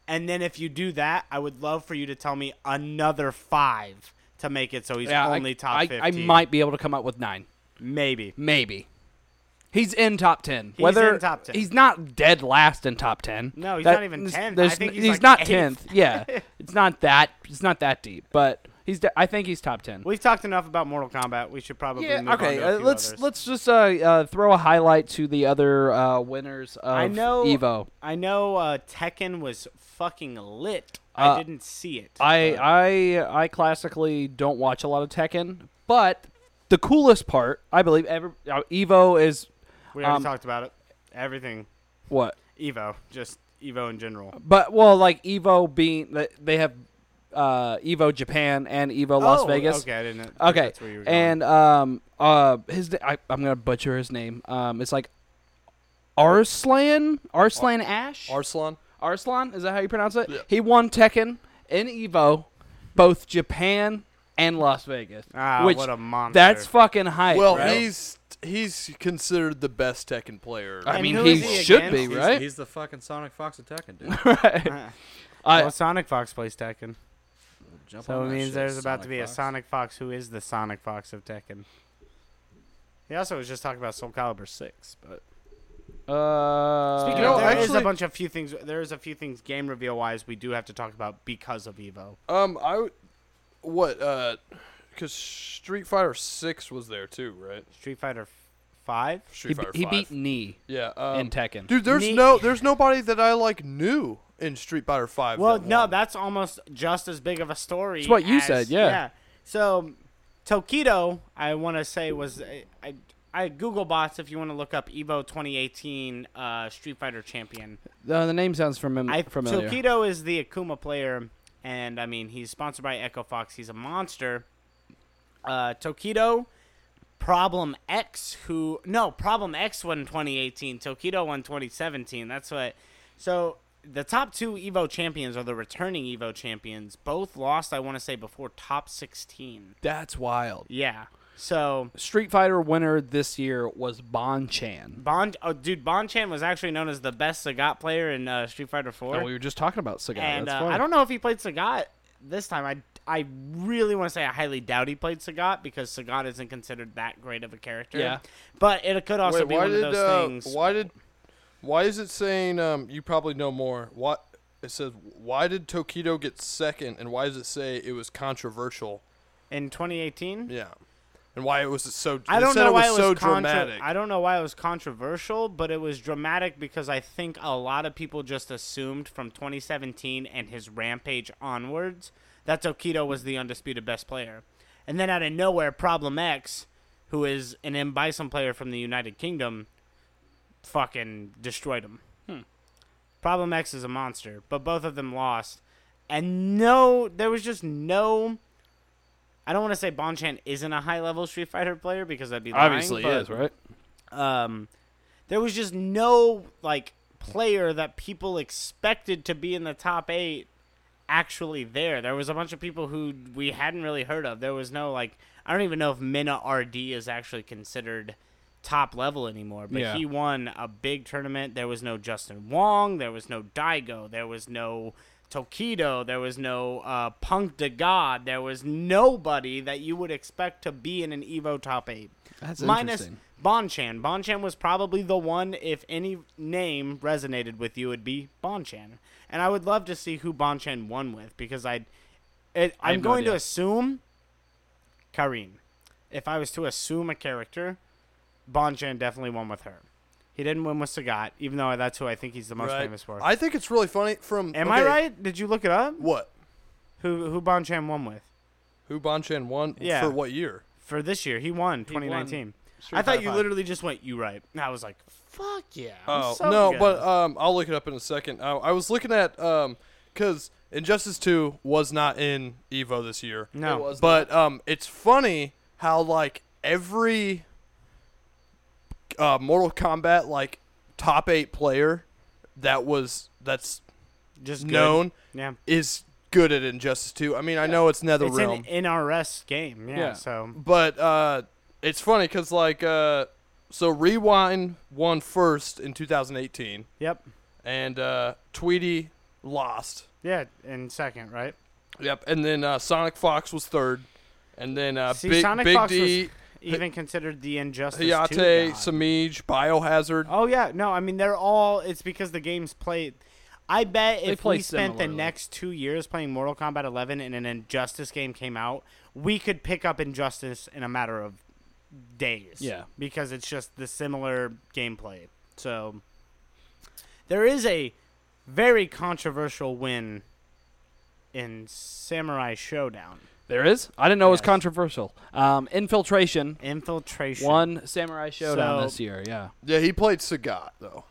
S2: And then if you do that, I would love for you to tell me another five to make it so he's
S1: Yeah, I-
S2: only top
S1: I,
S2: 15.
S1: I might be able to come up with nine.
S2: Maybe.
S1: Maybe. He's in top ten.
S2: He's
S1: Whether
S2: in top 10.
S1: He's not dead last in top ten.
S2: No, he's not even
S1: there's-
S2: 10th. I
S1: there's
S2: think
S1: n-
S2: he's like
S1: not
S2: eighth.
S1: tenth. Yeah, it's not that. It's not that deep. But he's. De- I think he's top ten.
S2: We've talked enough about Mortal Kombat. We should probably
S1: yeah.
S2: move
S1: Okay.
S2: on to a
S1: Uh,
S2: few
S1: let's
S2: others.
S1: let's just uh, uh, throw a highlight to the other uh, winners of
S2: I know-
S1: Evo.
S2: I know uh, Tekken was fucking lit.
S1: Uh,
S2: I didn't see it.
S1: I
S2: but-
S1: I I classically don't watch a lot of Tekken, but the coolest part, I believe, ever uh, Evo is
S2: We already
S1: Um,
S2: talked about it. Everything.
S1: what
S2: Evo. Just Evo in general.
S1: But well, like Evo being they- they have uh, Evo Japan and Evo Las
S2: Oh,
S1: Vegas.
S2: Okay, I didn't. think
S1: Okay,
S2: that's where you were going.
S1: and um uh his na- I, I'm gonna butcher his name. Um, it's like Arslan Arslan Ash
S4: Arslan.
S1: Arslan is that how you pronounce it?
S4: Yeah.
S1: He won Tekken and Evo, both Japan and Las Vegas.
S2: ah,
S1: which
S2: what a monster!
S1: that's fucking hype.
S4: Well,
S1: bro.
S4: he's he's considered the best Tekken player.
S1: I
S2: And
S1: mean,
S2: who
S1: he,
S2: is he
S1: should
S2: against?
S1: be
S2: He's-
S1: right.
S3: He's the fucking Sonic Fox attacking dude.
S1: right.
S2: Uh,
S1: I-
S2: well, Sonic Fox plays Tekken,
S3: Jump
S2: so
S3: on
S2: it
S3: that
S2: means
S3: shit,
S2: there's about to be a
S3: Fox.
S2: Sonic Fox who is the Sonic Fox of Tekken. He also was just talking about Soul Calibur Six, but
S1: Uh,
S2: speaking
S4: no,
S2: of, there is
S4: actually-
S2: a bunch of few things. There is a few things game reveal wise we do have to talk about because of Evo.
S4: Um, I would- what uh, because Street Fighter Six was there too, right?
S2: Street Fighter Five.
S1: he,
S4: Street
S1: be-
S4: Fighter
S1: he
S4: 5.
S1: beat Knee
S4: yeah. Um,
S1: in Tekken.
S4: dude, there's
S2: Ni-
S4: no there's nobody that I like knew in Street Fighter Five.
S2: Well,
S4: that
S2: no,
S4: won.
S2: that's almost just as big of a story.
S1: It's what you
S2: as-
S1: said, yeah.
S2: So, Tokido, I want to say was I, I, I Google bots if you want to look up Evo 2018 uh, Street Fighter champion.
S1: Uh, the name sounds fami-
S2: I
S1: familiar.
S2: Tokido is the Akuma player, and I mean he's sponsored by Echo Fox. He's a monster. Uh, Tokido, Problem X, who no Problem X won 2018. Tokido won 2017. That's what. So the top two Evo champions are the returning Evo champions. Both lost, I want to say, before top 16.
S1: That's wild.
S2: Yeah. So
S1: Street Fighter winner this year was Bon Chan.
S2: Bond, oh dude, Bonchan was actually known as the best Sagat player in uh, Street Fighter 4.
S1: And we were just talking about Sagat.
S2: and
S1: That's
S2: uh,
S1: funny.
S2: I don't know if he played Sagat this time. I I really want to say I highly doubt he played Sagat because Sagat isn't considered that great of a character.
S1: Yeah.
S2: but it could also
S4: Wait,
S2: be
S4: why
S2: one
S4: did
S2: of those
S4: uh,
S2: things.
S4: why did why is it saying um you probably know more? What it says? Why did Tokido get second, and why does it say it was controversial?
S2: In 2018,
S4: Yeah, and why it was so?
S2: I
S4: they
S2: don't
S4: said
S2: know
S4: it was
S2: why it was
S4: so
S2: contra-
S4: dramatic.
S2: I don't know why it was controversial, but it was dramatic because I think a lot of people just assumed from 2017 and his rampage onwards that Tokido was the undisputed best player, and then out of nowhere, Problem X, who is an M Bison player from the United Kingdom, fucking destroyed him.
S1: Hmm.
S2: Problem X is a monster, but both of them lost, and no, there was just no. I don't want to say Bonchan isn't a high level Street Fighter player because that'd be lying,
S1: Obviously
S2: but,
S1: is right.
S2: Um, there was just no like player that people expected to be in the top eight actually there. There was a bunch of people who we hadn't really heard of. There was no like I don't even know if Mina RD is actually considered top level anymore, but
S1: Yeah.
S2: he won a big tournament. There was no Justin Wong, there was no Daigo, there was no Tokido, there was no uh, Punk de God, there was nobody that you would expect to be in an Evo top eight.
S1: That's
S2: Minus
S1: interesting.
S2: Bonchan. Bonchan was probably the one, if any name resonated with you, it'd be Bonchan. And I would love to see who Bonchan won with because I'd, it,
S1: I have
S2: I'm
S1: no
S2: going to
S1: idea.
S2: assume Karine. If I was to assume a character, Bonchan definitely won with her. He didn't win with Sagat, even though that's who I think he's the most
S4: right?
S2: famous for.
S4: I think it's really funny. From
S2: Am I
S4: okay,
S2: right? Did you look it up?
S4: What?
S2: Who who Bonchan won with
S4: Who Bonchan won
S2: Yeah.
S4: for what year?
S2: for this year? He won
S1: won
S2: 2019.
S1: Street
S2: I thought
S1: Fighter
S2: you
S1: five.
S2: literally just went you right, and I was like, "Fuck yeah!"
S1: Uh,
S2: I'm
S4: Oh
S2: so
S4: no,
S2: good.
S4: but um, I'll look it up in a second. I, I was looking at um, because Injustice Two was not in Evo this year.
S2: No. It was
S4: but um, it's funny how like every uh, Mortal Kombat like top eight player that was that's
S2: just good.
S4: known
S2: Yeah,
S4: is good at Injustice Two. I mean, I know it's Netherrealm.
S2: it's an NRS game. Yeah,
S1: Yeah.
S2: so
S4: But uh, it's funny because like uh, so Rewind won first in 2018,
S2: yep,
S4: and uh, Tweety lost.
S2: yeah, in second, right?
S4: Yep, and then uh, Sonic Fox was third, and then uh,
S2: See,
S4: Big,
S2: Sonic
S4: Big
S2: Fox
S4: D,
S2: Even considered the injustice. to
S4: Hayate,
S2: God.
S4: Samij, Biohazard.
S2: Oh yeah, no, I mean they're all. It's because the games played. I bet if
S1: play
S2: we spent the
S1: similarly.
S2: next two years playing Mortal Kombat 11 and an Injustice game came out, we could pick up Injustice in a matter of days.
S1: Yeah.
S2: because it's just the similar gameplay. So there is a very controversial win in Samurai Showdown.
S1: There is. I didn't know it was
S2: Yes.
S1: controversial. Um, infiltration
S2: Infiltration.
S1: won Samurai Showdown
S2: So-
S1: this year. Yeah.
S4: Yeah, he played Sagat though.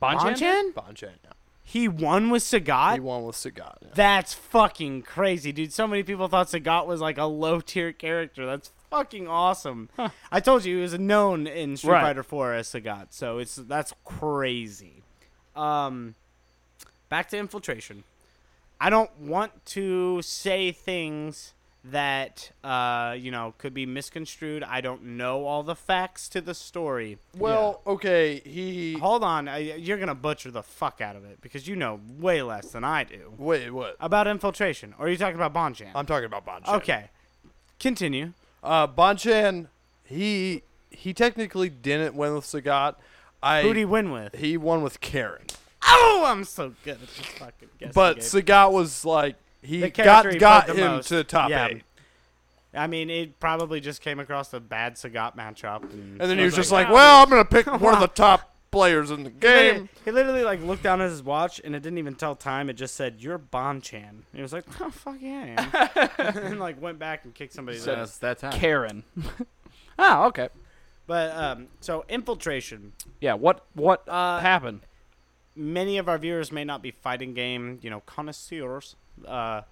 S2: Bonchan?
S4: Bonchan. Yeah.
S2: He won with Sagat.
S4: He won with Sagat. yeah.
S2: That's fucking crazy, dude. So many people thought Sagat was like a low tier character. That's fucking awesome. I told you he was known in Street
S1: Right.
S2: Fighter 4 as Sagat. So it's that's crazy. Um back to infiltration. I don't want to say things that uh, you know could be misconstrued. I don't know all the facts to the story.
S4: Well, okay, he.
S2: Hold on, I, you're gonna butcher the fuck out of it because you know way less than I do.
S4: Wait, what?
S2: About infiltration, or are you talking about Bonchan?
S4: I'm talking about Bonchan.
S2: okay, continue.
S4: Uh, Bonchan, he he technically didn't win with Sagat. I
S2: Who'd he win with?
S4: he won with Karen,
S2: Oh, I'm so good at this fucking guessing
S4: but
S2: game.
S4: Sagat was like
S2: The
S4: he
S2: character
S4: got
S2: he
S4: got
S2: played the
S4: him
S2: most.
S4: to top
S2: Yeah.
S4: eight,
S2: I mean, it probably just came across a bad Sagat matchup, and,
S4: and then he was just like,
S2: "Ah,
S4: "Well, I'm gonna pick one
S2: wow."
S4: of the top players in the
S2: He
S4: game."
S2: literally- He literally like looked down at his watch and it didn't even tell time. It just said you're Bonchan. And he was like, "Oh fuck yeah!" I am." and like went back and kicked somebody's
S3: So
S2: ass.
S3: it's that time.
S1: Karen. oh, okay.
S2: But um, so infiltration.
S1: Yeah. What what
S2: Uh,
S1: happened?
S2: many of our viewers may not be fighting game, you know, connoisseurs. Uh,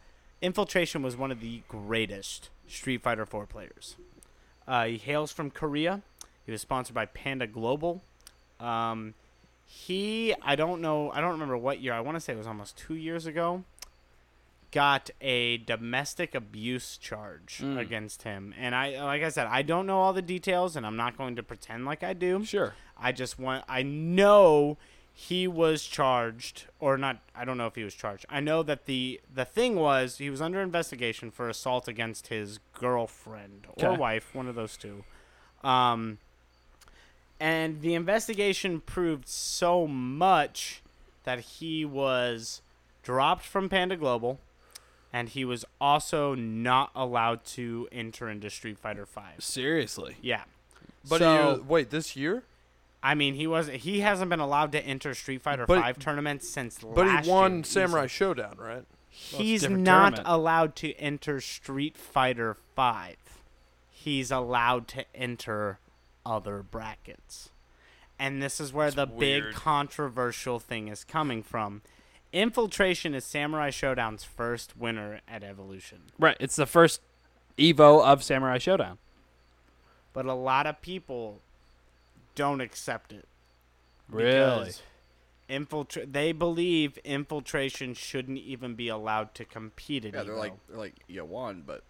S2: Infiltration was one of the greatest Street Fighter IV players. Uh, he hails from Korea. He was sponsored by Panda Global. Um, he, I don't know, I don't remember what year. I want to say it was almost two years ago. Got a domestic abuse charge
S1: Mm.
S2: against him, and I, like I said, I don't know all the details, and I'm not going to pretend like I do.
S1: Sure.
S2: I just want. I know he was charged, or not. I don't know if he was charged. I know that the the thing was he was under investigation for assault against his girlfriend or
S1: Okay.
S2: wife, one of those two. Um, and the investigation proved so much that he was dropped from Panda Global. And he was also not allowed to enter into Street Fighter Five.
S1: Seriously.
S2: Yeah,
S4: But
S2: So-
S4: you, wait, this year?
S2: I mean, he wasn't. He hasn't been allowed to enter Street Fighter
S4: But-
S2: Five tournaments since
S4: But
S2: last
S4: he won
S2: year.
S4: Samurai Showdown, right?
S2: He's, he's
S1: different
S2: not
S1: tournament.
S2: allowed to enter Street Fighter Five. He's allowed to enter other brackets, and this is where the big
S4: weird.
S2: controversial thing is coming from. Infiltration is Samurai Showdown's first winner at Evolution.
S1: Right. It's the first Evo of Samurai Showdown.
S2: but a lot of people don't accept it.
S1: Really?
S2: Infiltrate. They believe infiltration shouldn't even be allowed to compete in.
S3: Yeah, they're
S2: Evo.
S3: like they're like you won, but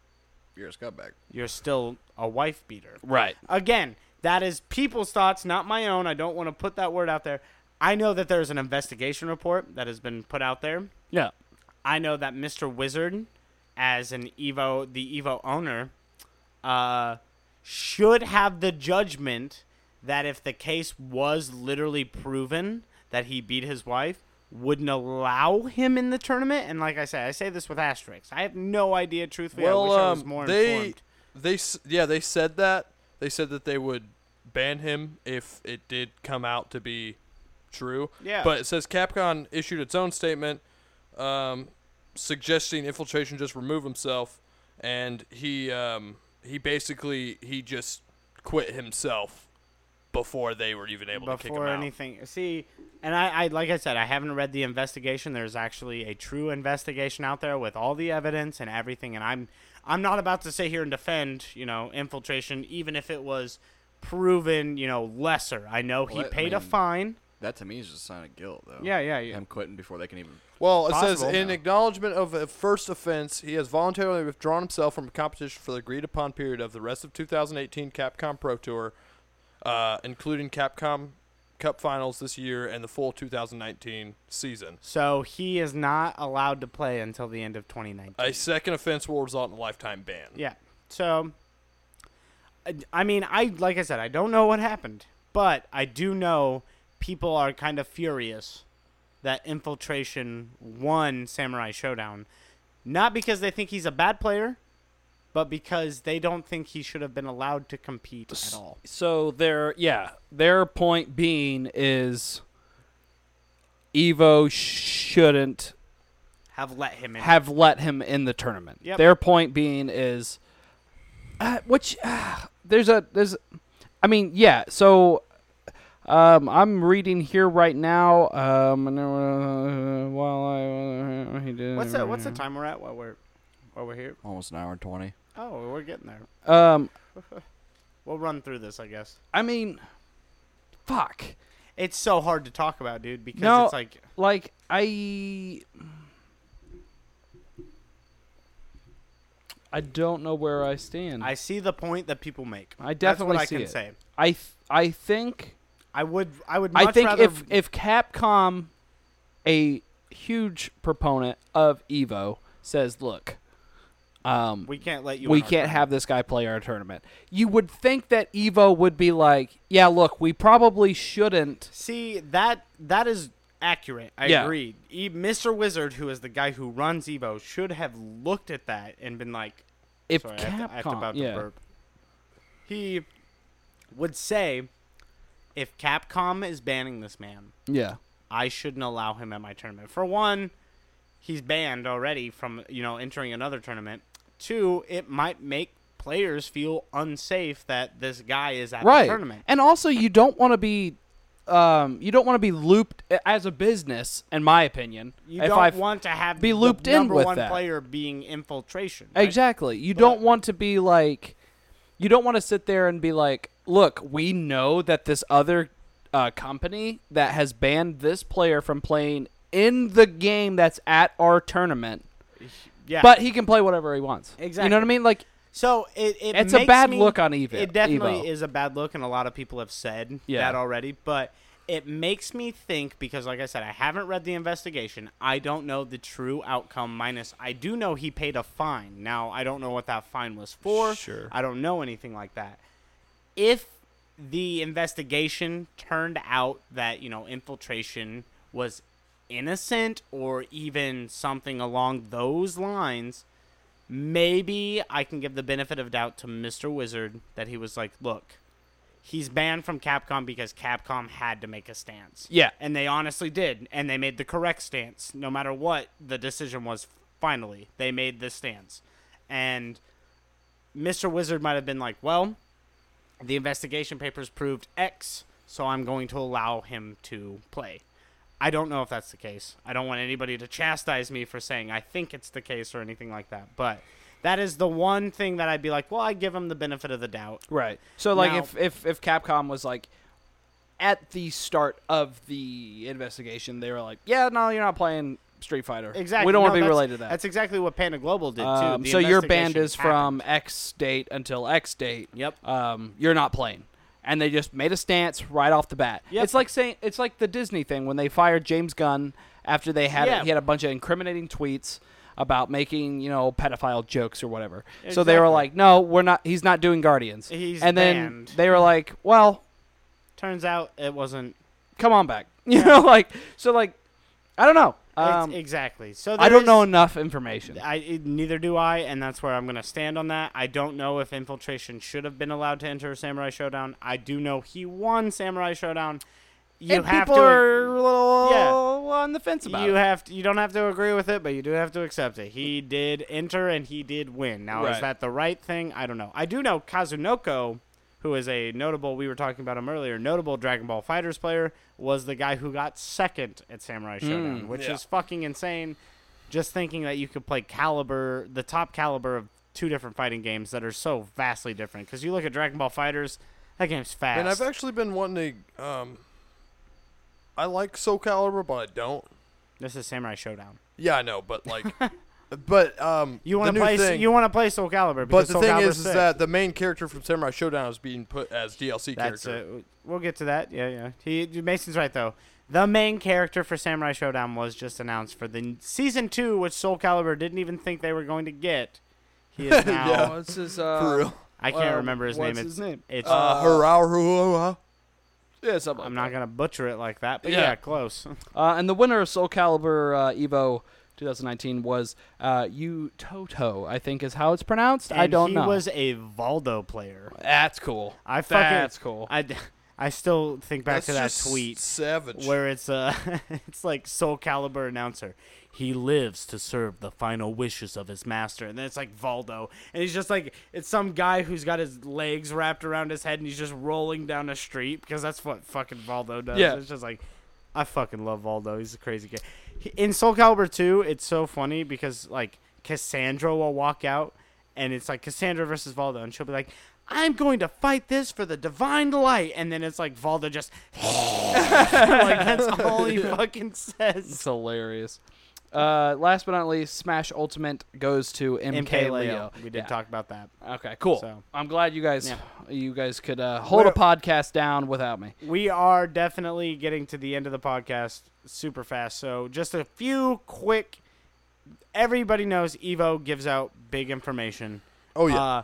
S3: you're a scumbag.
S2: you're still a wife beater.
S1: Right.
S2: Again, that is people's thoughts, not my own. I don't want to put that word out there. I know that there's an investigation report that has been put out there.
S1: Yeah.
S2: I know that Mr. Wizard, as an Evo, the Evo owner, uh, should have the judgment that if the case was literally proven that he beat his wife, wouldn't allow him in the tournament. And like I say, I say this with asterisks. I have no idea, truthfully. I
S4: well,
S2: wish I was
S4: um,
S2: more
S4: they
S2: informed.
S4: they s- yeah they said that they said that they would ban him if it did come out to be true.
S2: Yeah.
S4: But it says Capcom issued its own statement, um, suggesting infiltration just remove himself, and he um, he basically he just quit himself before they were even able to kick him
S2: before
S4: out.
S2: anything. See, and I, I like I said, I haven't read the investigation. There's actually a true investigation out there with all the evidence and everything. And I'm I'm not about to sit here and defend you know infiltration, even if it was proven you know lesser. I know he
S3: Well, I- I
S2: paid a
S3: mean-
S2: fine.
S3: That to me is just a sign of guilt,
S4: oh.
S3: though.
S2: Yeah, yeah, yeah.
S3: Him quitting before they can even.
S4: Well, it says
S2: Possible.
S4: in acknowledgement of a first offense, he has voluntarily withdrawn himself from competition for the agreed upon period of the rest of 2018 Capcom Pro Tour, uh, including Capcom Cup Finals this year and the full 2019 season.
S2: So he is not allowed to play until the end of 2019.
S4: A second offense will result in a lifetime ban.
S2: Yeah. So, I, I mean, I like I said, I don't know what happened, but I do know people are kind of furious that infiltration won Samurai Showdown, not because they think he's a bad player, but because they don't think he should have been allowed to compete at all.
S1: So their yeah, their point being is Evo shouldn't
S2: Have let him in.
S1: have let him in the tournament.
S2: Yep.
S1: Their point being is, uh, which uh, there's a there's, I mean yeah. So Um, I'm reading here right now. Um, and, uh, while I uh, he did.
S2: What's that? What's the time we're at while we're while we're here?
S3: Almost an hour and twenty.
S2: Oh, we're getting there.
S1: Um,
S2: We'll run through this, I guess.
S1: I mean, fuck.
S2: It's so hard to talk about, dude, because
S1: No.
S2: it's like
S1: Like I. I don't know where I stand.
S2: I see the point that people make.
S1: I definitely
S2: That's what
S1: see
S2: I can
S1: it.
S2: say.
S1: I th- I think
S2: I would I would much
S1: I think
S2: rather
S1: if if Capcom, a huge proponent of Evo, says, "Look, um,
S2: we can't let you
S1: we
S2: in our
S1: can't
S2: tournament.
S1: have this guy play our tournament," you would think that Evo would be like, "Yeah, look, we probably shouldn't."
S2: See that that is accurate. I
S1: Yeah.
S2: agree. E- Mr. Wizard, who is the guy who runs Evo, should have looked at that and been like,
S1: If
S2: Sorry, I
S1: Capcom,
S2: have to, I have to about
S1: yeah,
S2: to burp. He would say, if Capcom is banning this man,
S1: yeah,
S2: I shouldn't allow him at my tournament. For one, he's banned already from you know entering another tournament. Two, it might make players feel unsafe that this guy is at
S1: right.
S2: the tournament.
S1: And also, you don't want to be. Um, you don't want to be looped as a business, in my opinion.
S2: You
S1: if
S2: don't
S1: I've-
S2: want to have
S1: be
S2: the
S1: looped in
S2: number
S1: with
S2: one
S1: that.
S2: player being infiltration. right?
S1: Exactly. You
S2: But-
S1: don't want to be like, you don't want to sit there and be like, look, we know that this other uh, company that has banned this player from playing in the game that's at our tournament,
S2: Yeah.
S1: but he can play whatever he wants. You know what I
S2: Exactly.
S1: mean? Like,
S2: so it, it
S1: it's a
S2: makes
S1: bad
S2: me-
S1: look on Evo.
S2: It definitely
S1: Evo.
S2: is a bad look, and a lot of people have said
S1: Yeah.
S2: that already. But it makes me think because, like I said, I haven't read the investigation. I don't know the true outcome. Minus, I do know he paid a fine. Now, I don't know what that fine was for.
S4: Sure.
S2: I don't know anything like that. If the investigation turned out that you know infiltration was innocent or even something along those lines maybe I can give the benefit of doubt to Mr. Wizard that he was like, look, he's banned from Capcom because Capcom had to make a stance.
S1: Yeah.
S2: And they honestly did. And they made the correct stance. No matter what the decision was, finally, they made the stance. And Mr. Wizard might have been like, well, the investigation papers proved X, so I'm going to allow him to play. I don't know if that's the case. I don't want anybody to chastise me for saying I think it's the case or anything like that. But that is the one thing that I'd be like, well, I give him the benefit of the doubt.
S1: Right. So like
S2: Now-
S1: if, if if Capcom was like at the start of the investigation, they were like, "Yeah, no, you're not playing Street Fighter.
S2: Exactly.
S1: We don't
S2: No,
S1: want to be
S2: that's-
S1: related to that."
S2: That's exactly what Panda Global did too.
S1: Um,
S2: The
S1: so your band
S2: investigation
S1: is from X date until X date.
S2: Yep.
S1: Um, you're not playing, and they just made a stance right off the bat.
S2: Yep.
S1: It's like saying it's like the Disney thing when they fired James Gunn after they had
S2: Yeah.
S1: he had a bunch of incriminating tweets about making you know pedophile jokes or whatever. So they were
S2: Exactly.
S1: like, no, we're not. He's not doing Guardians.
S2: He's
S1: and then
S2: banned.
S1: they were like, well,
S2: happened. Turns out it wasn't
S1: come on back. You know, like so like I don't know.
S2: it's-
S1: Um,
S2: exactly. So
S1: I don't
S2: there's-
S1: know enough information.
S2: I it- neither do I, and that's where I'm going to stand on that. I don't know if infiltration should have been allowed to enter Samurai Showdown. I do know he won Samurai Showdown. You
S1: and
S2: have
S1: people
S2: to
S1: are a little
S2: Yeah.
S1: on the fence about it.
S2: you have to, you don't have to agree with it, but you do have to accept it. He did enter and he did win. Now
S1: Right.
S2: is that the right thing? I don't know. I do know Kazunoko, who is a notable we were talking about him earlier, notable Dragon Ball Fighters player, was the guy who got second at Samurai Showdown,
S1: Mm,
S2: which
S4: Hmm. yeah.
S2: is fucking insane. Just thinking that you could play caliber, the top caliber of two different fighting games that are so vastly different. Because you look at Dragon Ball Fighters, that game's fast.
S4: And I've actually been wanting to. Um, I like Soul Calibur, but I don't.
S2: this is Samurai Showdown.
S4: Yeah, I know, but like, but um,
S2: You
S4: the
S2: want
S4: new
S2: to play?
S4: Thing,
S2: You want to play Soul Calibur?
S4: but
S2: because
S4: the
S2: Soul
S4: thing
S2: Calibur's
S4: is, is
S2: sick.
S4: that the main character from Samurai Showdown is being put as DLC
S2: That's
S4: character.
S2: it. W- We'll get to that. Yeah, yeah. He Mason's right though. The main character for Samurai Showdown was just announced for the n- season two, which Soul Calibur didn't even think they were going to get. He is now.
S4: Yeah.
S1: Oh, this is
S4: For
S1: uh,
S4: real.
S2: I can't
S1: Uh,
S2: remember his
S1: what's
S2: name.
S1: his
S2: it's
S1: name?
S2: it's.
S4: Uh, Harauhua.
S1: yeah, something. like
S2: I'm not
S1: that.
S2: gonna butcher it like that, but yeah,
S4: Yeah.
S2: close.
S1: Uh, and the winner of Soul Calibur uh, Evo 2019 was uh, Yu Toto, I think is how it's pronounced. I
S2: And
S1: don't
S2: he
S1: know.
S2: was a Valdo player.
S1: That's cool.
S2: I fucking.
S1: That's cool.
S2: I d- I still think back
S4: That's
S2: to that
S4: just
S2: tweet
S4: Savage.
S2: where it's uh it's like Soul Calibur announcer. He lives to serve the final wishes of his master, and then it's like Valdo, and he's just like it's some guy who's got his legs wrapped around his head, and he's just rolling down a street because that's what fucking Valdo does.
S4: Yeah.
S2: It's just like I fucking love Valdo. He's a crazy guy. He- In Soul Calibur 2, it's so funny because like Cassandra will walk out, and it's like Cassandra versus Valdo, and she'll be like. I'm going to fight this for the divine delight, and then it's like Valdo just like that's all he fucking
S1: It's
S2: says.
S1: hilarious. Uh, last but not least, Smash Ultimate goes to MK, Leo.
S2: We did
S1: Yeah.
S2: talk about that.
S1: Okay, cool.
S2: So-
S1: I'm glad you guys
S2: Yeah.
S1: you guys could uh, hold a
S2: We're-
S1: podcast down without me.
S2: We are definitely getting to the end of the podcast super fast. So just a few quick. Everybody knows Evo gives out big information.
S4: oh
S2: Uh,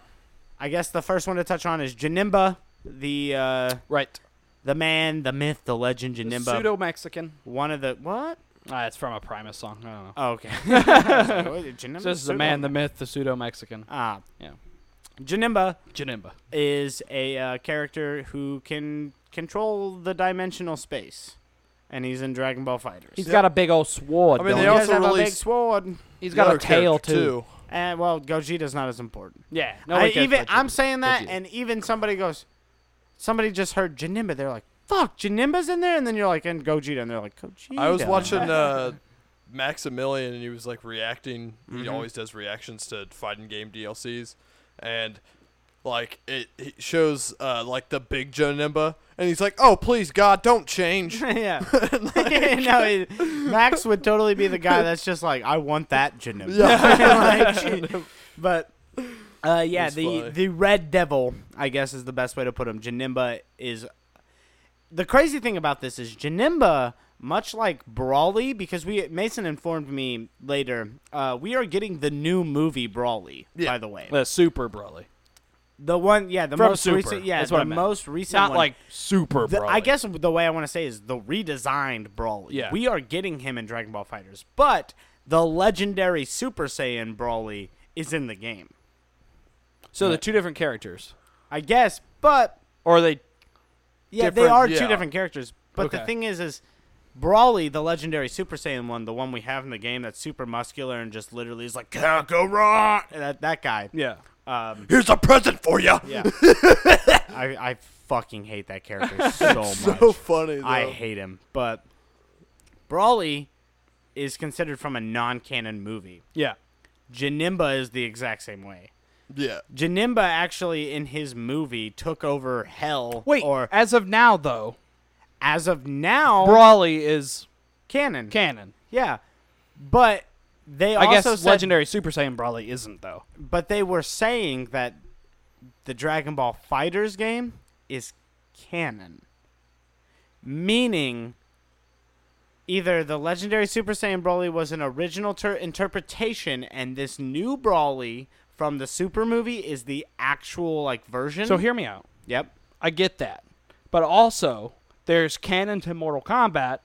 S2: I guess the first one to touch on is Janimba, the uh,
S1: Right.
S2: the man, the myth, the legend, Janimba.
S1: Pseudo Mexican.
S2: one of the what?
S1: Uh, it's from a Primus song. I don't know.
S2: Oh, okay. Janimba.
S1: So this is the man, the myth, the pseudo Mexican.
S2: Ah,
S1: Yeah.
S2: Janimba.
S1: Janimba.
S2: is a uh, character who can control the dimensional space, and he's in Dragon Ball Fighters.
S1: He's
S4: Yeah.
S1: got a big old sword.
S4: I mean,
S1: don't
S4: they
S1: he?
S4: all-
S2: does
S4: also
S2: have a big
S4: released-
S2: sword,
S1: He's got a tail too.
S2: and Eh, well, Gogeta's not as important.
S1: Yeah.
S2: I
S1: one cares
S2: even
S1: about
S2: I'm
S1: Janimba.
S2: saying that,
S1: Gogeta.
S2: and even somebody goes, somebody just heard Janimba. They're like, "Fuck, Janimba's in there," and then you're like, "And Gogeta," and they're like, "Gogeta."
S4: I was watching uh, Maximilian, and he was like reacting. He
S2: Mhm.
S4: always does reactions to fighting game DLCs, and like it, it shows uh, like the big Joe Nimba, and he's like, "Oh, please, God, don't change."
S2: yeah. no, he- Max would totally be the guy that's just like, I want that Janimba. Like, but uh, yeah,
S4: He's
S2: the
S4: funny.
S2: the Red Devil, I guess, is the best way to put him. Janimba is the crazy thing about this is Janimba, much like Brawly, because we Mason informed me later, uh, we are getting the new movie Brawly.
S4: Yeah.
S2: By the way,
S1: The super Broly.
S2: the one, yeah, the
S1: From
S2: most
S1: Super.
S2: recent, yeah,
S1: That's
S2: the
S1: what I meant.
S2: most recent,
S1: Not
S2: one.
S1: like super
S2: The-
S1: Broly.
S2: I guess the way I want to say is the redesigned Brawly.
S1: Yeah.
S2: We are getting him in Dragon Ball Fighters, but the legendary Super Saiyan Brawly is in the game.
S1: so. The two different characters,
S2: I guess, but
S1: or are they
S2: yeah, they
S1: Different-
S2: are
S4: yeah.
S2: two different characters. But the
S1: Okay.
S2: thing is is Brawly, the legendary Super Saiyan one, the one we have in the game that's super muscular and just literally is like Kakarot, that that guy.
S1: yeah.
S2: Um,
S4: Here's a present for you.
S2: yeah. I I fucking hate that character so much.
S4: So funny. Though.
S2: I hate him, but Brawly is considered from a non-canon movie.
S1: Yeah.
S2: Janimba is the exact same way.
S4: Yeah.
S2: Janimba actually in his movie took over hell
S1: Wait.
S2: or Oh.
S1: as of now, though,
S2: as of now
S1: Brawly is
S2: canon.
S1: canon.
S2: yeah. But they
S1: I guess
S2: also said,
S1: legendary Super Saiyan Brawly isn't though.
S2: but they were saying that the Dragon Ball Fighters game is canon. Meaning either the legendary Super Saiyan Broly was an original ter- interpretation and this new Broly from the Super movie is the actual like version.
S1: So hear me out.
S2: Yep.
S1: I get that, but also there's canon to Mortal Kombat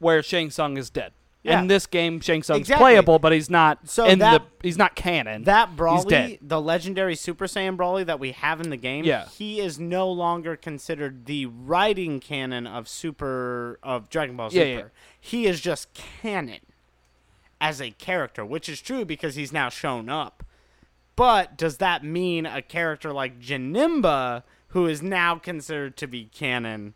S1: where Shang Tsung is dead.
S2: Yeah.
S1: In this game, Shang Tsung's
S2: Exactly.
S1: playable, but he's not.
S2: So
S1: in
S2: that-
S1: the, he's not canon.
S2: That
S1: dead.
S2: Broly, the legendary Super Saiyan Broly that we have in the game,
S1: Yeah.
S2: he is no longer considered the writing canon of Super of Dragon Ball
S1: Yeah,
S2: Super.
S1: yeah.
S2: He is just canon as a character, which is true because he's now shown up. But does that mean a character like Janimba, who is now considered to be canon,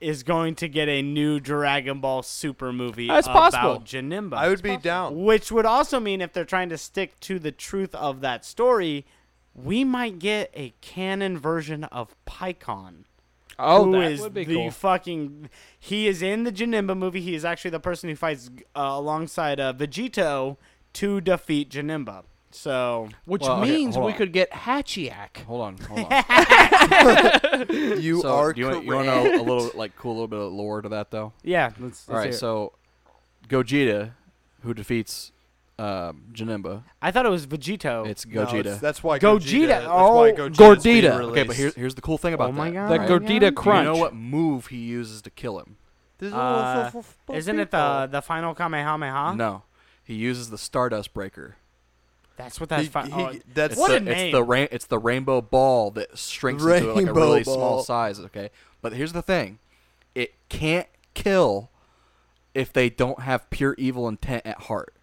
S2: is going to get a new Dragon Ball Super movie
S1: That's
S2: about
S1: possible.
S2: Janimba?
S4: I would be down.
S2: Which would also mean if they're trying to stick to the truth of that story, we might get a canon version of Pycon.
S1: oh,
S2: who
S1: that
S2: is
S1: would be
S2: the
S1: cool.
S2: fucking? He is in the Janimba movie. He is actually the person who fights uh, alongside uh, Vegito to defeat Janimba. So
S1: Which
S3: Well, okay,
S1: means
S3: hold
S1: we
S3: on.
S1: could get Hatchiak.
S3: Hold on, hold on.
S4: You
S3: so
S4: are
S3: do you, want-
S4: correct.
S3: you want to know a little like cool little bit of lore to that though?
S2: yeah, let's,
S3: All right, so Gogeta, who defeats uh, Janemba.
S2: I thought it was Vegito.
S3: Oh, It's
S4: No, it's-
S3: Gogeta.
S4: that's why
S1: Gogeta.
S4: Gogeta. That's
S1: Oh,
S4: why Gogeta's being
S1: Gordita.
S4: released.
S3: okay, but here's here's the cool thing about
S2: oh my
S3: that.
S2: god,
S1: The
S3: right?
S1: Gordita Crunch.
S3: You know what move he uses to kill him?
S2: Uh, isn't it the the final Kamehameha?
S3: No, he uses the Stardust Breaker.
S2: That's what that's.
S4: He-
S2: fi-
S4: he-
S2: oh,
S4: that's
S2: what
S3: the,
S2: a name.
S3: It's the, rain, it's the rainbow ball that shrinks into like a
S4: Rainbow
S3: really
S4: ball.
S3: small size. Okay, but here's the thing: it can't kill if they don't have pure evil intent at heart.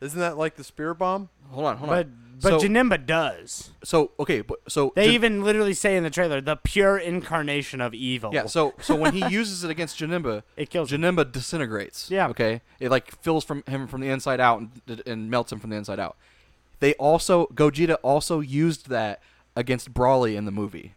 S4: Isn't that like the spear bomb?
S3: Hold on, hold
S2: but
S3: on.
S2: but
S3: so,
S2: Janemba does.
S3: so okay, but so
S2: They
S3: Jan-
S2: even literally say in the trailer the pure incarnation of evil.
S3: yeah. So so when he uses it against Janemba,
S2: Oh. It kills him.
S3: Janemba disintegrates.
S2: Yeah.
S3: Okay. It like fills from him from the inside out and, and melts him from the inside out. They also Gogeta also used that against Brawly in the movie,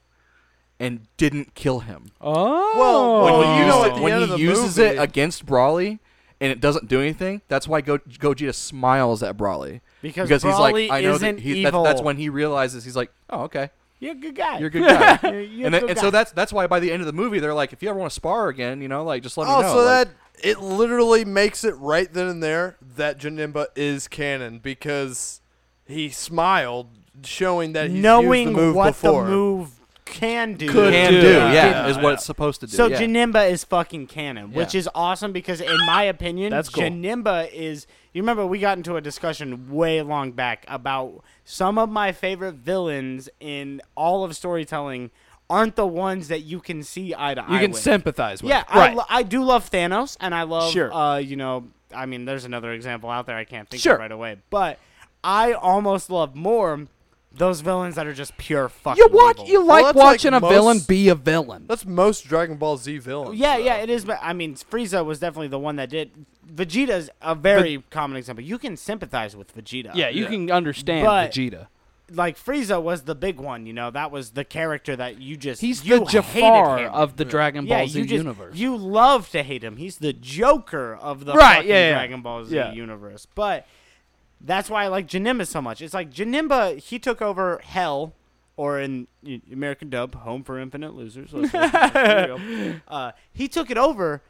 S3: and didn't kill him.
S1: Oh.
S4: Well,
S3: when he,
S4: you know,
S3: used-
S4: at the
S3: when
S4: end
S3: he
S4: of the
S3: uses
S4: movie-
S3: it against Brawly and it doesn't do anything, that's why Go- Gogeta smiles at Brawly.
S2: Because
S3: he's like,
S2: Brawly
S3: I know
S2: isn't
S3: that he, that- that's
S2: evil.
S3: when he realizes he's like, oh, okay,
S2: You're a good guy.
S3: you're a good guy.
S2: You're- you're
S3: and
S2: a
S3: then-
S2: good
S3: and
S2: guy.
S3: so that's that's why by the end of the movie they're like, if you ever want to spar again, you know, like just let me
S4: Oh,
S3: know.
S4: so
S3: like,
S4: that it literally makes it right then and there that Janimba is canon because he smiled, showing that he's
S2: knowing
S4: used the move
S2: what
S4: before.
S2: the move can do.
S4: Could
S3: can
S4: do.
S3: do,
S4: Yeah,
S3: yeah,
S4: yeah,
S3: is what it's supposed to do.
S2: So
S3: yeah.
S2: Janemba is fucking canon, which
S3: Yeah.
S2: is awesome because in my opinion,
S1: That's cool.
S2: Janemba is. You remember we got into a discussion way long back about some of my favorite villains in all of storytelling aren't the ones that you can see eye to eye.
S1: you can
S2: with.
S1: sympathize with.
S2: Yeah, I,
S1: right.
S2: lo- I do love Thanos, and I love,
S1: Sure.
S2: uh, you know, I mean, there's another example out there I can't think
S1: Sure.
S2: of right away, but I almost love more those villains that are just pure fucking.
S1: you watch.
S2: evil.
S1: You
S4: Well,
S1: like
S4: that's like
S1: watching a villain
S4: most-
S1: be a villain.
S4: That's most Dragon Ball Z villains.
S2: Yeah,
S4: though.
S2: yeah, it is. But I mean, Frieza was definitely the one that did. Vegeta's a very common example. You can sympathize with Vegeta.
S1: Yeah, you
S4: Yeah.
S1: can understand
S2: But-
S1: Vegeta.
S2: like Frieza was the big one. You know, that was the character that you just
S1: He's
S2: you
S1: the
S2: hated
S1: Jafar
S2: him.
S1: of the Dragon Ball
S2: yeah,
S1: Z
S2: you just,
S1: universe.
S2: You love to hate him. He's the Joker of the
S1: Right,
S2: fucking
S1: yeah, yeah.
S2: Dragon Ball Z
S1: Yeah.
S2: universe. But that's why I like Janimba so much. It's like Janimba, he took over Hell, or in y- American dub, Home for Infinite Losers. Let's- there we go. uh, he took it over,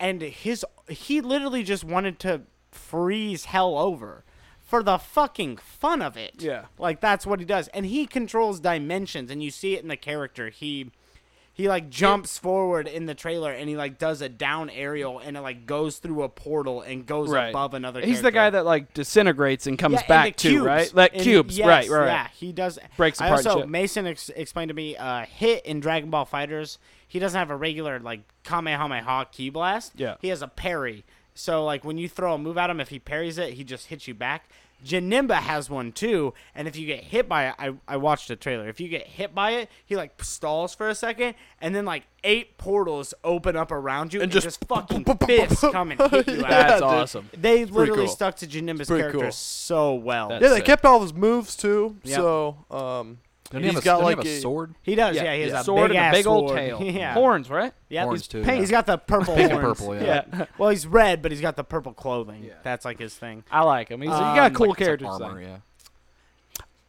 S2: and his he literally just wanted to freeze Hell over. For the fucking fun of it,
S1: Yeah.
S2: like that's what he does, and he controls dimensions, and you see it in the character. He he like jumps forward in the trailer and he like does a down aerial and it like goes through a portal and goes
S1: Right.
S2: above another.
S1: He's the guy
S2: character.
S1: that like disintegrates and comes
S2: Yeah, and
S1: back
S2: the
S1: to
S2: cubes.
S1: right. Like
S2: And-
S1: cubes,
S2: yes,
S1: right, right,
S2: Yeah,
S1: right.
S2: he does.
S1: Breaks
S2: I
S1: apart and
S2: also
S1: shit.
S2: Mason ex- explained to me uh, hit in Dragon Ball Fighters. He doesn't have a regular like Kamehameha key blast.
S1: Yeah.
S2: he has a parry. So like when you throw a move at him, if he parries it, he just hits you back. Janimba has one too, and if you get hit by it, I, I watched the trailer. If you get hit by it, he like stalls for a second, and then like eight portals open up around you, and,
S4: just
S2: just, fucking fists come and hit you.
S4: Yeah,
S2: out.
S1: That's
S4: dude.
S1: awesome.
S2: They literally
S4: cool.
S2: stuck to Janimba's
S4: pretty
S2: character
S4: cool.
S2: so well.
S1: That's-
S4: Yeah, they
S1: sick.
S4: kept all his moves too.
S2: Yeah.
S4: So, um,
S3: Doesn't he
S4: and
S3: have a,
S4: he's got
S3: doesn't he
S4: like
S3: have a sword,
S2: He does, yeah. He has a
S1: sword
S2: big
S1: and a
S2: ass
S1: big old
S2: sword.
S1: tail.
S2: yeah.
S1: Horns, right?
S2: Yep.
S3: horns too.
S1: pink.
S2: He's got the purple
S3: Pink and
S2: horns.
S3: purple, yeah.
S1: Yeah.
S2: Well, he's red, but he's got the purple clothing. That's like his thing.
S1: I like him. He's, he got
S2: Um,
S1: a cool
S3: Like, it's
S1: character
S3: like
S1: design.
S3: armor, yeah.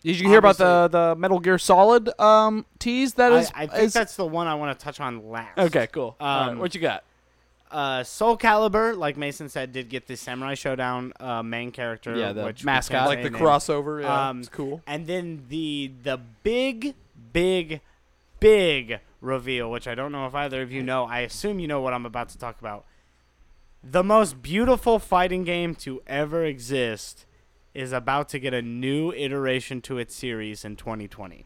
S1: Did you hear about the, the Metal Gear Solid um, tease? That is,
S2: I, I think
S1: is-
S2: that's the one I want to touch on last.
S1: okay. Cool. All right,
S2: Um,
S1: what you got?
S2: Uh, Soul Calibur, like Mason said, did get the Samurai Showdown uh, main character.
S1: Yeah, the
S2: which we
S1: mascot.
S2: can't
S1: Like
S4: like
S2: say
S4: the
S2: name.
S4: crossover. Yeah,
S2: Um,
S4: it's cool.
S2: And then the the big, big, big reveal, which I don't know if either of you know. I assume you know what I'm about to talk about. The most beautiful fighting game to ever exist is about to get a new iteration to its series in 2020.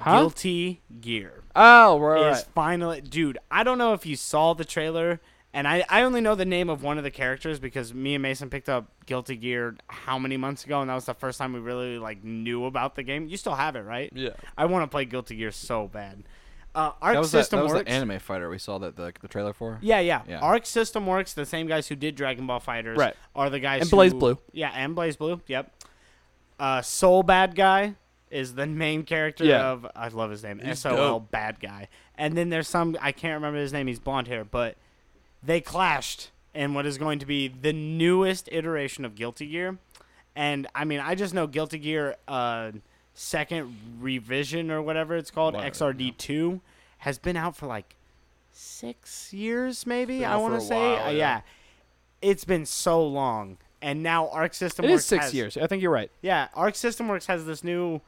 S1: Huh?
S2: Guilty Gear
S1: Oh, right.
S2: is finally, dude. I don't know if you saw the trailer, and I I only know the name of one of the characters because me and Mason picked up Guilty Gear how many months ago, and that was the first time we really like knew about the game. You still have it, right?
S4: Yeah.
S2: I want to play Guilty Gear so bad. Uh, Arc
S3: That was, that,
S2: System
S3: that was
S2: works.
S3: the anime fighter we saw that the, the trailer for.
S2: Yeah, yeah,
S3: Yeah.
S2: Arc System Works, the same guys who did Dragon Ball Fighters,
S1: Right.
S2: Are the guys
S1: And Blaze
S2: who-
S1: Blue.
S2: Yeah, and Blaze Blue. Yep. Uh, Soul Bad Guy is the main character
S1: Yeah.
S2: of. I love his name.
S4: He's
S2: Sol
S4: dope.
S2: Bad Guy. And then there's some I can't remember his name. He's blonde hair, but they clashed in what is going to be the newest iteration of Guilty Gear. And I mean, I just know Guilty Gear uh, second revision or whatever it's called,
S3: Whatever,
S2: XRD2, has been out for like six years, maybe.
S4: Been
S2: I
S4: out
S2: want
S4: for
S2: to
S4: a
S2: say,
S4: while,
S2: Uh,
S4: yeah.
S2: yeah. It's been so long, and now Arc System
S1: It
S2: Works
S1: is six
S2: has-
S1: years. I think you're right.
S2: Yeah, Arc System Works has this new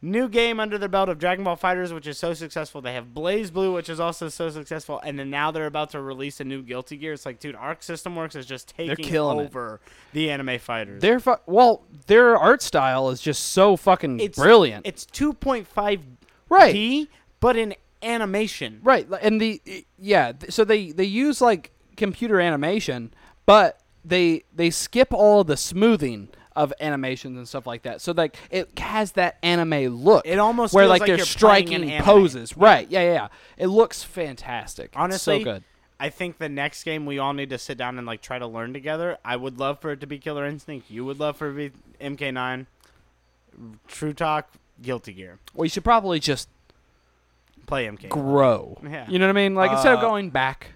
S2: new game under their belt of Dragon Ball Fighters, which is so successful. They have Blaze Blue, which is also so successful, and then now they're about to release a new Guilty Gear. It's like, dude, Arc System Works is just taking
S1: killing it.
S2: over the anime fighters.
S1: Their fu- well, their art style is just so fucking
S2: it's
S1: brilliant.
S2: It's 2.5
S1: Right.
S2: D, but in animation.
S1: Right, li- and the i- yeah, th- so they they use like computer animation, but they they skip all the smoothing of animations and stuff like that. So like it has that anime look.
S2: It almost
S1: where
S2: feels
S1: like
S2: like
S1: they're
S2: you're playing an
S1: striking
S2: anime.
S1: poses. Right. Yeah, yeah, yeah. It looks fantastic. It's
S2: Honestly,
S1: so good.
S2: I think the next game we all need to sit down and like try to learn together. I would love for it to be Killer Instinct. You would love for it to be MK9. True Talk, Guilty Gear.
S1: Well, you should probably just
S2: Play MK.
S1: grow.
S2: Yeah.
S1: You know what I mean? Like instead of
S4: Uh,
S1: going back,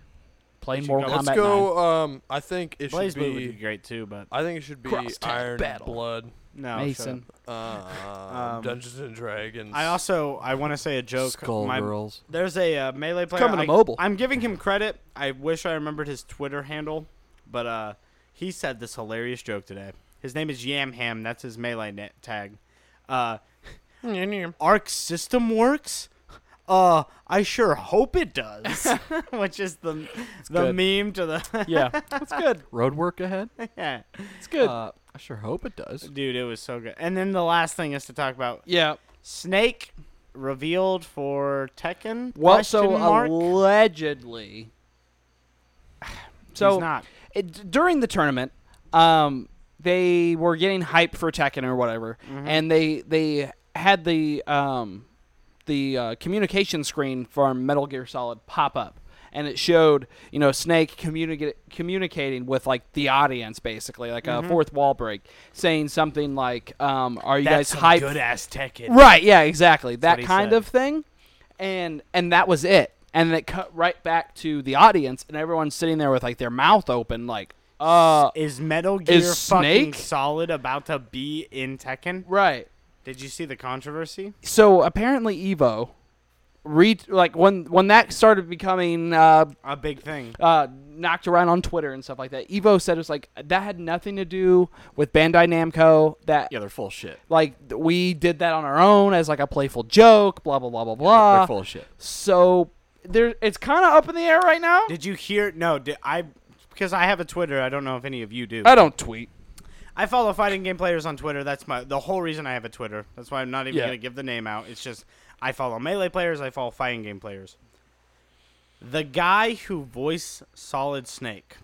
S1: play
S2: should
S1: Mortal
S2: go-
S1: Kombat.
S4: Let's
S1: 9.
S4: go. Um, I think it
S2: Blaze
S4: should
S2: Blue would be
S4: be.
S2: great too, but
S4: I think it should be
S1: Crosstown
S4: Iron
S1: Battle.
S4: Blood,
S2: no.
S1: Mason.
S4: uh, Dungeons and Dragons.
S2: Um, I also I want to say a joke. uh, My-
S3: Skullgirls.
S2: There's a uh, melee player.
S1: coming to
S2: I,
S1: mobile.
S2: I'm giving him credit. I wish I remembered his Twitter handle, but uh, he said this hilarious joke today. His name is Yamham. That's his melee net tag. Uh, Arc System Works. Uh, I sure hope it does. Which is the the
S1: good.
S2: meme to the
S1: yeah, it's good.
S3: Road work ahead.
S2: yeah.
S1: It's good.
S3: Uh, I sure hope it does.
S2: dude. It was so good. And then the last thing is to talk about
S1: yeah.
S2: Snake revealed for Tekken.
S1: Well,
S2: question
S1: so uh,
S2: mark?
S1: allegedly. So
S2: He's not.
S1: it, during the tournament, um, they were getting hype for Tekken or whatever,
S2: Mm-hmm.
S1: and they they had the um, the uh, communication screen from Metal Gear Solid pop up, and it showed you know Snake communica- communicating with like the audience basically, like
S2: Mm-hmm.
S1: a fourth wall break, saying something like, um, "Are you
S2: That's
S1: guys hyped?"
S2: good ass Tekken.
S1: Right. Yeah. Exactly.
S2: what
S1: That
S2: he
S1: kind
S2: said.
S1: of thing, and and that was it. And then it cut right back to the audience, and everyone's sitting there with like their mouth open, like, uh,
S2: Is Metal Gear fucking
S1: Snake-
S2: Solid about to be in Tekken?
S1: right.
S2: Did you see the controversy?
S1: So apparently, Evo, re like when when that started becoming uh,
S2: A big thing.
S1: uh, knocked around on Twitter and stuff like that. Evo said it was like that had nothing to do with Bandai Namco. That
S3: Yeah, they're full of shit.
S1: like we did that on our own as like a playful joke. Blah blah blah blah blah.
S3: they're full of shit.
S1: So there, it's kind of up in the air right now.
S2: Did you hear? No, did I? Because I have a Twitter. I don't know if any of you do.
S1: I don't tweet.
S2: I follow fighting game players on Twitter. That's my the whole reason I have a Twitter. That's why I'm not even
S1: Yeah.
S2: gonna give the name out. It's just I follow melee players. I follow fighting game players. The guy who voiced Solid Snake,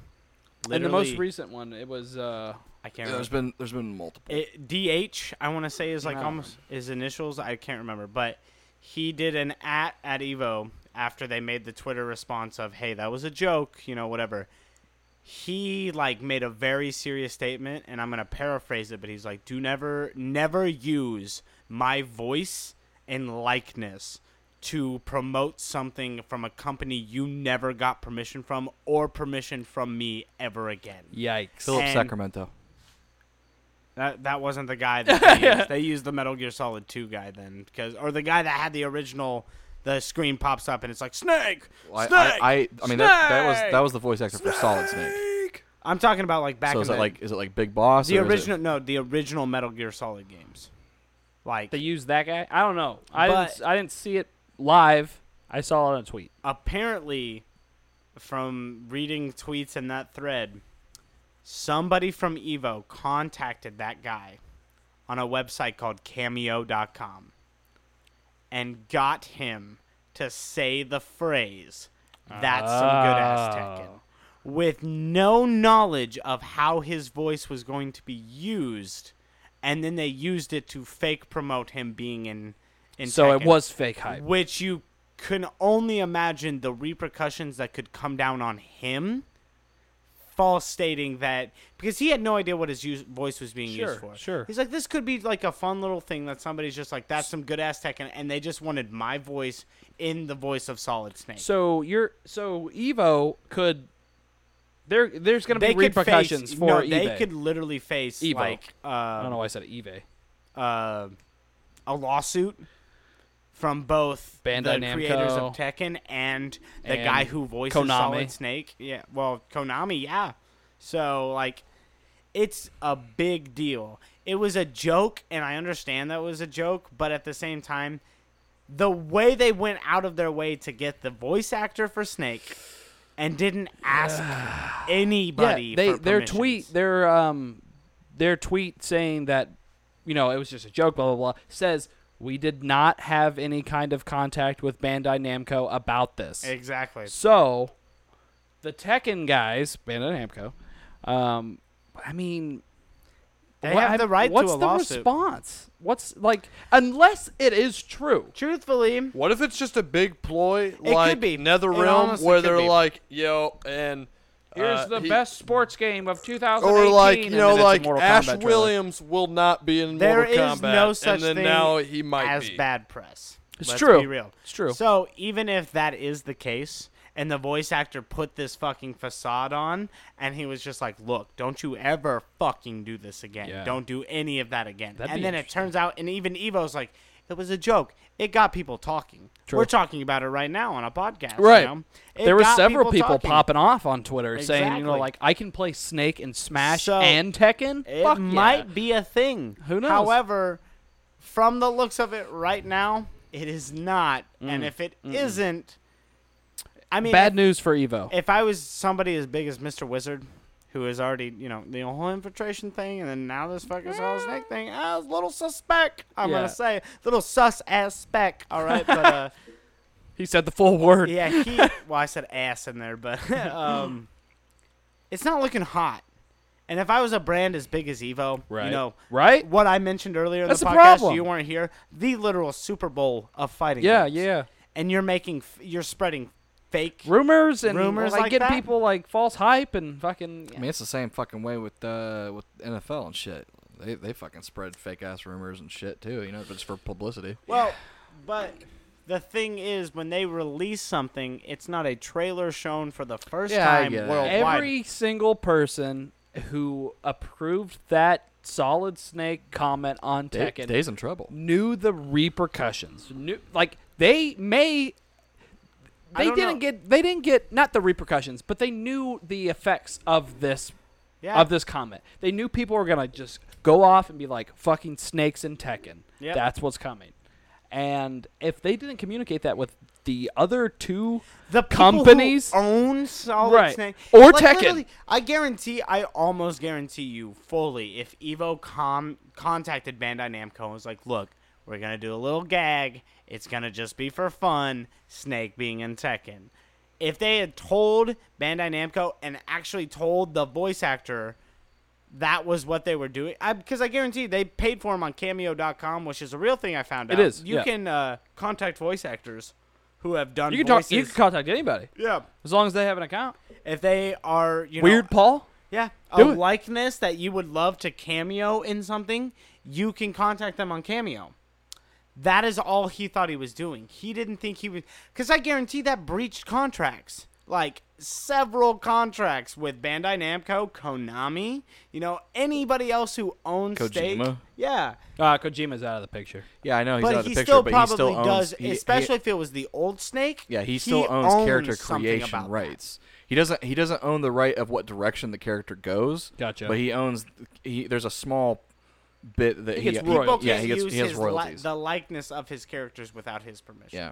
S1: And
S2: literally,
S1: the most recent one, it was uh,
S2: I can't.
S3: Yeah,
S2: remember.
S3: there's been there's been multiple.
S2: it, DH, I want to say is like
S1: No.
S2: almost his initials. I can't remember, but he did an at at Evo after they made the Twitter response of "Hey, that was a joke," you know, whatever. He like made a very serious statement, and I'm gonna paraphrase it, but he's like, "Do never, never use my voice and likeness." To promote something from a company you never got permission from or permission from me ever again.
S1: yikes.
S3: Philip
S2: and-
S3: Sacramento.
S2: That that wasn't the guy that they used. They used the Metal Gear Solid 2 guy then because or the guy that had the original the screen pops up and it's like snake.
S3: I,
S2: snake.
S3: I, I, I mean that, that was
S1: Snake!
S3: that was the voice actor for Solid Snake.
S2: I, am talking about like back
S3: So
S2: in
S3: is
S2: the,
S3: it like is it like Big Boss?
S2: the
S3: or is it-
S2: original no, the original Metal Gear Solid games. Like
S1: They used that guy. I don't know. I
S2: But-
S1: didn't, I didn't see it live. I saw it on a tweet.
S2: apparently from reading tweets in that thread somebody from evo contacted that guy on a website called cameo.com and got him to say the phrase that's some good ass tekken
S1: Oh.
S2: with no knowledge of how his voice was going to be used and then they used it to fake promote him being in, in
S1: So it
S2: Tekken
S1: was fake hype.
S2: which you can only imagine the repercussions that could come down on him false stating that because he had no idea what his use, voice was being
S1: Sure,
S2: used for
S1: sure.
S2: he's like this could be like a fun little thing that somebody's just like that's some good ass tech and, and they just wanted my voice in the voice of solid snake
S1: So you're so Evo could there there's gonna
S2: they
S1: be repercussions
S2: could face,
S1: for
S2: no,
S1: eBay.
S2: they could literally face
S1: Evo.
S2: like
S1: I don't
S2: uh,
S1: know why I said eBay.
S2: uh, a lawsuit from both
S1: Bandai
S2: the creators of
S1: Namco
S2: Tekken and the
S1: and
S2: guy who voices
S1: Konami.
S2: Solid Snake. Yeah, well, Konami, yeah. So like, it's a big deal. It was a joke, and I understand that it was a joke, but at the same time, the way they went out of their way to get the voice actor for Snake and didn't ask anybody.
S1: Yeah, they
S2: for
S1: their tweet
S2: permissions.
S1: their um their tweet saying that you know it was just a joke blah blah blah says we did not have any kind of contact with Bandai Namco about this.
S2: Exactly.
S1: So the Tekken guys, Bandai Namco, um I mean
S2: They
S1: what-
S2: have the right to
S1: what's
S2: a
S1: the
S2: lawsuit.
S1: response? What's like unless it is true.
S2: Truthfully,
S4: What if it's just a big ploy like
S2: be. It
S4: NetherRealm
S2: honestly
S4: where
S2: could
S4: they're
S2: be.
S4: like, yo, and
S1: Here's
S4: uh,
S1: the
S4: he-
S1: best sports game of 2018.
S4: or like you
S1: and
S4: know
S1: then it's a
S4: like
S1: Mortal
S4: Ash
S1: Kombat trailer.
S4: Williams will not be in
S2: There
S4: Mortal
S2: is
S4: Kombat,
S2: no such
S4: and then
S2: thing
S4: now he might
S2: as
S4: be.
S2: bad press.
S1: It's
S2: Let's
S1: true.
S2: Be real.
S1: It's true.
S2: So even if that is the case, and the voice actor put this fucking facade on, and he was just like, "Look, don't you ever fucking do this again.
S1: Yeah.
S2: Don't do any of that again."
S1: That'd be
S2: and then it
S1: interesting.
S2: turns out, and even Evo's like, "It was a joke. It got people talking.
S1: True.
S2: We're talking about it right now on a podcast. you
S1: Right.
S2: know? It
S1: there were
S2: got
S1: several people,
S2: talking.
S1: popping off on Twitter saying, you know,
S2: Exactly.
S1: like I can play Snake and Smash
S2: So,
S1: and Tekken.
S2: It
S1: Fuck
S2: might
S1: yeah.
S2: be a thing.
S1: Who knows?
S2: However, from the looks of it right now, it is not. And if it not I mean,
S1: Mm. bad
S2: if,
S1: news for Evo.
S2: if I was somebody as big as Mr. Wizard, who is already, you know, the whole infiltration thing, and then now this fucking Solid Snake thing, I was a little suspect. I'm
S1: Yeah.
S2: gonna say little sus ass spec. All right, but uh,
S1: he said the full word.
S2: yeah, he. Well, I said ass in there, but um, it's not looking hot. And if I was a brand as big as Evo,
S1: Right.
S2: you know,
S1: Right?
S2: what I mentioned earlier in
S1: That's
S2: the
S1: the
S2: podcast,
S1: problem.
S2: you weren't here. The literal Super Bowl of fighting.
S1: Yeah,
S2: games.
S1: yeah.
S2: And you're making, f- you're spreading fake.
S1: Rumors and
S2: Rumors
S1: like,
S2: like
S1: getting
S2: that?
S1: people like false hype and fucking.
S3: I mean, it's the same fucking way with uh with NFL and shit. They they fucking spread fake ass rumors and shit too. You know, just for publicity.
S2: Well, but the thing is, when they release something, it's not a trailer shown for the first
S3: Yeah, I
S2: time
S3: get it.
S2: worldwide.
S1: Every single person who approved that Solid Snake comment on
S3: Dave,
S1: Tekken
S3: Dave's in trouble.
S1: knew the repercussions. Knew like they may
S2: I
S1: they
S2: don't
S1: didn't
S2: know.
S1: get they didn't get not the repercussions, but they knew the effects of this
S2: yeah.
S1: of this comment. They knew people were gonna just go off and be like fucking snakes and Tekken.
S2: Yep.
S1: That's what's coming. And if they didn't communicate that with the other two
S2: the people who
S1: companies,
S2: own Solid
S1: Right.
S2: Snake
S1: Or
S2: like,
S1: Tekken.
S2: literally, I guarantee, I almost guarantee you fully, if Evo com- contacted Bandai Namco and was like, "Look, we're gonna do a little gag. It's gonna just be for fun. Snake being in Tekken." If they had told Bandai Namco and actually told the voice actor that was what they were doing, because I, guarantee they paid for him on Cameo.com, which is a real thing I found
S1: It
S2: out.
S1: is,
S2: You
S1: yeah.
S2: can uh, contact voice actors who have done.
S1: you can talk you
S2: voices-
S1: can contact anybody.
S2: yeah.
S1: As long as they have an account.
S2: If they are, you know,
S1: Weird Paul?
S2: Yeah,
S1: Do
S2: a
S1: it.
S2: likeness that you would love to cameo in something, you can contact them on Cameo. That is all he thought he was doing. He didn't think he was cuz I guarantee that breached contracts. Like several contracts with Bandai Namco, Konami, you know, anybody else who owns stake.
S3: Kojima?
S2: Yeah.
S1: Uh, Kojima's out of the picture.
S3: Yeah, I know he's
S2: But
S3: out of the
S2: he
S3: picture,
S2: still
S3: but
S2: probably
S3: he still owns.
S2: does,
S3: he- he-
S2: especially if it was the old Snake.
S3: yeah, he
S2: he
S3: still owns, character
S2: something about that.
S3: creation rights. He doesn't. He doesn't own the right of what direction the character goes.
S1: Gotcha.
S3: But he owns. He there's a small bit that
S2: He
S3: he,
S2: gets
S3: he-
S2: people
S3: yeah,
S2: can't
S3: he gets
S2: use
S3: he has
S2: his li-
S3: royalties.
S2: the likeness of his characters without his permission.
S3: yeah.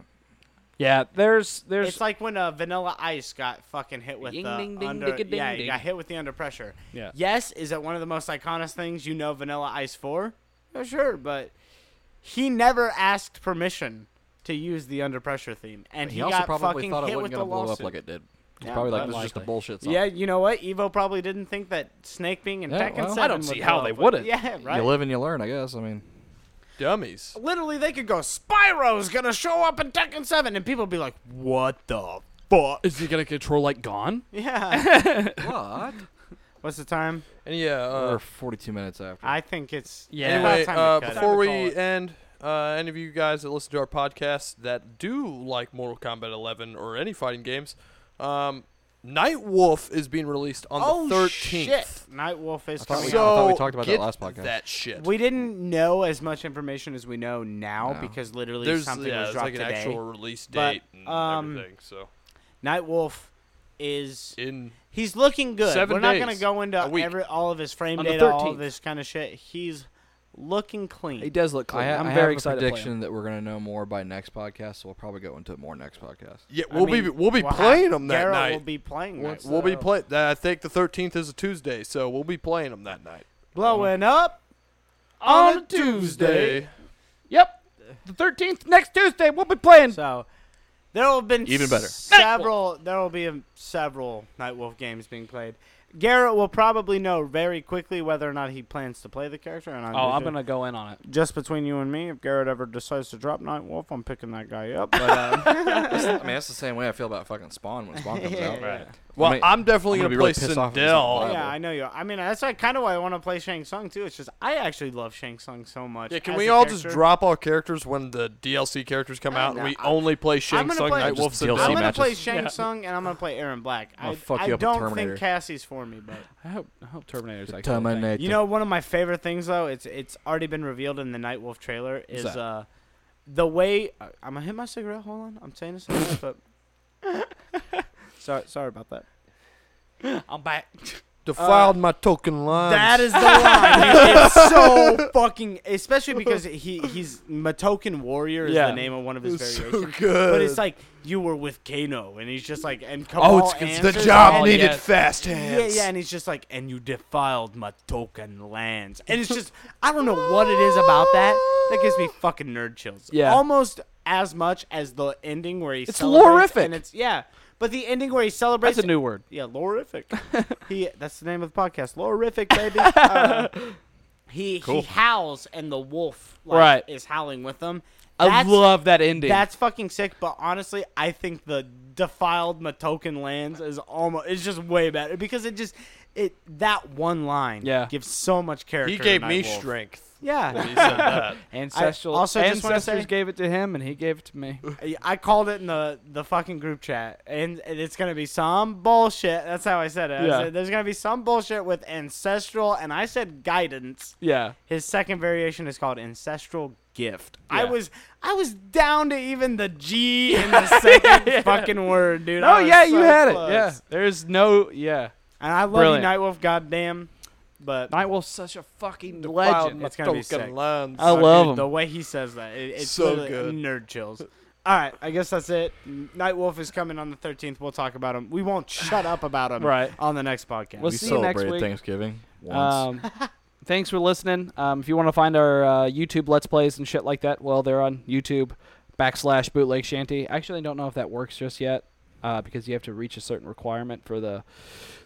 S1: Yeah, there's there's
S2: It's like when uh, Vanilla Ice got fucking hit with
S1: Ding,
S2: the
S1: ding, ding,
S2: under,
S1: digga, ding,
S2: yeah, he
S1: ding.
S2: got hit with the under pressure.
S1: Yeah.
S2: Yes, is it one of the most iconic things you know Vanilla Ice for? Yeah, sure, but he never asked permission to use the under pressure theme, and
S3: he,
S2: he,
S3: also
S2: got
S3: probably
S2: fucking
S3: thought it
S2: hit
S3: wasn't
S2: with
S3: going to
S2: the
S3: blow
S2: lawsuit.
S3: up like it did. He's
S2: Yeah,
S3: probably like,
S1: but
S3: this is just a
S1: likely.
S3: bullshit song.
S2: yeah, you know what? Evo probably didn't think that Snake being in
S3: Yeah,
S2: Tekken
S3: well, I
S2: 7
S1: don't see
S2: would
S1: how
S2: blow
S1: they
S2: up with-
S1: wouldn't.
S2: Yeah, right.
S3: You live and you learn, I guess. I mean,
S4: Dummies.
S2: Literally, they could go, Spyro's gonna show up in Tekken 7, and people would be like, what the fuck?
S1: Is he gonna control like Gone?
S2: Yeah.
S3: what?
S2: What's the time?
S4: And yeah. Uh,
S3: We're 42 minutes after.
S2: I think it's
S1: Yeah.
S2: it's about
S4: anyway,
S2: time to
S4: uh,
S2: cut it.
S4: before we
S2: Time to call it.
S4: end, uh, any of you guys that listen to our podcast that do like Mortal Kombat 11 or any fighting games, um, Night Wolf is being released on
S2: oh
S4: the 13th.
S2: shit, Night Wolf is
S3: I thought
S2: coming
S3: we-
S2: out.
S3: thought we
S4: So
S3: talked about that
S4: get
S3: last podcast.
S4: That shit.
S2: We didn't know as much information as we know now
S3: No.
S2: because literally
S4: there's
S2: something was
S4: yeah, there's
S2: dropped
S4: like an
S2: today.
S4: actual release
S2: But,
S4: date and
S2: um,
S4: everything. So
S2: Night Wolf is
S4: in
S2: he's looking good.
S4: Seven
S2: We're not going to
S4: days,
S2: go into
S4: a week.
S2: every all of his frame
S1: On the
S2: data, all
S1: 13th.
S2: this kind of shit. He's looking clean.
S1: He does look
S3: I,
S1: clean.
S3: ha-
S1: I'm
S3: I have
S1: very
S3: a
S1: excited. to play him.
S3: prediction that we're gonna know more by next podcast, so we'll probably go into it more next podcast.
S4: yeah.
S2: I
S4: We'll be
S2: mean,
S4: we'll be
S2: we'll have-
S4: playing them that
S2: Garrett
S4: night.
S2: will be playing that.
S4: We'll be
S1: So-
S4: playing. I think the 13th is a Tuesday, so we'll be playing them that night.
S2: Blowing up on a Tuesday.
S1: Yep. The 13th, next Tuesday, we'll be playing.
S2: So there will have been
S4: Mm. Even better.
S2: Several there will be um, several Nightwolf games being played. Garrett will probably know very quickly whether or not he plans to play the character. And
S1: Oh, I'm going to go in on it.
S2: just between you and me. If Garrett ever decides to drop Nightwolf, I'm picking that guy up. But uh,
S3: I mean, that's the same way I feel about fucking Spawn when Spawn comes out.
S2: Right.
S4: Well,
S3: I mean,
S4: I'm definitely
S3: I'm
S4: gonna,
S3: gonna be
S4: play
S3: really pissed off if it's not
S4: Sindel.
S3: viable.
S2: yeah, I know you. I mean, that's like kind of why I want to play Shang Tsung too. It's just I actually love Shang Tsung so much.
S4: Yeah, can
S2: as
S4: we
S2: a
S4: all
S2: character.
S4: just drop our characters when the DLC characters come
S2: I
S4: out and
S2: know.
S4: we
S2: I'm-
S4: only play Shang
S2: gonna
S4: Tsung,
S2: play-
S4: Nightwolf,
S3: Just DLC
S2: I'm
S4: Sindel?
S2: gonna play
S3: matches?
S2: Shang
S1: Yeah.
S2: Tsung and I'm gonna play Aaron Black.
S3: I'll
S2: I,
S3: fuck
S2: I
S3: you up with
S2: don't think
S3: Terminator.
S2: Cassie's for me, but
S1: I hope, I hope Terminator's like
S2: You know, one of my favorite things though, it's it's already been revealed in the Nightwolf trailer is
S1: that?
S2: uh the way uh, I- I'm gonna hit my cigarette. Hold on, I'm saying this, out loud, but sorry, sorry about that.
S1: I'm back.
S4: Defiled my token line.
S2: Uh, That is the line. dude. it's so fucking, especially because he he's Matoken Warrior is
S1: Yeah.
S2: the name of one of his
S4: so
S2: variations.
S4: good.
S2: But it's like you were with Kano, and he's just like, and Kamal
S4: oh, it's 'cause the
S2: answers
S4: job
S2: all
S1: need-
S4: needed
S1: yes.
S4: fast
S2: Yeah,
S4: hands.
S2: yeah, and he's just like, and you defiled my token lands, and it's just, I don't know what it is about that that gives me fucking nerd chills.
S1: Yeah.
S2: almost as much as the ending where he
S1: It's
S2: celebrates,
S1: lorific.
S2: and it's yeah, but the ending where he celebrates
S1: That's a new word.
S2: yeah, lorific. he that's the name of the podcast, lorific, baby. Uh, he he howls, and the wolf like,
S1: Right.
S2: is howling with him.
S1: I
S2: That's-
S1: love that ending.
S2: that's fucking sick, but honestly, I think the defiled Matoken lands is almost it's just way better because it just it that one line
S1: Yeah.
S2: gives so much character.
S4: He
S2: to
S4: gave me
S2: Nightwolf.
S4: strength. when
S2: Yeah,
S4: He said that.
S1: ancestral.
S2: I also just wanna
S1: ancestors
S2: say-
S1: gave it to him, and he gave it to me.
S2: I- I called it in the the fucking group chat, and and it's gonna be some bullshit. That's how I said it. I
S1: Yeah.
S2: said, There's gonna be some bullshit with ancestral, and I said guidance.
S1: Yeah.
S2: His second variation is called ancestral gift. I
S1: Yeah.
S2: was I was down to even the G in the second fucking word, dude.
S1: Oh
S2: I was
S1: yeah, you
S2: so
S1: had
S2: close.
S1: it. Yeah. There's no. Yeah.
S2: And I love
S1: Brilliant.
S2: you, Nightwolf, goddamn. But
S1: Nightwolf's such a fucking
S4: Defiled
S1: legend.
S4: my
S2: It's gonna be
S4: token
S2: sick.
S4: lines.
S1: I love
S2: dude,
S1: him.
S2: the way he says that. It, it's
S4: So
S2: literally
S4: good.
S2: nerd chills. All right, I guess that's it. Nightwolf is coming on the 13th. We'll talk about him. We won't shut up about him
S1: Right.
S2: on the next podcast.
S1: We'll
S3: we
S1: see you next
S3: celebrated
S1: week.
S3: Thanksgiving once.
S1: Um, thanks for listening. Um, if you want to find our uh, YouTube Let's Plays and shit like that, well, they're on YouTube backslash Bootleg Shanty. Actually, I don't know if that works just yet uh, because you have to reach a certain requirement for the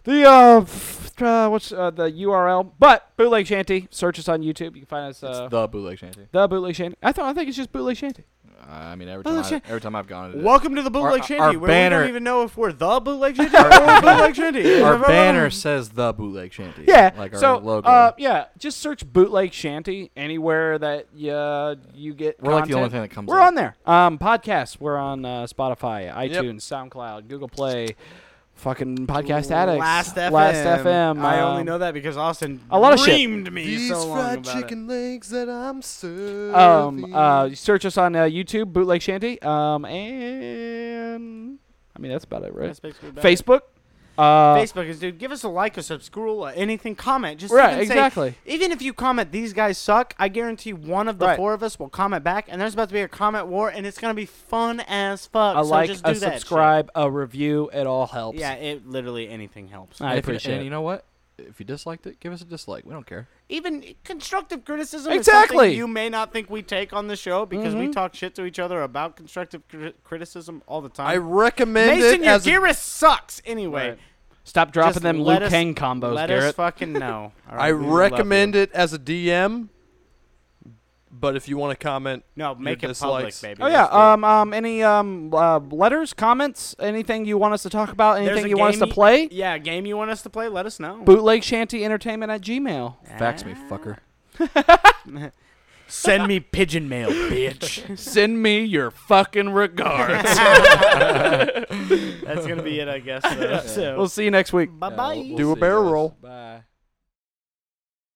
S1: the uh, f- uh what's uh, the URL. But Bootleg Shanty, search us on YouTube. You can find us.
S3: it's
S1: Uh, the-
S3: the bootleg shanty.
S1: bootleg shanty. I thought I think it's just bootleg shanty.
S3: I mean, every time
S2: Bootleg
S3: I, every time I've gone, it is.
S2: Welcome to the Bootleg
S3: our-
S2: Shanty,
S3: our
S2: where we
S3: banner-
S2: don't even know if we're the Bootleg Shanty or Bootleg Shanty.
S3: our banner says the bootleg shanty.
S1: Yeah.
S3: like our
S1: so,
S3: logo.
S1: uh, yeah, just search bootleg shanty anywhere that uh, you get.
S3: We're like the only
S1: content.
S3: thing that comes.
S1: We're
S3: up.
S1: on there. Um, podcasts. We're on uh, Spotify, iTunes, SoundCloud, Google Play, fucking Podcast Addicts,
S2: Last FM.
S1: Last FM.
S2: I
S1: um,
S2: only know that because Austin
S1: a lot of shit.
S2: reamed me
S4: These
S2: so long
S4: fried
S2: about it.
S4: chicken legs that I'm serving.
S1: Um, uh, you search us on uh, YouTube, Bootleg Shanty. Um, and I mean that's about it, right?
S2: That's basically about it.
S1: Facebook. Uh,
S2: Facebook is, dude. Give us a like, a subscribe, anything. Comment. Just
S1: Right,
S2: even say-
S1: exactly.
S2: even if you comment, these guys suck. I guarantee one of the
S1: Right.
S2: four of us will comment back, and there's about to be a comment war, and it's gonna be fun as fuck.
S1: a
S2: so
S1: like,
S2: just do
S1: a
S2: that shit.
S1: subscribe, a review. It all helps.
S2: Yeah, it literally anything helps.
S1: I
S3: And if you-
S1: appreciate
S3: And
S1: it.
S3: you know what? If you disliked it, give us a dislike. We don't care.
S2: Even constructive criticism. Is
S1: Exactly. Mm-hmm.
S2: something you may not think we take on the show because we talk shit to each other about constructive cri- criticism all the
S4: I
S2: time.
S4: recommend
S2: Mason
S4: it as a
S2: Yagiris sucks anyway.
S1: Right. Stop dropping
S2: Just
S1: them Liu
S2: let us-
S1: Kang combos,
S2: Let us
S1: Garrett.
S2: fucking know. All right,
S4: I
S2: we love you.
S4: recommend it as a DM. But if you want to comment,
S2: No, make it public,
S4: dislikes.
S2: baby.
S1: Oh
S2: Let's
S1: yeah.
S2: do it.
S1: Um. Um. Any um uh, letters, comments, anything you want us to talk about,
S2: There's
S1: anything
S2: a
S1: you want us
S2: game
S1: to
S2: you-
S1: play?
S2: Yeah, game you want us to play? Let us know. Ah.
S1: Bootleg Shanty Entertainment at Gmail.
S3: Fax me, fucker.
S2: Send me pigeon mail, bitch.
S1: Send me your fucking regards.
S2: That's gonna be it, I guess. Though, so.
S1: we'll see you next week.
S2: Bye bye.
S4: do a barrel roll.
S3: Bye.